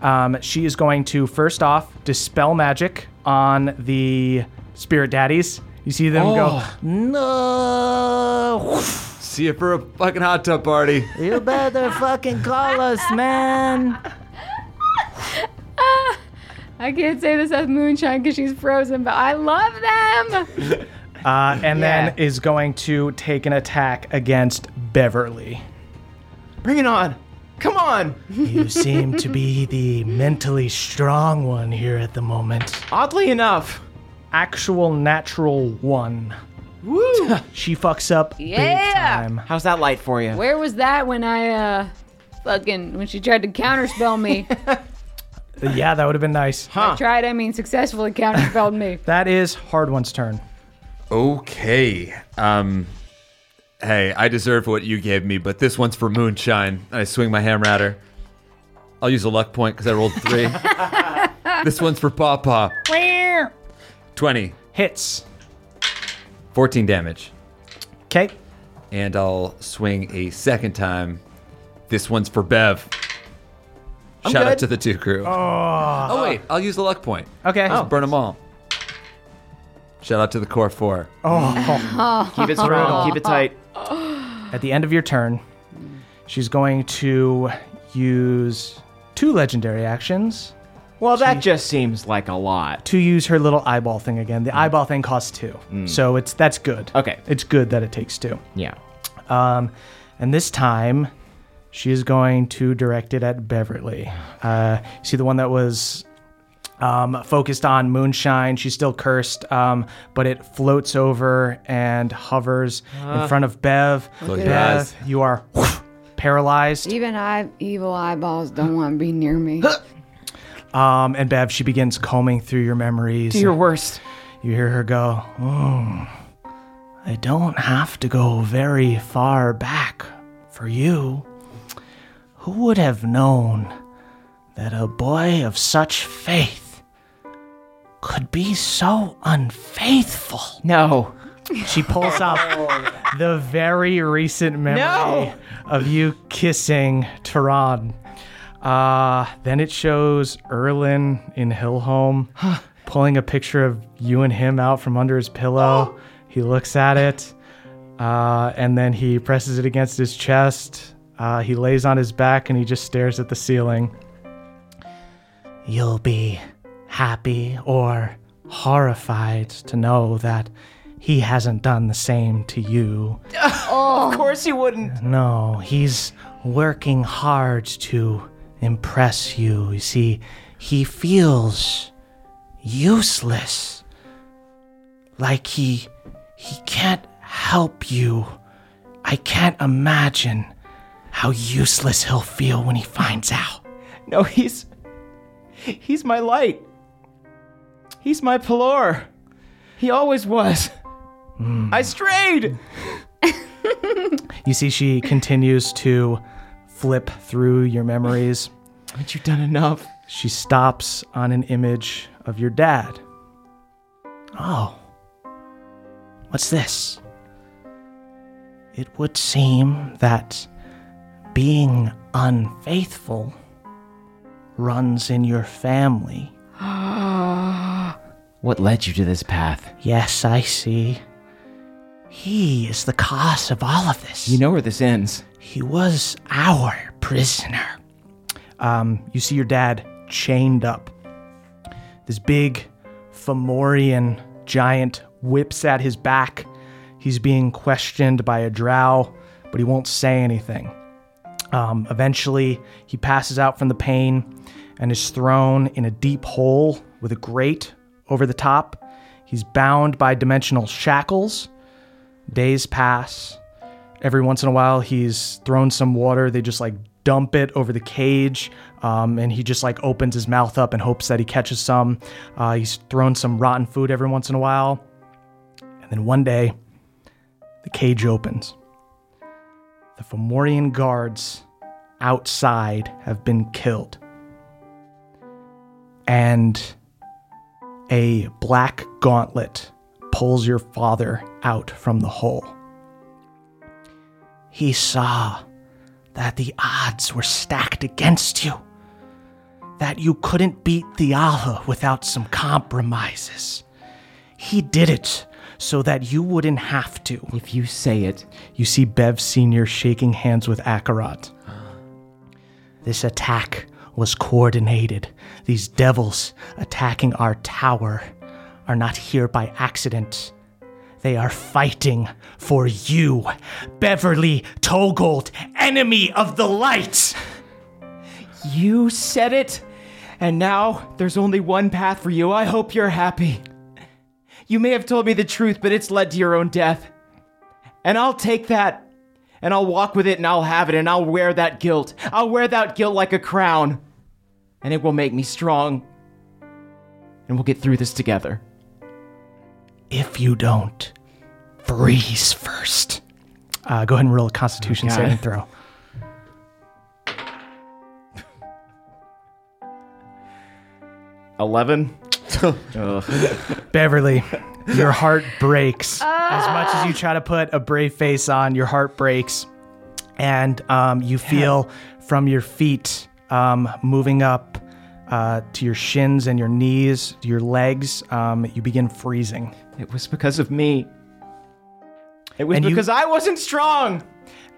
S1: Um, she is going to first off dispel magic on the spirit daddies. You see them go, no,
S3: See you for a fucking hot tub party.
S1: you better fucking call us, man.
S10: I can't say this as moonshine because she's frozen, but I love them.
S1: Uh, and then is going to take an attack against Beverly.
S5: Bring it on. Come on.
S1: You seem to be the mentally strong one here at the moment.
S5: Oddly enough,
S1: actual natural one.
S5: Woo!
S1: She fucks up big
S4: Yeah.
S1: time.
S5: How's that light for you?
S4: Where was that when I uh fucking when she tried to counterspell me?
S1: Yeah, that would have been nice.
S5: Huh?
S4: tried, I mean successfully counterspelled me.
S1: That is hard one's turn.
S3: Okay. Um Hey, I deserve what you gave me, but this one's for moonshine. I swing my hammer at her. I'll use a luck point because I rolled three. this one's for Papa. 20.
S1: Hits.
S3: 14 damage.
S1: Okay.
S3: And I'll swing a second time. This one's for Bev. Shout out
S5: good.
S3: to the two crew. Oh, wait, I'll use the luck point.
S1: Okay.
S3: Just burn them all. Shout out to the core four.
S5: Keep it strong. Keep it tight.
S1: At the end of your turn, she's going to use two legendary actions
S5: Well, that just seems like a lot.
S1: to use her little eyeball thing again. The eyeball thing costs two, so it's that's good.
S5: Okay.
S1: it's good that it takes two.
S5: Yeah.
S1: Um, and this time, she is going to direct it at Beverly. Uh, you see the one that was um, focused on moonshine. She's still cursed, um, but it floats over and hovers in front of Bev.
S3: Close your eyes.
S1: Bev, you are paralyzed.
S11: Even I, evil eyeballs don't want to be near me.
S1: Um, and Bev, she begins combing through your memories.
S5: Do your worst.
S1: You hear her go, "Hmm, I don't have to go very far back for you. Who would have known that a boy of such faith could be so unfaithful?
S5: No.
S1: She pulls up the very recent memory
S5: No.
S1: of you kissing Tehran. Uh, then it shows Erlin in Hillhome pulling a picture of you and him out from under his pillow. He looks at it, uh, and then he presses it against his chest. Uh, he lays on his back and he just stares at the ceiling. You'll be happy or horrified to know that he hasn't done the same to you.
S5: Of course he wouldn't.
S1: No, he's working hard to impress you. You see, he feels useless. Like he he can't help you. I can't imagine how useless he'll feel when he finds out.
S5: No, he's he's my light. He's my pillar. He always was. I strayed.
S1: Hmm. You see she continues to flip through your memories.
S5: Haven't you done enough?
S1: She stops on an image of your dad. Oh. What's this? It would seem that being unfaithful runs in your family.
S5: What led you to this path?
S1: Yes, I see. He is the cause of all of this.
S5: You know where this ends.
S1: He was our prisoner. Um, you see your dad chained up. This big Fomorian giant whips at his back. He's being questioned by a drow, but he won't say anything. Um, eventually, he passes out from the pain and is thrown in a deep hole with a grate over the top. He's bound by dimensional shackles. Days pass. Every once in a while, he's thrown some water. They just like dump it over the cage, um, and he just like opens his mouth up and hopes that he catches some. Uh, he's thrown some rotten food every once in a while. And then one day, the cage opens. The Fomorian guards outside have been killed. And a black gauntlet pulls your father out from the hole he saw that the odds were stacked against you, that you couldn't beat the Allah without some compromises. He did it so that you wouldn't have to.
S5: If you say it,
S1: You see Bev Sr. shaking hands with Akarat. This attack was coordinated. These devils attacking our tower are not here by accident. They are fighting for you, Beverly Togold, enemy of the light.
S5: You said it, and now there's only one path for you. I hope you're happy. You may have told me the truth, but it's led to your own death. And I'll take that, and I'll walk with it, and I'll have it, and I'll wear that guilt. I'll wear that guilt like a crown, and it will make me strong. And we'll get through this together. If you don't, freeze first.
S1: Uh, go ahead and roll a Constitution
S5: Okay.
S1: saving throw.
S12: Eleven.
S1: Beverly, your heart breaks. as much as you try to put a brave face on, your heart breaks. And um, you feel from your feet um, moving up uh, to your shins and your knees, to your legs, um, you begin freezing.
S5: It was because of me. It was
S1: And you-
S5: because I wasn't strong.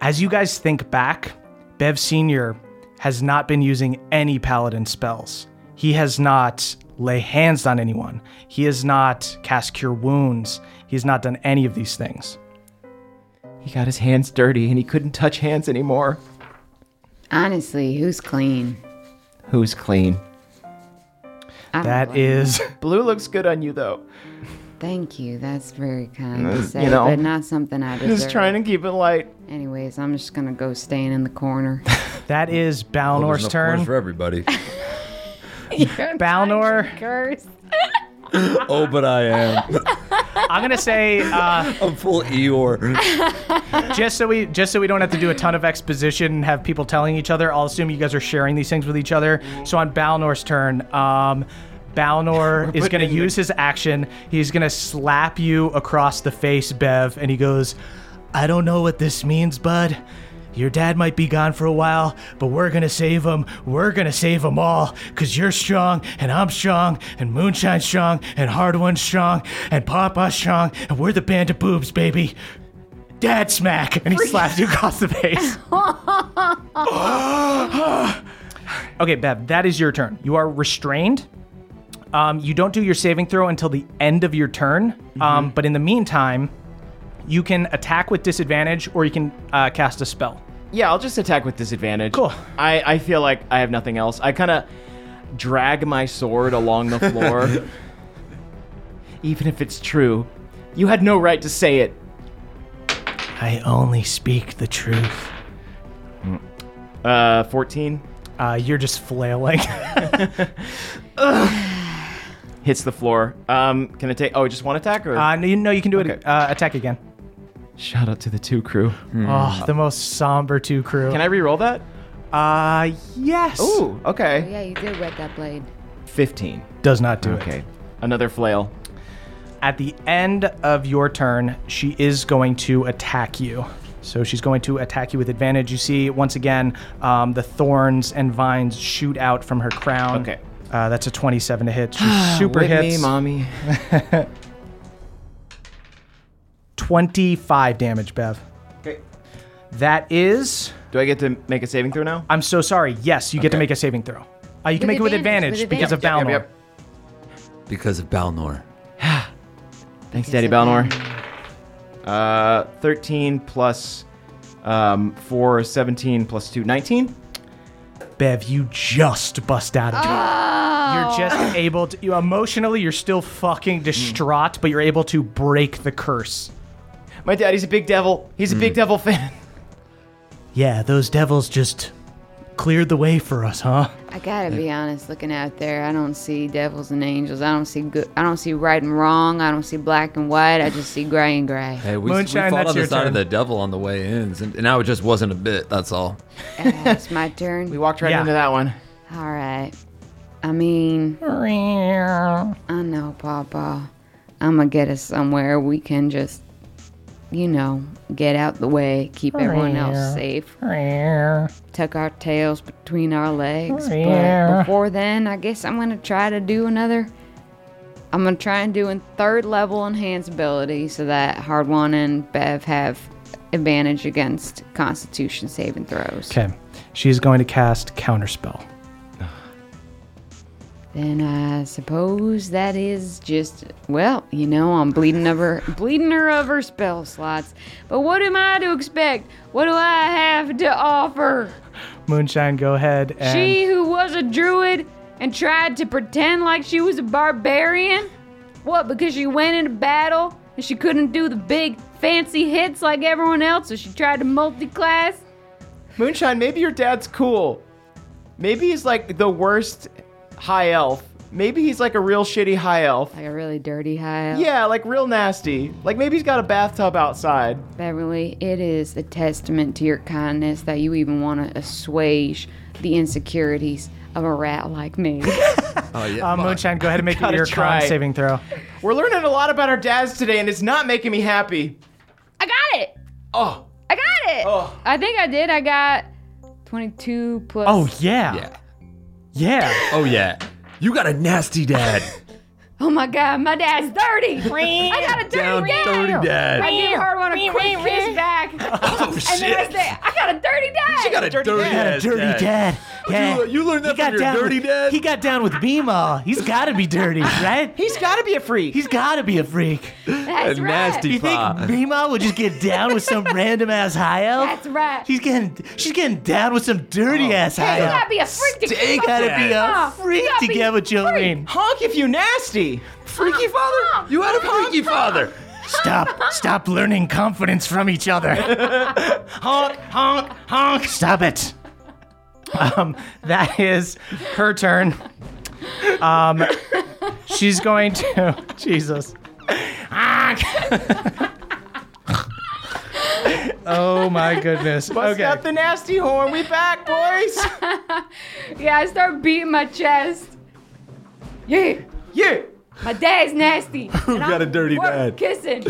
S1: As you guys think back, Bev Sr. has not been using any paladin spells. He has not lay hands on anyone. He has not cast cure wounds. He has not done any of these things.
S5: He got his hands dirty and he couldn't touch hands anymore.
S4: Honestly, who's clean?
S5: Who's clean?
S4: I don't
S1: That
S4: blame
S1: is
S5: Blue looks good on you though.
S4: you. Thank you. That's very kind
S10: Mm,
S5: Uh,
S4: to say,
S5: you know,
S4: but not something I deserve.
S5: Just trying to keep it light.
S4: Anyways, I'm just gonna go stand in the corner.
S1: that is
S3: Well,
S1: Balnor's
S3: there's enough corners
S1: turn.
S3: for everybody.
S1: Balnor,
S13: Curse.
S3: oh, but I am.
S1: I'm gonna say uh,
S3: I'm full Eeyore.
S1: just so we just so we don't have to do a ton of exposition and have people telling each other. I'll assume you guys are sharing these things with each other. So on Balnor's turn, um, Balnor is gonna use his action. He's gonna slap you across the face, Bev, and he goes, "I don't know what this means, bud." Your dad might be gone for a while, but we're gonna save him. We're gonna save them all. Cause you're strong, and I'm strong, and Moonshine's strong, and Hard One's strong, and Papa's strong, and we're the band of boobs, baby. Dad smack! And he slaps you across the face. okay, Bev, that is your turn. You are restrained. Um, you don't do your saving throw until the end of your turn. Um, but in the meantime, you can attack with disadvantage or you can uh, cast a spell.
S5: Yeah, I'll just attack with disadvantage.
S1: Cool.
S5: I, I feel like I have nothing else. I kind of drag my sword along the floor. Even if it's true, you had no right to say it.
S1: I only speak the truth.
S5: Uh, 14
S1: Uh, you're just flailing. Uh,
S5: hits the floor. Um, can I take? Oh, just one attack or?
S1: uh, no, you, no, you can do it.
S5: Okay.
S1: Uh, attack again.
S5: Shout out to the two crew.
S1: Oh, the most somber two crew.
S5: Can I re-roll that?
S1: I? Uh, yes.
S5: Ooh, okay.
S4: yeah, you did wet that blade.
S5: 15.
S1: Does not do it.
S5: Okay. Another flail.
S1: At the end of your turn, she is going to attack you. So she's going to attack you with advantage. You see, once again, um, the thorns and vines shoot out from her crown.
S5: Okay.
S1: Uh, that's a 27 to hit. She super
S5: With
S1: hits.
S5: me, mommy.
S1: 25 damage, Bev.
S5: Okay.
S1: That is.
S5: Do I get to make a saving throw now?
S1: I'm so sorry. Yes, you get to
S5: Okay.
S1: make a saving throw. Uh, you can
S4: With
S1: make it with advantage,
S4: advantage, with
S1: because of Balnor.
S5: Yep, yep.
S3: Because of Balnor.
S5: Thanks, Daddy Balnor. Uh, 13 plus um, 4, 17 plus 2, 19.
S1: Bev, you just bust out of it.
S3: Oh.
S1: You're just able to. You, emotionally, you're still fucking distraught, but you're able to break the curse.
S5: My daddy's a big devil. He's a big devil fan.
S1: Yeah, those devils just cleared the way for us, huh?
S4: I gotta be honest. Looking out there, I don't see devils and angels. I don't see good. I don't see right and wrong. I don't see black and white. I just see gray and gray.
S3: Hey, we,
S1: Moonshine,
S3: we fought
S1: that's
S3: on the
S1: your
S3: side
S1: turn.
S3: of the devil on the way in, and now it just wasn't a bit. That's all.
S4: Uh, it's my turn.
S5: We walked right
S1: Yeah.
S5: into that one.
S4: All right. I mean, I know, Papa. I'm gonna get us somewhere we can just, you know, get out the way, keep everyone else safe, tuck our tails between our legs. But before then, I guess I'm gonna try to do another. I'm gonna try and do a third level enhanced ability so that Hard One and Bev have advantage against Constitution saving throws.
S1: Okay. She's going to cast Counterspell.
S4: Then I suppose that is just well, you know, I'm bleeding over bleeding her over spell slots. But what am I to expect? What do I have to offer?
S1: Moonshine, go ahead. And
S4: she who was a druid and tried to pretend like she was a barbarian? What, because she went into battle and she couldn't do the big fancy hits like everyone else, so she tried to multi-class?
S5: Moonshine, maybe your dad's cool. Maybe he's like the worst high elf. Maybe he's like a real shitty high elf.
S4: Like a really dirty high elf.
S5: Yeah, like real nasty. Like maybe he's got a bathtub outside.
S4: Beverly, it is a testament to your kindness that you even want to assuage the insecurities of a rat like me.
S3: Oh yeah.
S1: uh, Moonshine, go ahead and make
S5: Gotta
S1: your
S5: try.
S1: con saving throw.
S5: We're learning a lot about our dads today, and it's not making me happy.
S4: I got it!
S5: Oh,
S4: I got it!
S5: Oh.
S4: I think I did. I got 22 plus.
S1: Oh yeah.
S3: Yeah.
S1: Yeah.
S3: Oh yeah. You got a nasty dad.
S4: Oh my god, my dad's dirty! I got a dirty
S3: Down
S4: dad!
S3: dirty
S4: I
S3: dad.
S4: give hard one a quick kiss back.
S3: Oh
S4: And then I
S3: shit.
S4: say, I got a dirty dad!
S3: You got a dirty, dad. You, you learned that from your dirty
S14: with,
S3: dad.
S14: He got down with Bima. He's got to be dirty, right?
S5: he's got to be a freak.
S14: He's got to be a freak.
S4: That's
S3: a
S4: right.
S3: nasty
S14: You think
S3: pa.
S14: Bima would just get down with some random ass high elf?
S4: That's right.
S14: She's getting she's getting down with some dirty ass high
S4: you
S14: elf.
S4: gotta be a freak to
S3: Stink
S14: gotta
S3: dad.
S14: be
S4: Oh,
S14: a
S4: you
S14: freak
S4: gotta
S14: to
S4: be
S14: get with Jolene.
S5: Honk if you nasty.
S3: freaky father. You had a freaky father.
S14: Stop stop learning confidence from each other. honk honk honk. Stop it.
S1: Um, that is her turn. Um, she's going to Jesus. Ah. oh my goodness.
S5: Bust
S1: Okay.
S5: out the nasty horn. We back, boys.
S4: Yeah, I start beating my chest. Yeah,
S5: yeah.
S4: my dad's nasty. Who
S3: got a dirty dad?
S4: Kissing.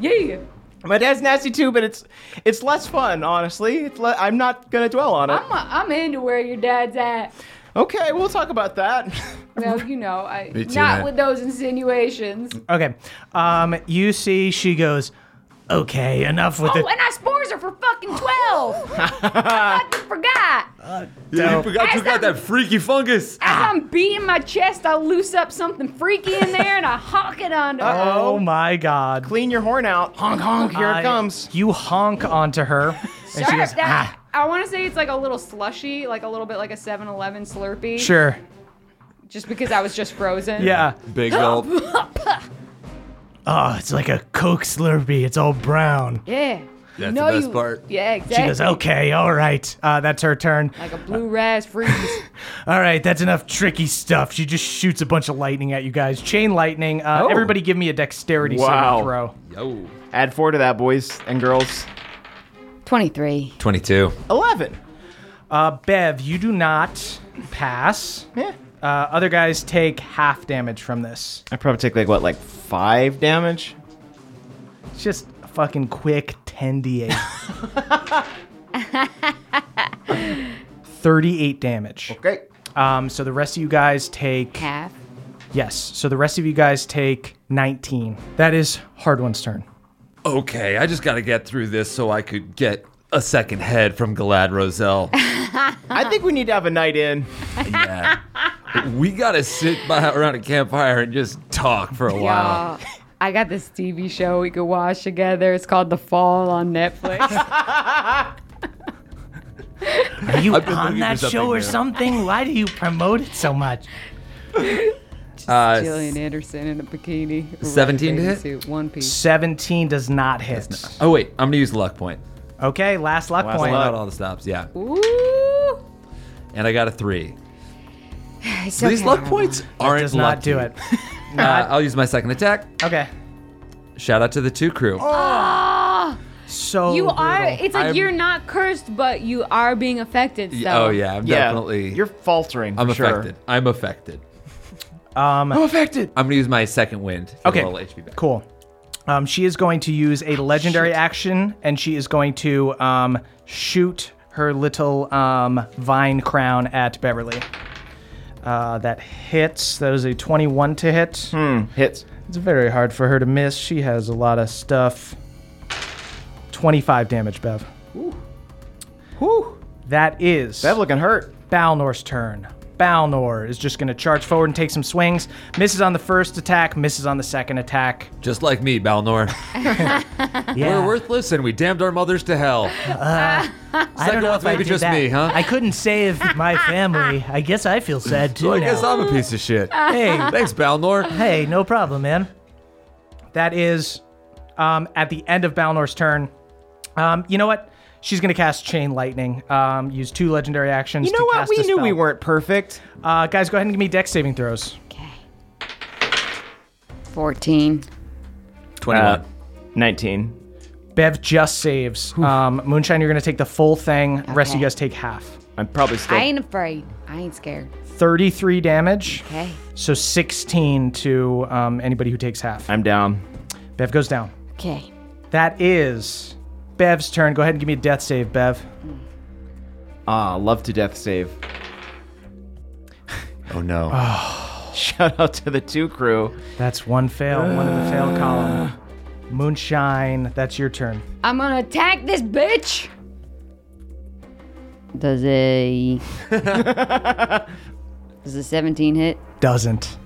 S4: Yeah.
S5: My dad's nasty too, but it's it's less fun, honestly. It's le- I'm not gonna dwell on it.
S4: I'm, i I'm into where your dad's at.
S5: Okay, we'll talk about that.
S4: Well, you know, I,
S3: Me too,
S4: not
S3: man.
S4: with those insinuations.
S1: Okay. Um, you see, she goes. Okay, enough with
S4: Oh,
S1: it.
S4: and I spores are for fucking 12. I fucking forgot.
S3: Yeah, you forgot you
S4: That's
S3: got
S4: not-
S3: that freaky fungus.
S4: As I'm beating my chest, I loose up something freaky in there and I hawk it onto her.
S1: Oh my God.
S5: Clean your horn out. Honk honk. Here
S1: I-
S5: it comes.
S1: You honk onto her, and she
S4: Sure,
S1: goes,
S4: that-
S1: ah,
S4: I want to say it's like a little slushy, like a little bit like a 7 Eleven Slurpee.
S1: sure.
S4: Just because I was just frozen.
S1: Yeah.
S3: Big gulp.
S14: Oh, it's like a Coke Slurpee. It's all brown.
S4: Yeah.
S3: That's
S4: No,
S3: the best
S4: you-
S3: part.
S4: Yeah, exactly.
S14: She goes, okay, all right. Uh, that's her turn.
S4: Like a blue raz freeze.
S14: All right, that's enough
S1: Tricky stuff. She just shoots a bunch of lightning at you guys. Chain lightning. Uh,
S5: Oh.
S1: Everybody give me a dexterity
S5: Wow.
S1: saving throw.
S3: Yo.
S5: Add four to that, boys and girls.
S4: 23.
S3: 22.
S5: Eleven.
S1: Uh, Bev, you do not pass.
S5: Yeah.
S1: Uh, other guys take half damage from this.
S5: I probably take like what, like five damage.
S1: It's just a fucking quick 10d8. 38 damage.
S5: Great.
S1: Um, so the rest of you guys take.
S4: Half.
S1: Yes. So the rest of you guys take 19. That is Hard One's turn.
S3: Okay, I just got to get through this so I could get a second head from Galad Roselle.
S4: Uh-huh.
S5: I think we need to have a night in.
S3: Yeah. we got to sit by, around a campfire and just talk for a while.
S4: Y'all, I got this TV show we could watch together. It's called The Fall on Netflix.
S14: Are you
S3: I've been
S14: on
S3: looking
S14: that
S3: for
S14: show or
S3: something
S14: something? Why do you promote it so much?
S3: Uh,
S4: Jillian Anderson in a bikini. a red
S3: 17 to
S4: bathing
S3: hit?
S4: Suit, one piece.
S1: 17 does not hit.
S3: oh, wait. I'm going to use luck point.
S1: Okay, last luck
S5: Last
S1: point.
S3: Pull
S5: luck.
S3: out all the stops, yeah.
S4: Ooh.
S3: And I got a three.
S4: It's
S3: These
S4: okay,
S3: luck
S4: Arma.
S3: points aren't
S1: Does not do
S3: lucky.
S1: it.
S3: Uh, I'll use my second attack.
S1: Okay.
S3: Shout out to the two crew.
S1: Oh.
S3: Oh,
S4: Ah,
S1: So
S4: you
S1: brutal.
S4: are. It's like
S3: I'm-
S4: you're not cursed, but you are being affected. So.
S3: oh, yeah. I'm definitely.
S5: You're faltering.
S3: I'm
S5: for sure.
S3: affected. I'm affected.
S5: I'm affected.
S3: I'm gonna use my second wind. to get
S1: Um, Okay.
S3: a little HP back.
S1: Cool. Um, she is going to use a legendary action, and she is going to um, shoot her little um, vine crown at Beverly. Uh, that hits. That is a 21 to hit.
S5: Hits.
S1: It's very hard for her to miss. She has a lot of stuff. 25 damage, Bev.
S5: Whew.
S1: That is
S5: Bev looking hurt.
S1: Balnor's turn. Balnor is just going to charge forward and take some swings. Misses on the first attack, misses on the second attack.
S3: Just like me, Balnor. We're worthless and we damned our mothers to hell.
S15: Uh, I don't know
S3: Psychopath,
S15: if I
S3: maybe
S15: did
S3: just
S15: that.
S3: me, huh?
S15: I couldn't save my family. I guess I feel sad too.
S3: So I guess
S15: now.
S3: I'm a piece of shit.
S15: Hey,
S3: thanks, Balnor.
S1: Hey, no problem, man. That is um, at the end of Balnor's turn. Um, you know what? She's going to cast Chain Lightning, um, use two legendary actions.
S16: You know
S1: to
S16: what?
S1: cast
S16: We
S1: a
S16: knew we
S1: spell.
S16: weren't perfect.
S1: Uh, guys, go ahead and give me deck saving throws.
S4: 14.
S3: 21.
S16: Uh, 19.
S1: Bev just saves. Um, Moonshine, you're going to take the full thing. Rest of you guys take half.
S16: I'm probably
S4: I ain't afraid. I ain't scared.
S1: 33 damage.
S4: Okay.
S1: So 16 to um, anybody who takes half.
S16: I'm down.
S1: Bev goes down.
S4: Okay.
S1: That is Bev's turn. Go ahead and give me a death save, Bev.
S16: Ah, love to death save.
S3: Oh no.
S16: Shout out to the two crew.
S1: That's one fail, one in the
S16: Uh.
S1: fail column. Moonshine, that's your turn.
S4: I'm gonna attack this bitch! Does a. Does a 17 hit?
S1: Doesn't.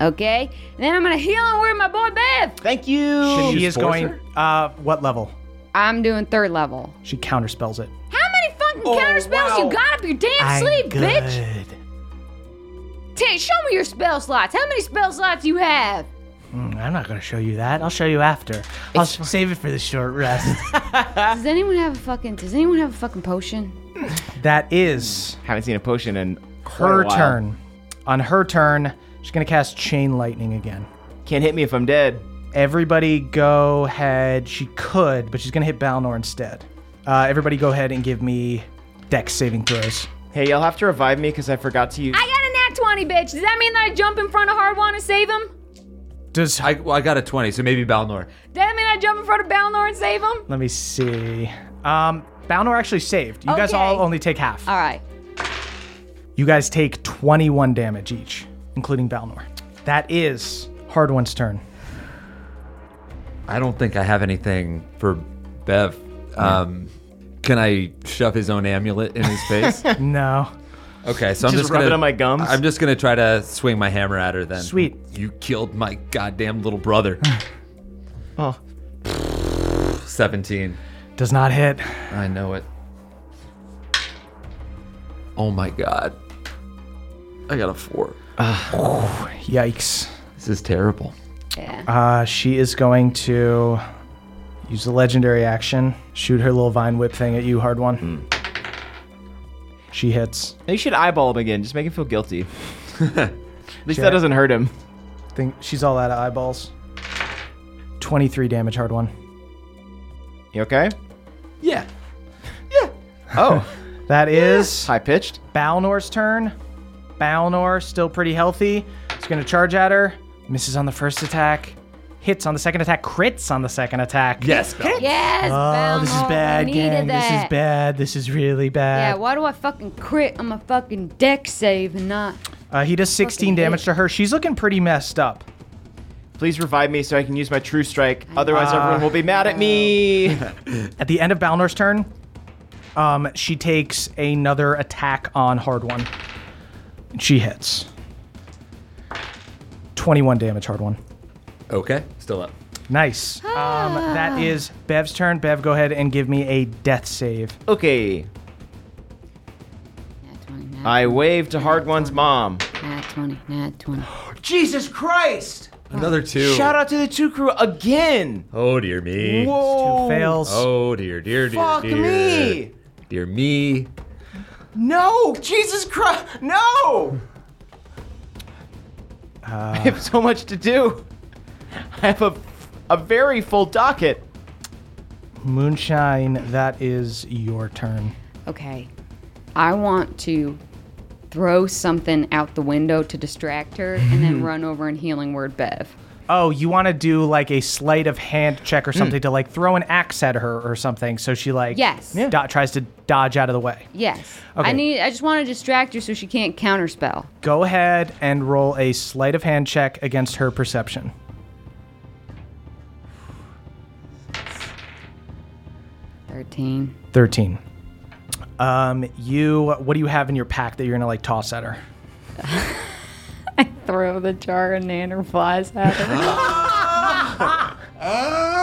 S4: Okay. And then I'm gonna heal and word my boy Bev!
S16: Thank you!
S1: She is going. Uh, what level?
S4: I'm doing third level.
S1: She counterspells it.
S4: How many fucking
S3: Oh,
S4: counter spells you got up your damn
S1: I'm
S4: sleeve, bitch?
S1: good.
S4: T- show me your spell slots. How many spell slots you have?
S15: Mm, I'm not gonna show you that. I'll show you after. I'll s- save it for the short rest.
S4: does anyone have a fucking? Does anyone have a fucking potion?
S1: That is
S16: Haven't seen a potion in quite
S1: her
S16: a while.
S1: turn. On her turn, she's gonna cast chain lightning again.
S16: Can't hit me if I'm dead.
S1: Everybody go ahead. She could, but she's gonna hit Balnor instead. Uh, everybody go ahead and give me dex saving throws.
S16: Hey, you'll have to revive me because I forgot to use.
S4: I got a nat 20, bitch. Does that mean that I jump in front of Hardwan and save him?
S1: Does
S3: I, well, I got a 20, so maybe Balnor.
S4: Does that mean I jump in front of Balnor and save him?
S1: Let me see. Um, Balnor actually saved. You guys
S4: Okay.
S1: all only take half.
S4: All right.
S1: You guys take 21 damage each, including Balnor. That is Hard One's turn.
S3: I don't think I have anything for Bev. Um, Can I shove his own amulet in his face?
S1: no.
S3: Okay, so I'm
S16: Just
S3: just
S16: rub
S3: gonna,
S16: it on my gums?
S3: I'm just gonna try to swing my hammer at her then.
S1: Sweet.
S3: You killed my goddamn little brother.
S16: Oh.
S3: Seventeen.
S1: Does not hit.
S3: I know it. Oh my god. I got a four.
S1: Yikes.
S3: This is terrible.
S1: Uh, she is going to use a legendary action, shoot her little vine whip thing at you, Hard One. She hits.
S16: You should eyeball him again. Just make him feel guilty. At least that doesn't hurt him.
S1: Think she's all out of eyeballs. 23 damage, Hard One.
S16: You okay?
S3: Yeah.
S16: Oh,
S1: That is
S16: high pitched.
S1: Balnor's turn. Balnor, still pretty healthy, is going to charge at her. Misses on the first attack. Hits on the second attack. Crits on the second attack.
S3: Yes. Balnor.
S4: Yes,
S15: oh,
S4: Balnor.
S15: this is
S4: I
S15: bad,
S4: needed
S15: gang. This is
S4: that.
S15: bad. This is really
S4: Yeah,
S15: bad.
S4: why do I fucking crit on my fucking deck save and not?
S1: Uh, he does 16
S4: Fucking
S1: damage to her. She's looking pretty messed up.
S16: Please revive me so I can use my true strike. Otherwise, everyone will be mad at me.
S1: At the end of Balnor's turn, um, she takes another attack on Hard One. She hits. 21 damage, Hard One.
S3: Okay. Still up.
S1: Nice. Um, that is Bev's turn. Bev, go ahead and give me a death save.
S16: okay.
S4: Nat 20, nat,
S16: I wave to Hard One's mom.
S4: nat 20, nat 20.
S16: Jesus Christ!
S3: Another two.
S16: Shout out to the two crew again.
S3: Oh dear me.
S16: Whoa!
S1: Fails.
S3: Oh dear, dear, dear,
S16: Fuck
S3: dear.
S16: me.
S3: Dear me.
S16: No! Jesus Christ! No! I have so much to do. I have a, a very full docket.
S1: Moonshine, that is your turn.
S4: Okay. I want to throw something out the window to distract her and then run over and healing word Bev.
S1: Oh, you want to do like a sleight of hand check or something to like throw an axe at her or something so she like
S4: Yes. Yeah.
S1: do- tries to dodge out of the way.
S4: Yes.
S1: Okay.
S4: I need I just want to distract her so she can't counterspell.
S1: Go ahead and roll a sleight of hand check against her perception.
S4: Thirteen.
S1: 13. Um, you what do you have in your pack that you're going to like toss at her?
S7: I throw the jar of nanner flies at her.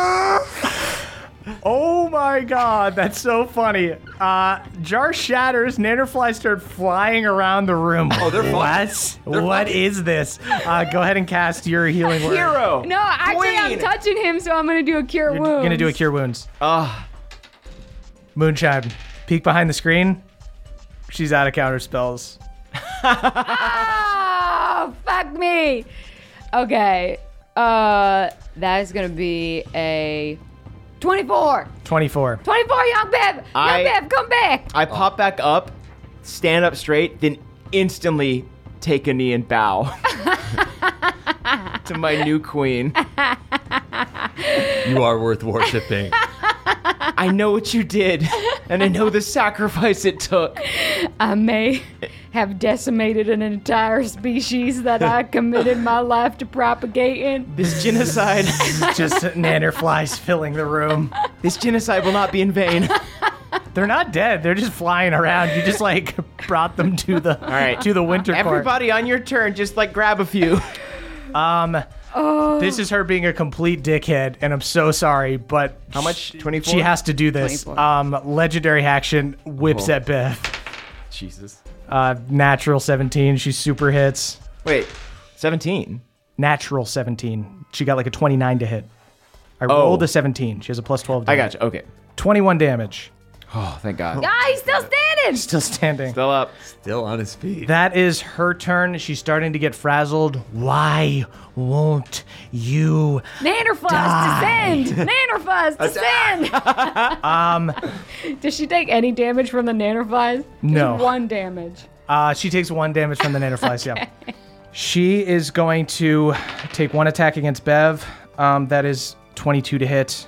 S1: Oh my god, that's so funny. Uh, jar shatters, nannerflies start flying around the room. Oh,
S3: they're
S1: What? What is this? Uh, go ahead and cast your healing word.
S7: No, actually, I'm
S1: Queen.
S7: touching him, so I'm gonna do a cure wound.
S1: You're gonna do a cure wounds. Ah. Moonshine, peek behind the screen. She's out of counter spells.
S7: Oh, fuck me. Okay. Uh, that is gonna be a 24.
S1: 24.
S7: 24, young Bib. Young
S5: I-
S7: Bib, come back.
S5: I pop back up, stand up straight, then instantly take a knee and bow to my new queen.
S3: You are worth worshiping.
S5: I know what you did, and I know the sacrifice it took.
S7: I may have decimated an entire species that I committed my life to propagating.
S5: This genocide.
S1: Just nannerflies filling the room.
S5: This genocide will not be in vain.
S1: They're not dead. They're just flying around. You just like brought them to the
S5: All right.
S1: to the winter court.
S5: Everybody on your turn, just like grab a few.
S1: Um,
S7: Oh.
S1: this is her being a complete dickhead, and I'm so sorry, but
S5: How much? 24?
S1: She has to do this.
S5: 24.
S1: Um, legendary action whips
S5: Cool.
S1: at Beth.
S5: Jesus.
S1: Uh, natural 17. She super hits.
S5: Wait, 17.
S1: Natural 17. She got like a 29 to hit. I
S5: Oh.
S1: rolled a 17. She has a plus 12.
S5: I
S1: Damage.
S5: got you. Okay.
S1: 21 damage.
S5: Oh, thank God.
S7: Ah, he's still standing.
S1: Still standing.
S5: Still up.
S3: Still on his feet.
S1: That is her turn. She's starting to get frazzled. Why won't you? Die.
S7: Nannerfuzz, descend. Nannerfuzz, descend.
S1: Um,
S7: Does she take any damage from the nannerflies?
S1: No.
S7: Just one damage.
S1: Uh, she takes one damage from the nanoflies. Yeah. She is going to take one attack against Bev. Um, that is 22 to hit.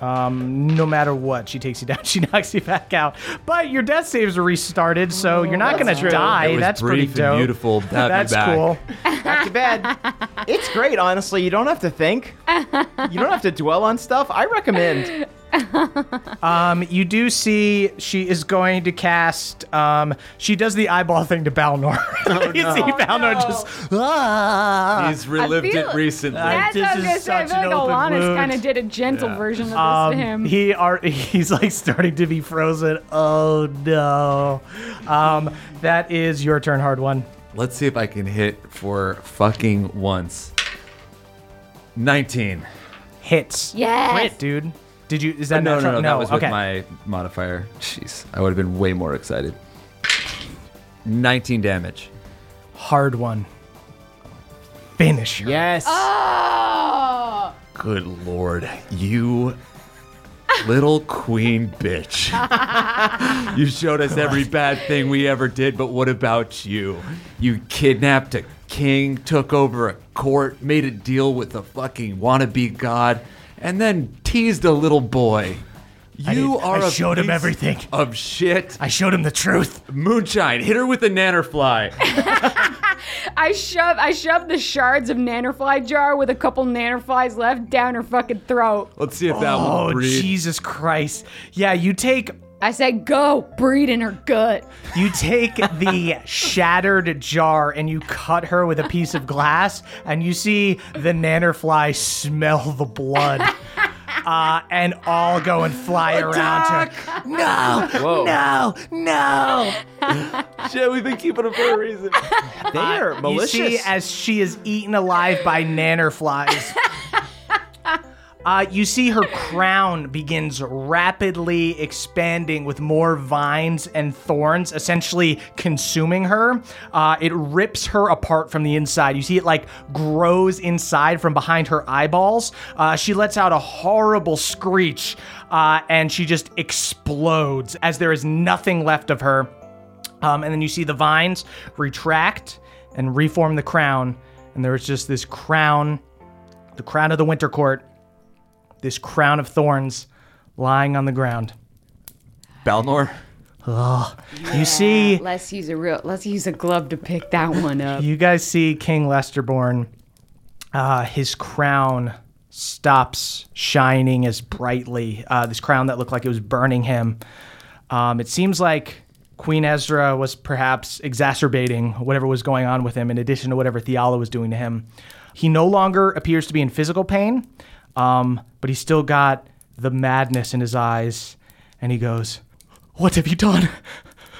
S1: Um, no matter what, she takes you down. She knocks you back out. But your death saves are restarted, so you're not
S5: That's
S1: going to
S5: true.
S1: die.
S3: That was
S1: That's
S3: brief
S1: pretty
S3: and
S1: dope.
S3: beautiful. Have you
S1: That's
S3: back.
S1: cool.
S5: Back to bed. It's great, honestly. You don't have to think. You don't have to dwell on stuff. I recommend.
S1: Um, you do see she is going to cast. Um, she does the eyeball thing to Balnor. you see
S7: Oh,
S1: Balnor just. Ah.
S3: Oh, He's relived
S7: feel-
S3: it recently.
S7: That's what I was gonna say. I feel like Alanis kind
S1: wound.
S7: of did a gentle version of this to him.
S1: Um, He are he's like starting to be frozen. Oh no. Um, that is your turn, hard one.
S3: Let's see if I can hit for fucking once. 19.
S1: Hits.
S7: Yes.
S1: Crit, dude. Did you? Is that
S3: no, no,
S1: natural?
S3: no, That was
S1: okay.
S3: with my modifier. Jeez, I would have been way more excited. 19 damage.
S1: Hard one. Finish.
S5: Yes.
S7: Oh!
S3: Good lord, you little queen bitch. you showed us every bad thing we ever did, but what about you? You kidnapped a king, took over a court, made a deal with a fucking wannabe god, and then teased a little boy.
S1: I did-
S3: You are
S1: I
S3: a
S1: showed him
S3: piece
S1: everything.
S3: of shit.
S1: I showed him the truth.
S3: Moonshine, hit her with a nannerfly.
S7: I shove I shove the shards of nannerfly jar with a couple nannerflies left down her fucking throat.
S3: Let's see if that
S1: Oh
S3: will breathe.
S1: Jesus Christ! Yeah, you take
S7: I say, go breed in her gut.
S1: You take the shattered jar and you cut her with a piece of glass, and you see the nannerfly smell the blood. Uh, and all go and fly around her. No,
S5: Whoa.
S1: no, no.
S3: Shit, we've been keeping them for a reason.
S5: They are
S1: Uh,
S5: malicious.
S1: You see, as she is eaten alive by nannerflies, uh, you see her crown begins rapidly expanding with more vines and thorns, essentially consuming her. Uh, it rips her apart from the inside. You see, it like grows inside from behind her eyeballs. Uh, she lets out a horrible screech, uh, and she just explodes as there is nothing left of her. Um, and then you see the vines retract and reform the crown. And there is just this crown, the crown of the winter court, this crown of thorns lying on the ground.
S3: Balnor.
S1: Ugh. You see,
S7: Let's use a real let's use a glove to pick that one up.
S4: Uh,
S1: you guys see King Lesterborn, uh, his crown stops shining as brightly. Uh, this crown that looked like it was burning him. Um, it seems like Queen Ezra was perhaps exacerbating whatever was going on with him, in addition to whatever Theala was doing to him. He no longer appears to be in physical pain, um, but he's still got the madness in his eyes, and he goes, What have you done?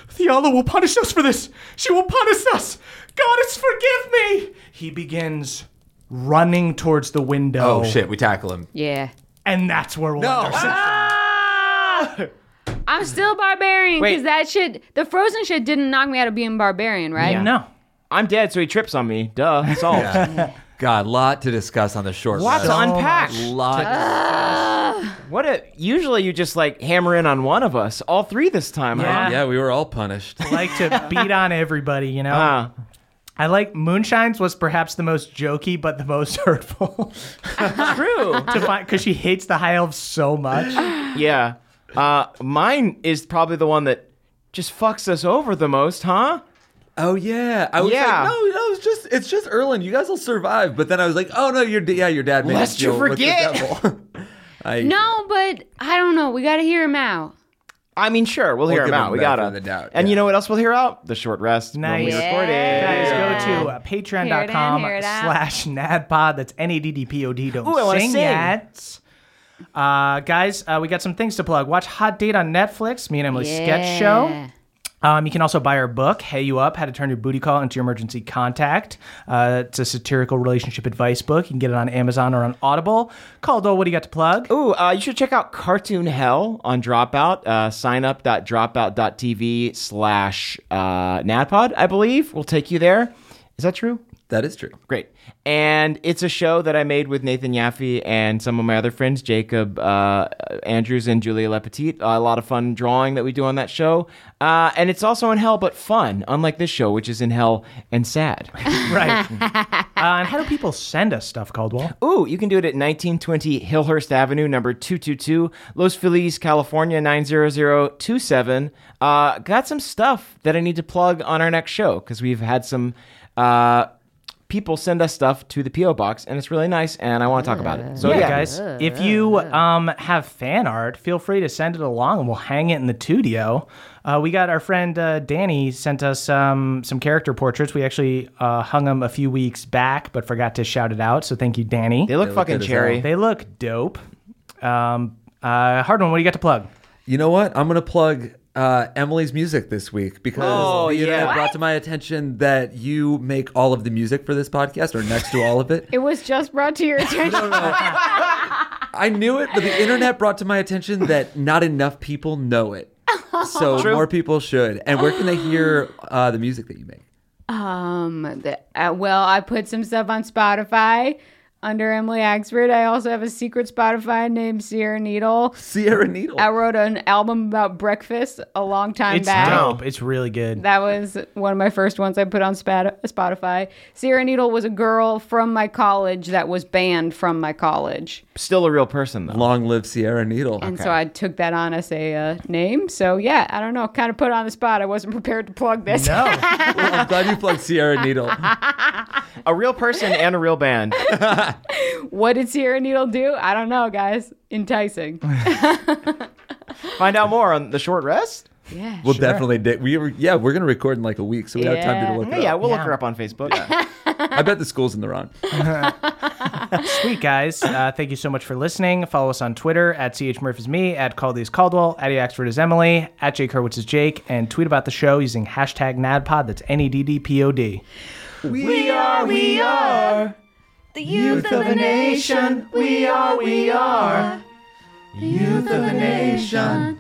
S1: Theala will punish us for this. She will punish us. Goddess, forgive me. He begins running towards the window.
S3: Oh, shit, we tackle him.
S7: Yeah.
S1: And that's where we'll end our session.
S7: I'm still barbarian
S5: Wait.
S7: because that shit, the frozen shit didn't knock me out of being barbarian, right?
S5: I'm dead, so he trips on me. Duh. Solved.
S3: God, lot to discuss on the short
S5: Lot to
S3: rest.
S5: unpack.
S3: Lot.
S5: What a. Usually you just like hammer in on one of us. All three this time.
S1: Yeah.
S5: Huh?
S1: Yeah,
S3: we were all punished.
S1: like to beat on everybody, you know?
S3: Ah.
S1: I like Moonshine's was perhaps the most jokey, but the most hurtful.
S5: True.
S1: Because she hates the high elves so much.
S5: Yeah. Uh, mine is probably the one that just fucks us over the most, huh?
S3: Oh yeah, I was
S5: yeah.
S3: like, no, no, it's just it's just Erlen. You guys will survive. But then I was like, oh no, your d- yeah, your dad made us
S5: Lest you
S3: deal with the
S5: forget.
S3: devil. I,
S7: No, but I don't know. We got to hear him out.
S5: I mean, sure, we'll, hear
S3: give
S5: him out.
S3: him
S5: We
S3: the
S5: gotta.
S3: benefit of the doubt,
S5: and you know what else we'll hear out? The short rest when we
S1: Nice.
S5: record it.
S1: Guys, go to uh,
S7: Hear it out,
S1: patreon.com
S7: hear it out.
S1: slash nadpod. That's N-A-D-D-P-O-D. Don't
S7: Ooh, I wanna
S1: sing,
S7: sing.
S1: yet. Uh, guys, uh, we got some things to plug. Watch Hot Date on Netflix, me and Emily's sketch
S7: Yeah.
S1: show. Um, you can also buy our book, Hey You Up, How to Turn Your Booty Call into Your Emergency Contact. Uh, it's a satirical relationship advice book. You can get it on Amazon or on Audible. Caldwell, what do you got to plug?
S5: Ooh, uh, you should check out Cartoon Hell on Dropout. Uh, sign up dot dropout.tv slash uh, NADPOD, I believe. We'll take you there. Is that true?
S3: That is true.
S5: Great. And it's a show that I made with Nathan Yaffe and some of my other friends, Jacob uh, Andrews and Julia Lepetit. a lot of fun drawing that we do on that show. Uh, and it's also in hell, but fun, unlike this show, which is in hell and sad.
S1: Right. uh, and how do people send us stuff, Caldwell?
S5: Ooh, you can do it at 1920 Hillhurst Avenue, number 222, Los Feliz, California, 90027. Uh, got some stuff that I need to plug on our next show because we've had some uh, people send us stuff to the P.O. box, and it's really nice, and I want to talk about it. So,
S1: yeah,
S5: yeah,
S1: guys, if you um, have fan art, feel free to send it along, and we'll hang it in the studio. Uh, we got our friend uh, Danny sent us um, some character portraits. We actually uh, hung them a few weeks back, but forgot to shout it out. So thank you, Danny. They
S5: look They look fucking good as cherry. hell.
S1: They look dope. Um, uh, hard one. What do you got to plug?
S3: You know what? I'm gonna plug uh, Emily's music this week because
S1: Oh,
S3: the internet
S1: yeah.
S3: brought to my attention that you make all of the music for this podcast or next to all of it.
S7: It was just brought to your attention.
S3: I knew it, but the internet brought to my attention that not enough people know it. So
S7: True.
S3: more people should. And where can they hear uh, the music that you make?
S7: Um, the, uh, well, I put some stuff on Spotify under Emily Axford. I also have a secret Spotify named Sierra Needle.
S3: Sierra Needle.
S7: I wrote an album about breakfast a long time
S1: it's
S7: back.
S1: dope. It's really good.
S7: That was one of my first ones I put on Spat- Spotify. Sierra Needle was a girl from my college that was banned from my college.
S5: Still a real person, though.
S3: Long live Sierra Needle.
S7: And so I took that on as a uh, name. So yeah, I don't know, kind of put it on the spot. I wasn't prepared to plug this.
S3: No. I'm glad you plugged Sierra Needle.
S5: a real person and a real band.
S7: what did Sierra Needle do? I don't know, guys. Enticing.
S5: Find out more on The Short Rest.
S7: Yeah.
S3: We'll definitely dig. We were, yeah, we're gonna record in like a week, so we have time
S7: Yeah.
S3: to look.
S7: Yeah,
S5: we'll look
S7: Yeah.
S5: her up on Facebook.
S3: I bet the school's in the wrong.
S1: Sweet guys, uh, thank you so much for listening. Follow us on Twitter at chmurph is me, at Caldy is Caldwell, at Axford is Emily, at Jake Hurwitz is Jake, and tweet about the show using hashtag NADPOD. That's N E D D P O D.
S15: We are, we are
S10: the
S15: youth of a nation. We are, we are the youth of a nation.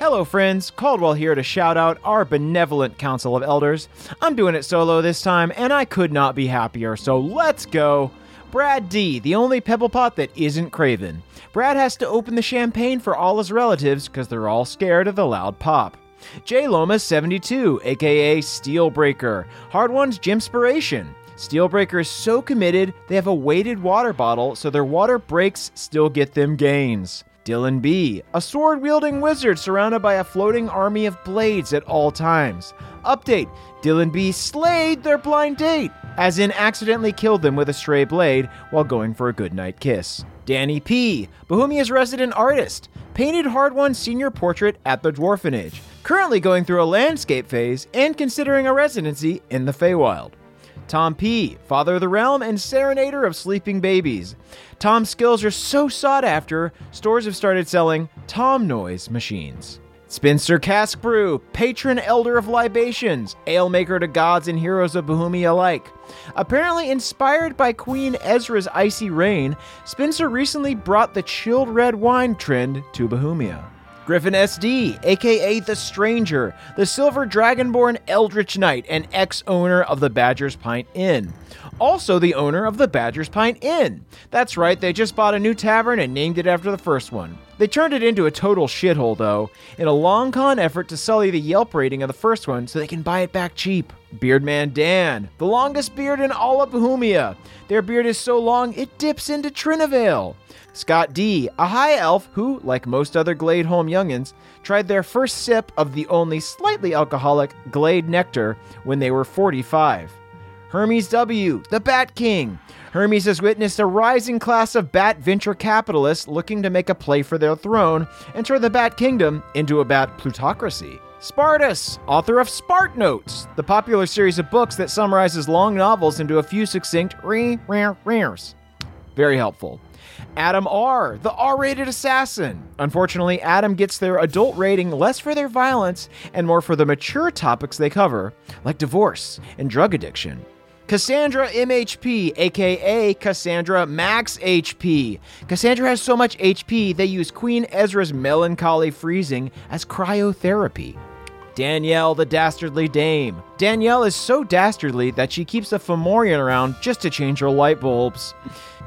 S5: Hello, friends. Caldwell here to shout out our benevolent Council of Elders. I'm doing it solo this time, and I could not be happier, so let's go. Brad D., the only pebble pot that isn't Craven. Brad has to open the champagne for all his relatives because they're all scared of the loud pop. J. Lomas 72, aka Steelbreaker. Hard One's Jimspiration. Steelbreaker is so committed, they have a weighted water bottle, so their water breaks still get them gains. Dylan B, a sword wielding wizard surrounded by a floating army of blades at all times. Update Dylan B slayed their blind date, as in accidentally killed them with a stray blade while going for a goodnight kiss. Danny P, Bohemia's resident artist. painted Hard One's senior portrait at the Dwarfenage, currently going through a landscape phase and considering a residency in the Feywild. Tom P., Father of the Realm and Serenader of Sleeping Babies. Tom's skills are so sought after, stores have started selling Tom Noise machines. Spinster Cask Brew, patron elder of libations, ale maker to gods and heroes of Bohemia alike. Apparently inspired by Queen Ezra's icy reign, Spencer recently brought the chilled red wine trend to Bohemia. Griffin SD, aka The Stranger, the Silver Dragonborn Eldritch Knight and ex owner of the Badger's Pint Inn. Also the owner of the Badger's Pint Inn. That's right, they just bought a new tavern and named it after the first one. They turned it into a total shithole, though, in a long con effort to sully the Yelp rating of the first one so they can buy it back cheap. Beardman Dan, the longest beard in all of Bohemia. Their beard is so long it dips into Trinivale. Scott D, a high elf who, like most other Glade home youngins, tried their first sip of the only slightly alcoholic Glade nectar when they were 45. Hermes W, the Bat King. Hermes has witnessed a rising class of bat venture capitalists looking to make a play for their throne and turn the Bat Kingdom into a bat plutocracy. Spartus, author of Spart Notes, the popular series of books that summarizes long novels into a few succinct re rare rares. Very helpful. Adam R., the R rated assassin. Unfortunately, Adam gets their adult rating less for their violence and more for the mature topics they cover, like divorce and drug addiction. Cassandra MHP, aka Cassandra Max HP. Cassandra has so much HP, they use Queen Ezra's melancholy freezing as cryotherapy. Danielle the Dastardly Dame. Danielle is so dastardly that she keeps a Fomorian around just to change her light bulbs.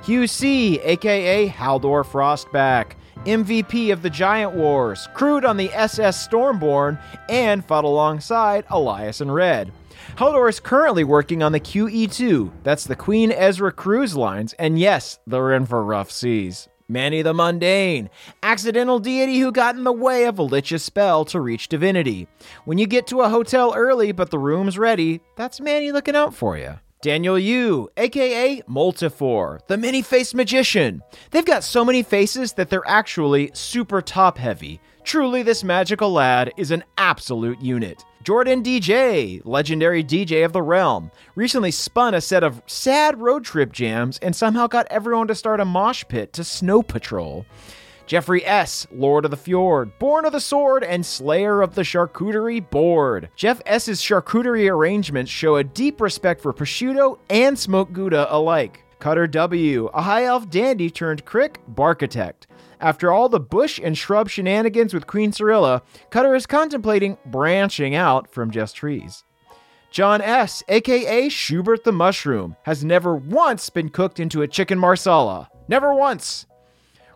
S5: Hugh C, aka Haldor Frostback, MVP of the Giant Wars, crewed on the SS Stormborn, and fought alongside Elias and Red. Haldor is currently working on the QE2, that's the Queen Ezra Cruise Lines, and yes, they're in for rough seas. Manny the Mundane, accidental deity who got in the way of a lich's spell to reach divinity. When you get to a hotel early but the room's ready, that's Manny looking out for you. Daniel Yu, aka Multifor, the many faced magician. They've got so many faces that they're actually super top heavy. Truly, this magical lad is an absolute unit. Jordan DJ, legendary DJ of the realm, recently spun a set of sad road trip jams and somehow got everyone to start a mosh pit to snow patrol. Jeffrey S., Lord of the Fjord, Born of the Sword, and Slayer of the Charcuterie Board. Jeff S.'s charcuterie arrangements show a deep respect for prosciutto and smoked gouda alike. Cutter W., a high elf dandy turned crick barkitect. After all the bush and shrub shenanigans with Queen Cirilla, Cutter is contemplating branching out from just trees. John S., aka Schubert the Mushroom, has never once been cooked into a chicken marsala. Never once.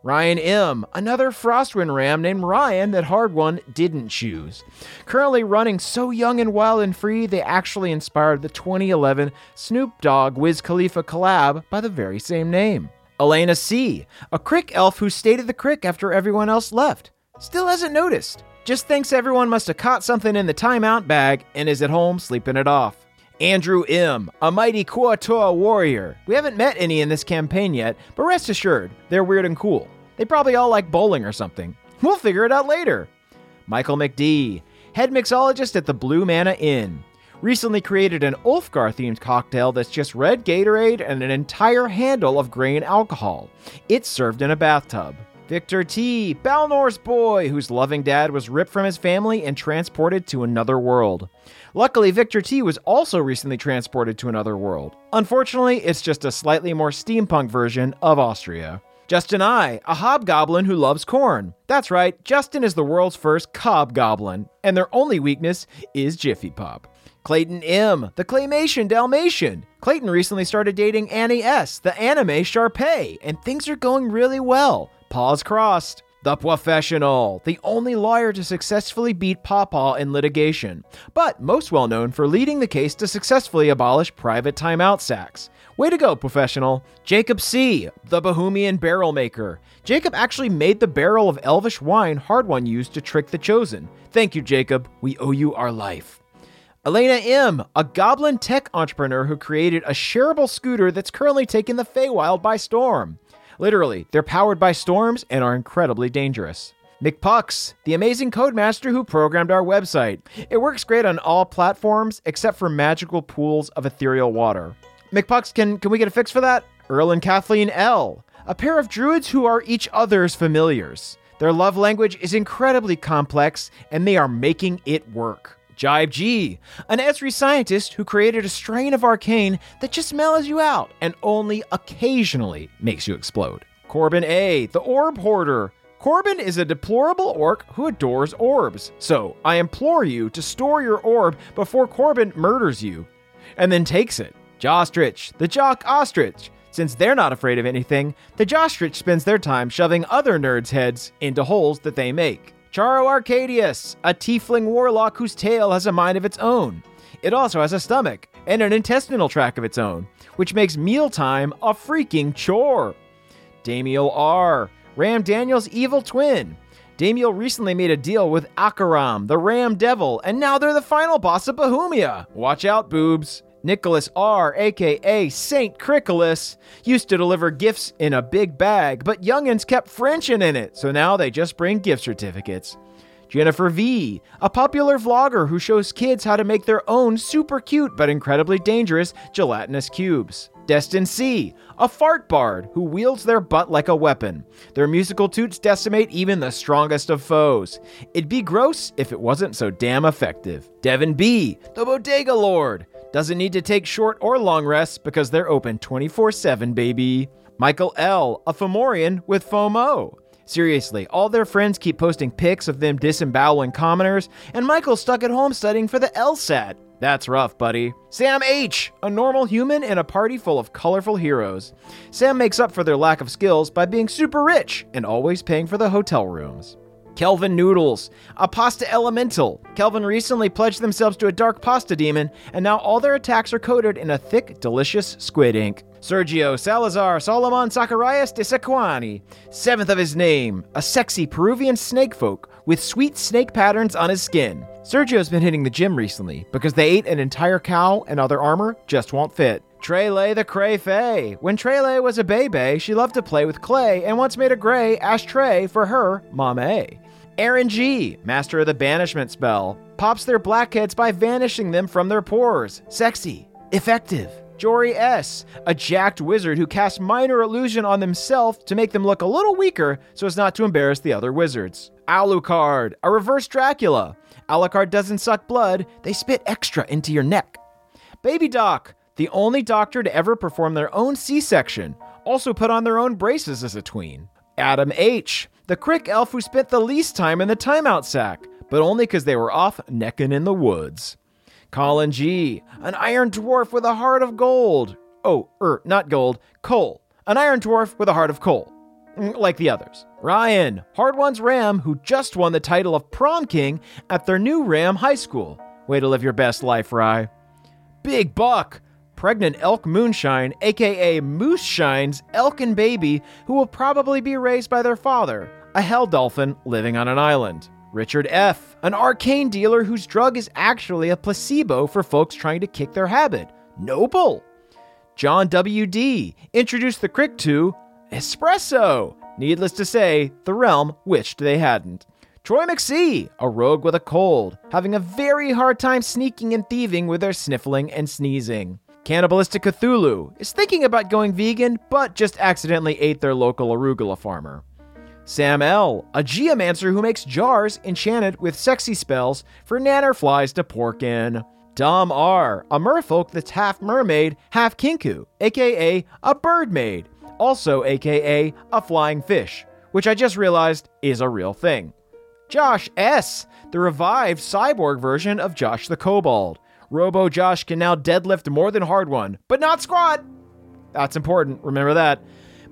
S5: Ryan M., another Frostwind ram named Ryan that Hard One didn't choose. Currently running So Young and Wild and Free, they actually inspired the 2011 Snoop Dogg Wiz Khalifa collab by the very same name. Elena C., a crick elf who stayed at the crick after everyone else left. Still hasn't noticed. Just thinks everyone must have caught something in the timeout bag and is at home sleeping it off. Andrew M., a mighty Kuatoa warrior. We haven't met any in this campaign yet, but rest assured, they're weird and cool. They probably all like bowling or something. We'll figure it out later. Michael McD., head mixologist at the Blue Manna Inn. Recently created an Ulfgar themed cocktail that's just red Gatorade and an entire handle of grain alcohol. It's served in a bathtub. Victor T., Balnor's boy, whose loving dad was ripped from his family and transported to another world. Luckily, Victor T was also recently transported to another world. Unfortunately, it's just a slightly more steampunk version of Austria. Justin I, a hobgoblin who loves corn. That's right, Justin is the world's first cobgoblin, and their only weakness is Jiffy Pop. Clayton M, the claymation Dalmatian. Clayton recently started dating Annie S, the anime Sharpay, and things are going really well paws crossed. The professional, the only lawyer to successfully beat Pawpaw in litigation, but most well known for leading the case to successfully abolish private timeout sacks. Way to go, professional. Jacob C., the Bohemian barrel maker. Jacob actually made the barrel of elvish wine Hard One used to trick the chosen. Thank you, Jacob. We owe you our life. Elena M., a goblin tech entrepreneur who created a shareable scooter that's currently taking the Feywild by storm. Literally, they're powered by storms and are incredibly dangerous. McPucks, the amazing codemaster who programmed our website. It works great on all platforms except for magical pools of ethereal water. McPucks, can, can we get a fix for that? Earl and Kathleen L., a pair of druids who are each other's familiars. Their love language is incredibly complex, and they are making it work. Jibe G, an Esri scientist who created a strain of arcane that just mellows you out and only occasionally makes you explode. Corbin A, the orb hoarder. Corbin is a deplorable orc who adores orbs, so I implore you to store your orb before Corbin murders you and then takes it. Jostrich, the jock ostrich. Since they're not afraid of anything, the Jostrich spends their time shoving other nerds' heads into holes that they make. Charo Arcadius, a tiefling warlock whose tail has a mind of its own. It also has a stomach and an intestinal tract of its own, which makes mealtime a freaking chore. Damiel R., Ram Daniel's evil twin. Damiel recently made a deal with Akaram, the Ram Devil, and now they're the final boss of Bohemia. Watch out, boobs. Nicholas R., aka Saint Cricolas, used to deliver gifts in a big bag, but youngins kept Frenchin in it, so now they just bring gift certificates. Jennifer V., a popular vlogger who shows kids how to make their own super cute but incredibly dangerous gelatinous cubes. Destin C., a fart bard who wields their butt like a weapon. Their musical toots decimate even the strongest of foes. It'd be gross if it wasn't so damn effective. Devin B., the bodega lord, doesn't need to take short or long rests because they're open 24 7, baby. Michael L., a Fomorian with FOMO. Seriously, all their friends keep posting pics of them disemboweling commoners, and Michael's stuck at home studying for the LSAT. That's rough, buddy. Sam H., a normal human in a party full of colorful heroes. Sam makes up for their lack of skills by being super rich and always paying for the hotel rooms. Kelvin Noodles, a pasta elemental. Kelvin recently pledged themselves to a dark pasta demon, and now all their attacks are coated in a thick, delicious squid ink. Sergio Salazar Solomon Zacharias de Sequani, seventh of his name, a sexy Peruvian snake folk with sweet snake patterns on his skin. Sergio's been hitting the gym recently because they ate an entire cow and other armor just won't fit. Trele the Cray Fay. When Trele was a baby, she loved to play with clay and once made a gray ashtray for her Mom A. Aaron G., master of the banishment spell, pops their blackheads by vanishing them from their pores. Sexy, effective. Jory S., a jacked wizard who casts minor illusion on himself to make them look a little weaker so as not to embarrass the other wizards. Alucard, a reverse Dracula. Alucard doesn't suck blood, they spit extra into your neck. Baby Doc, the only doctor to ever perform their own C section, also put on their own braces as a tween. Adam H., the crick elf who spent the least time in the timeout sack, but only because they were off necking in the woods. Colin G., an iron dwarf with a heart of gold. Oh, er, not gold, coal. An iron dwarf with a heart of coal. Mm, Like the others. Ryan, Hard One's Ram, who just won the title of prom king at their new Ram High School. Way to live your best life, Rye. Big Buck, pregnant elk moonshine, aka Moose Shine's elkin baby, who will probably be raised by their father, a hell dolphin living on an island. Richard F., an arcane dealer whose drug is actually a placebo for folks trying to kick their habit. Noble. John W.D. introduced the Crick to Espresso. Needless to say, the realm wished they hadn't. Troy McSee, a rogue with a cold, having a very hard time sneaking and thieving with their sniffling and sneezing. Cannibalistic Cthulhu is thinking about going vegan, but just accidentally ate their local arugula farmer. Sam L., a geomancer who makes jars enchanted with sexy spells for nanner flies to pork in. Dom R., a merfolk that's half mermaid, half kinku, aka a bird maid, also aka a flying fish, which I just realized is a real thing. Josh S., the revived cyborg version of Josh the Kobold. Robo Josh can now deadlift more than hard one, but not squat. That's important, remember that.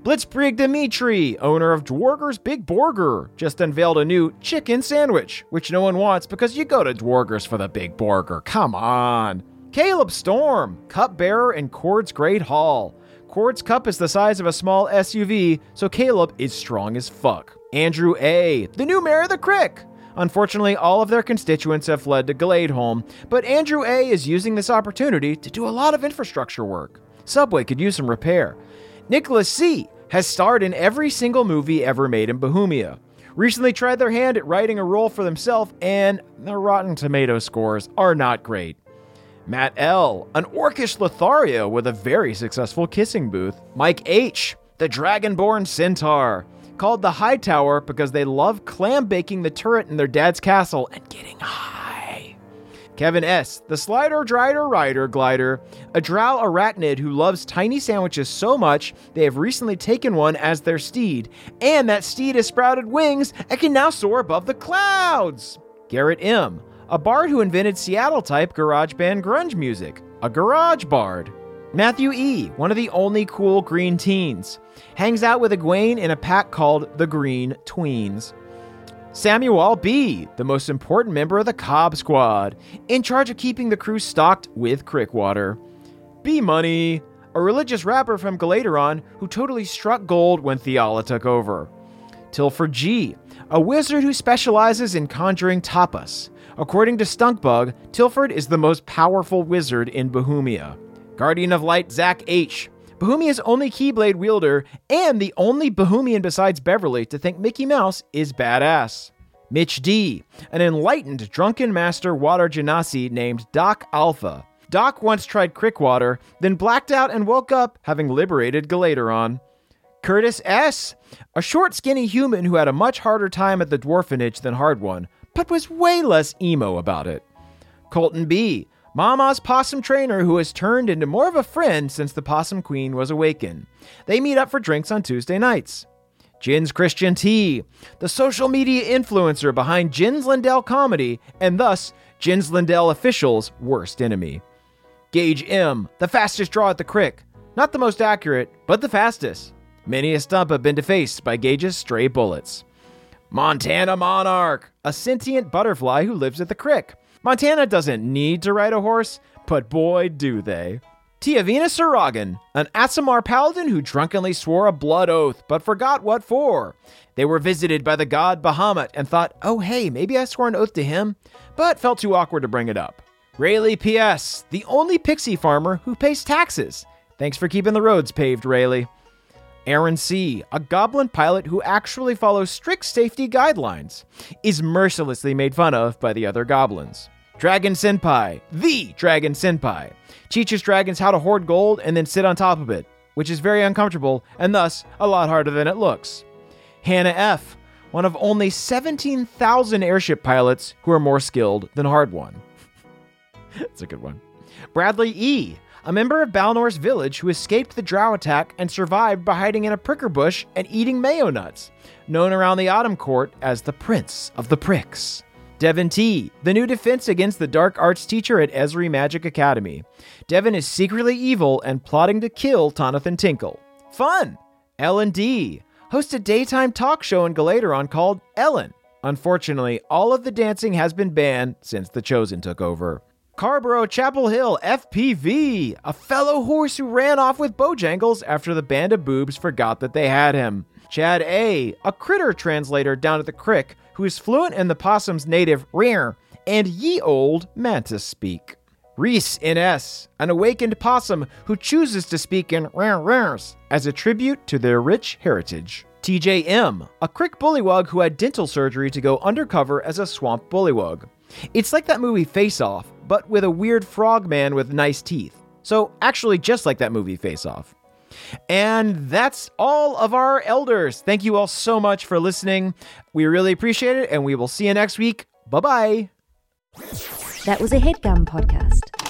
S5: Blitzkrieg Dimitri, owner of Dwarger's Big Borger, just unveiled a new chicken sandwich, which no one wants because you go to Dwarger's for the Big Borger. Come on. Caleb Storm, cupbearer in Cord's Great Hall. Cord's cup is the size of a small SUV, so Caleb is strong as fuck. Andrew A., the new mayor of the Crick. Unfortunately, all of their constituents have fled to Gladeholm, but Andrew A. is using this opportunity to do a lot of infrastructure work. Subway could use some repair. Nicholas C. has starred in every single movie ever made in Bohemia. recently tried their hand at writing a role for themselves, and their Rotten Tomato scores are not great. Matt L., an orcish Lothario with a very successful kissing booth. Mike H., the Dragonborn Centaur, called the High Tower because they love clam baking the turret in their dad's castle and getting high. Kevin S., the Slider Drider Rider Glider, a drow arachnid who loves tiny sandwiches so much they have recently taken one as their steed, and that steed has sprouted wings and can now soar above the clouds. Garrett M., a bard who invented Seattle type garage band grunge music, a garage bard. Matthew E., one of the only cool green teens, hangs out with Egwene in a pack called the Green Tweens. Samuel B., the most important member of the Cobb Squad, in charge of keeping the crew stocked with crick water. B Money, a religious rapper from Galateron who totally struck gold when Theala took over. Tilford G., a wizard who specializes in conjuring tapas. According to Stunkbug, Tilford is the most powerful wizard in Bohemia. Guardian of Light Zach H., Bohemia's only Keyblade wielder and the only Bohemian besides Beverly to think Mickey Mouse is badass. Mitch D., an enlightened drunken master water genasi named Doc Alpha. Doc once tried crick water, then blacked out and woke up having liberated Galateron. Curtis S., a short, skinny human who had a much harder time at the dwarfenage than Hard One, but was way less emo about it. Colton B., Mama's possum trainer who has turned into more of a friend since the possum queen was awakened. They meet up for drinks on Tuesday nights. Jins Christian T., the social media influencer behind Jins Lindell comedy and thus Jins Lindell official's worst enemy. Gage M., the fastest draw at the crick. Not the most accurate, but the fastest. Many a stump have been defaced by Gage's stray bullets. Montana Monarch, a sentient butterfly who lives at the crick. Montana doesn't need to ride a horse, but boy, do they. Tiavina Saragan, an Asimar paladin who drunkenly swore a blood oath but forgot what for. They were visited by the god Bahamut and thought, oh hey, maybe I swore an oath to him, but felt too awkward to bring it up. Rayleigh P.S., the only pixie farmer who pays taxes. Thanks for keeping the roads paved, Rayleigh. Aaron C., a goblin pilot who actually follows strict safety guidelines, is mercilessly made fun of by the other goblins. Dragon Senpai, the Dragon Senpai, teaches dragons how to hoard gold and then sit on top of it, which is very uncomfortable and thus a lot harder than it looks. Hannah F., one of only 17,000 airship pilots who are more skilled than Hard One. That's a good one. Bradley E., a member of Balnor's village who escaped the drow attack and survived by hiding in a pricker bush and eating mayo nuts, known around the Autumn Court as the Prince of the Pricks. Devin T., the new defense against the dark arts teacher at Esri Magic Academy. Devin is secretly evil and plotting to kill Tonathan Tinkle. Fun! Ellen D. hosts a daytime talk show in Galateron called Ellen. Unfortunately, all of the dancing has been banned since The Chosen took over. Carborough Chapel Hill FPV, a fellow horse who ran off with Bojangles after the band of boobs forgot that they had him. Chad A, a critter translator down at the crick who is fluent in the possum's native rear and ye old mantis speak. Reese NS, an awakened possum who chooses to speak in rare rares as a tribute to their rich heritage. TJM, a crick bullywug who had dental surgery to go undercover as a swamp bullywug. It's like that movie Face Off, but with a weird frog man with nice teeth. So, actually, just like that movie Face Off. And that's all of our elders. Thank you all so much for listening. We really appreciate it, and we will see you next week. Bye bye.
S10: That was a headgum podcast.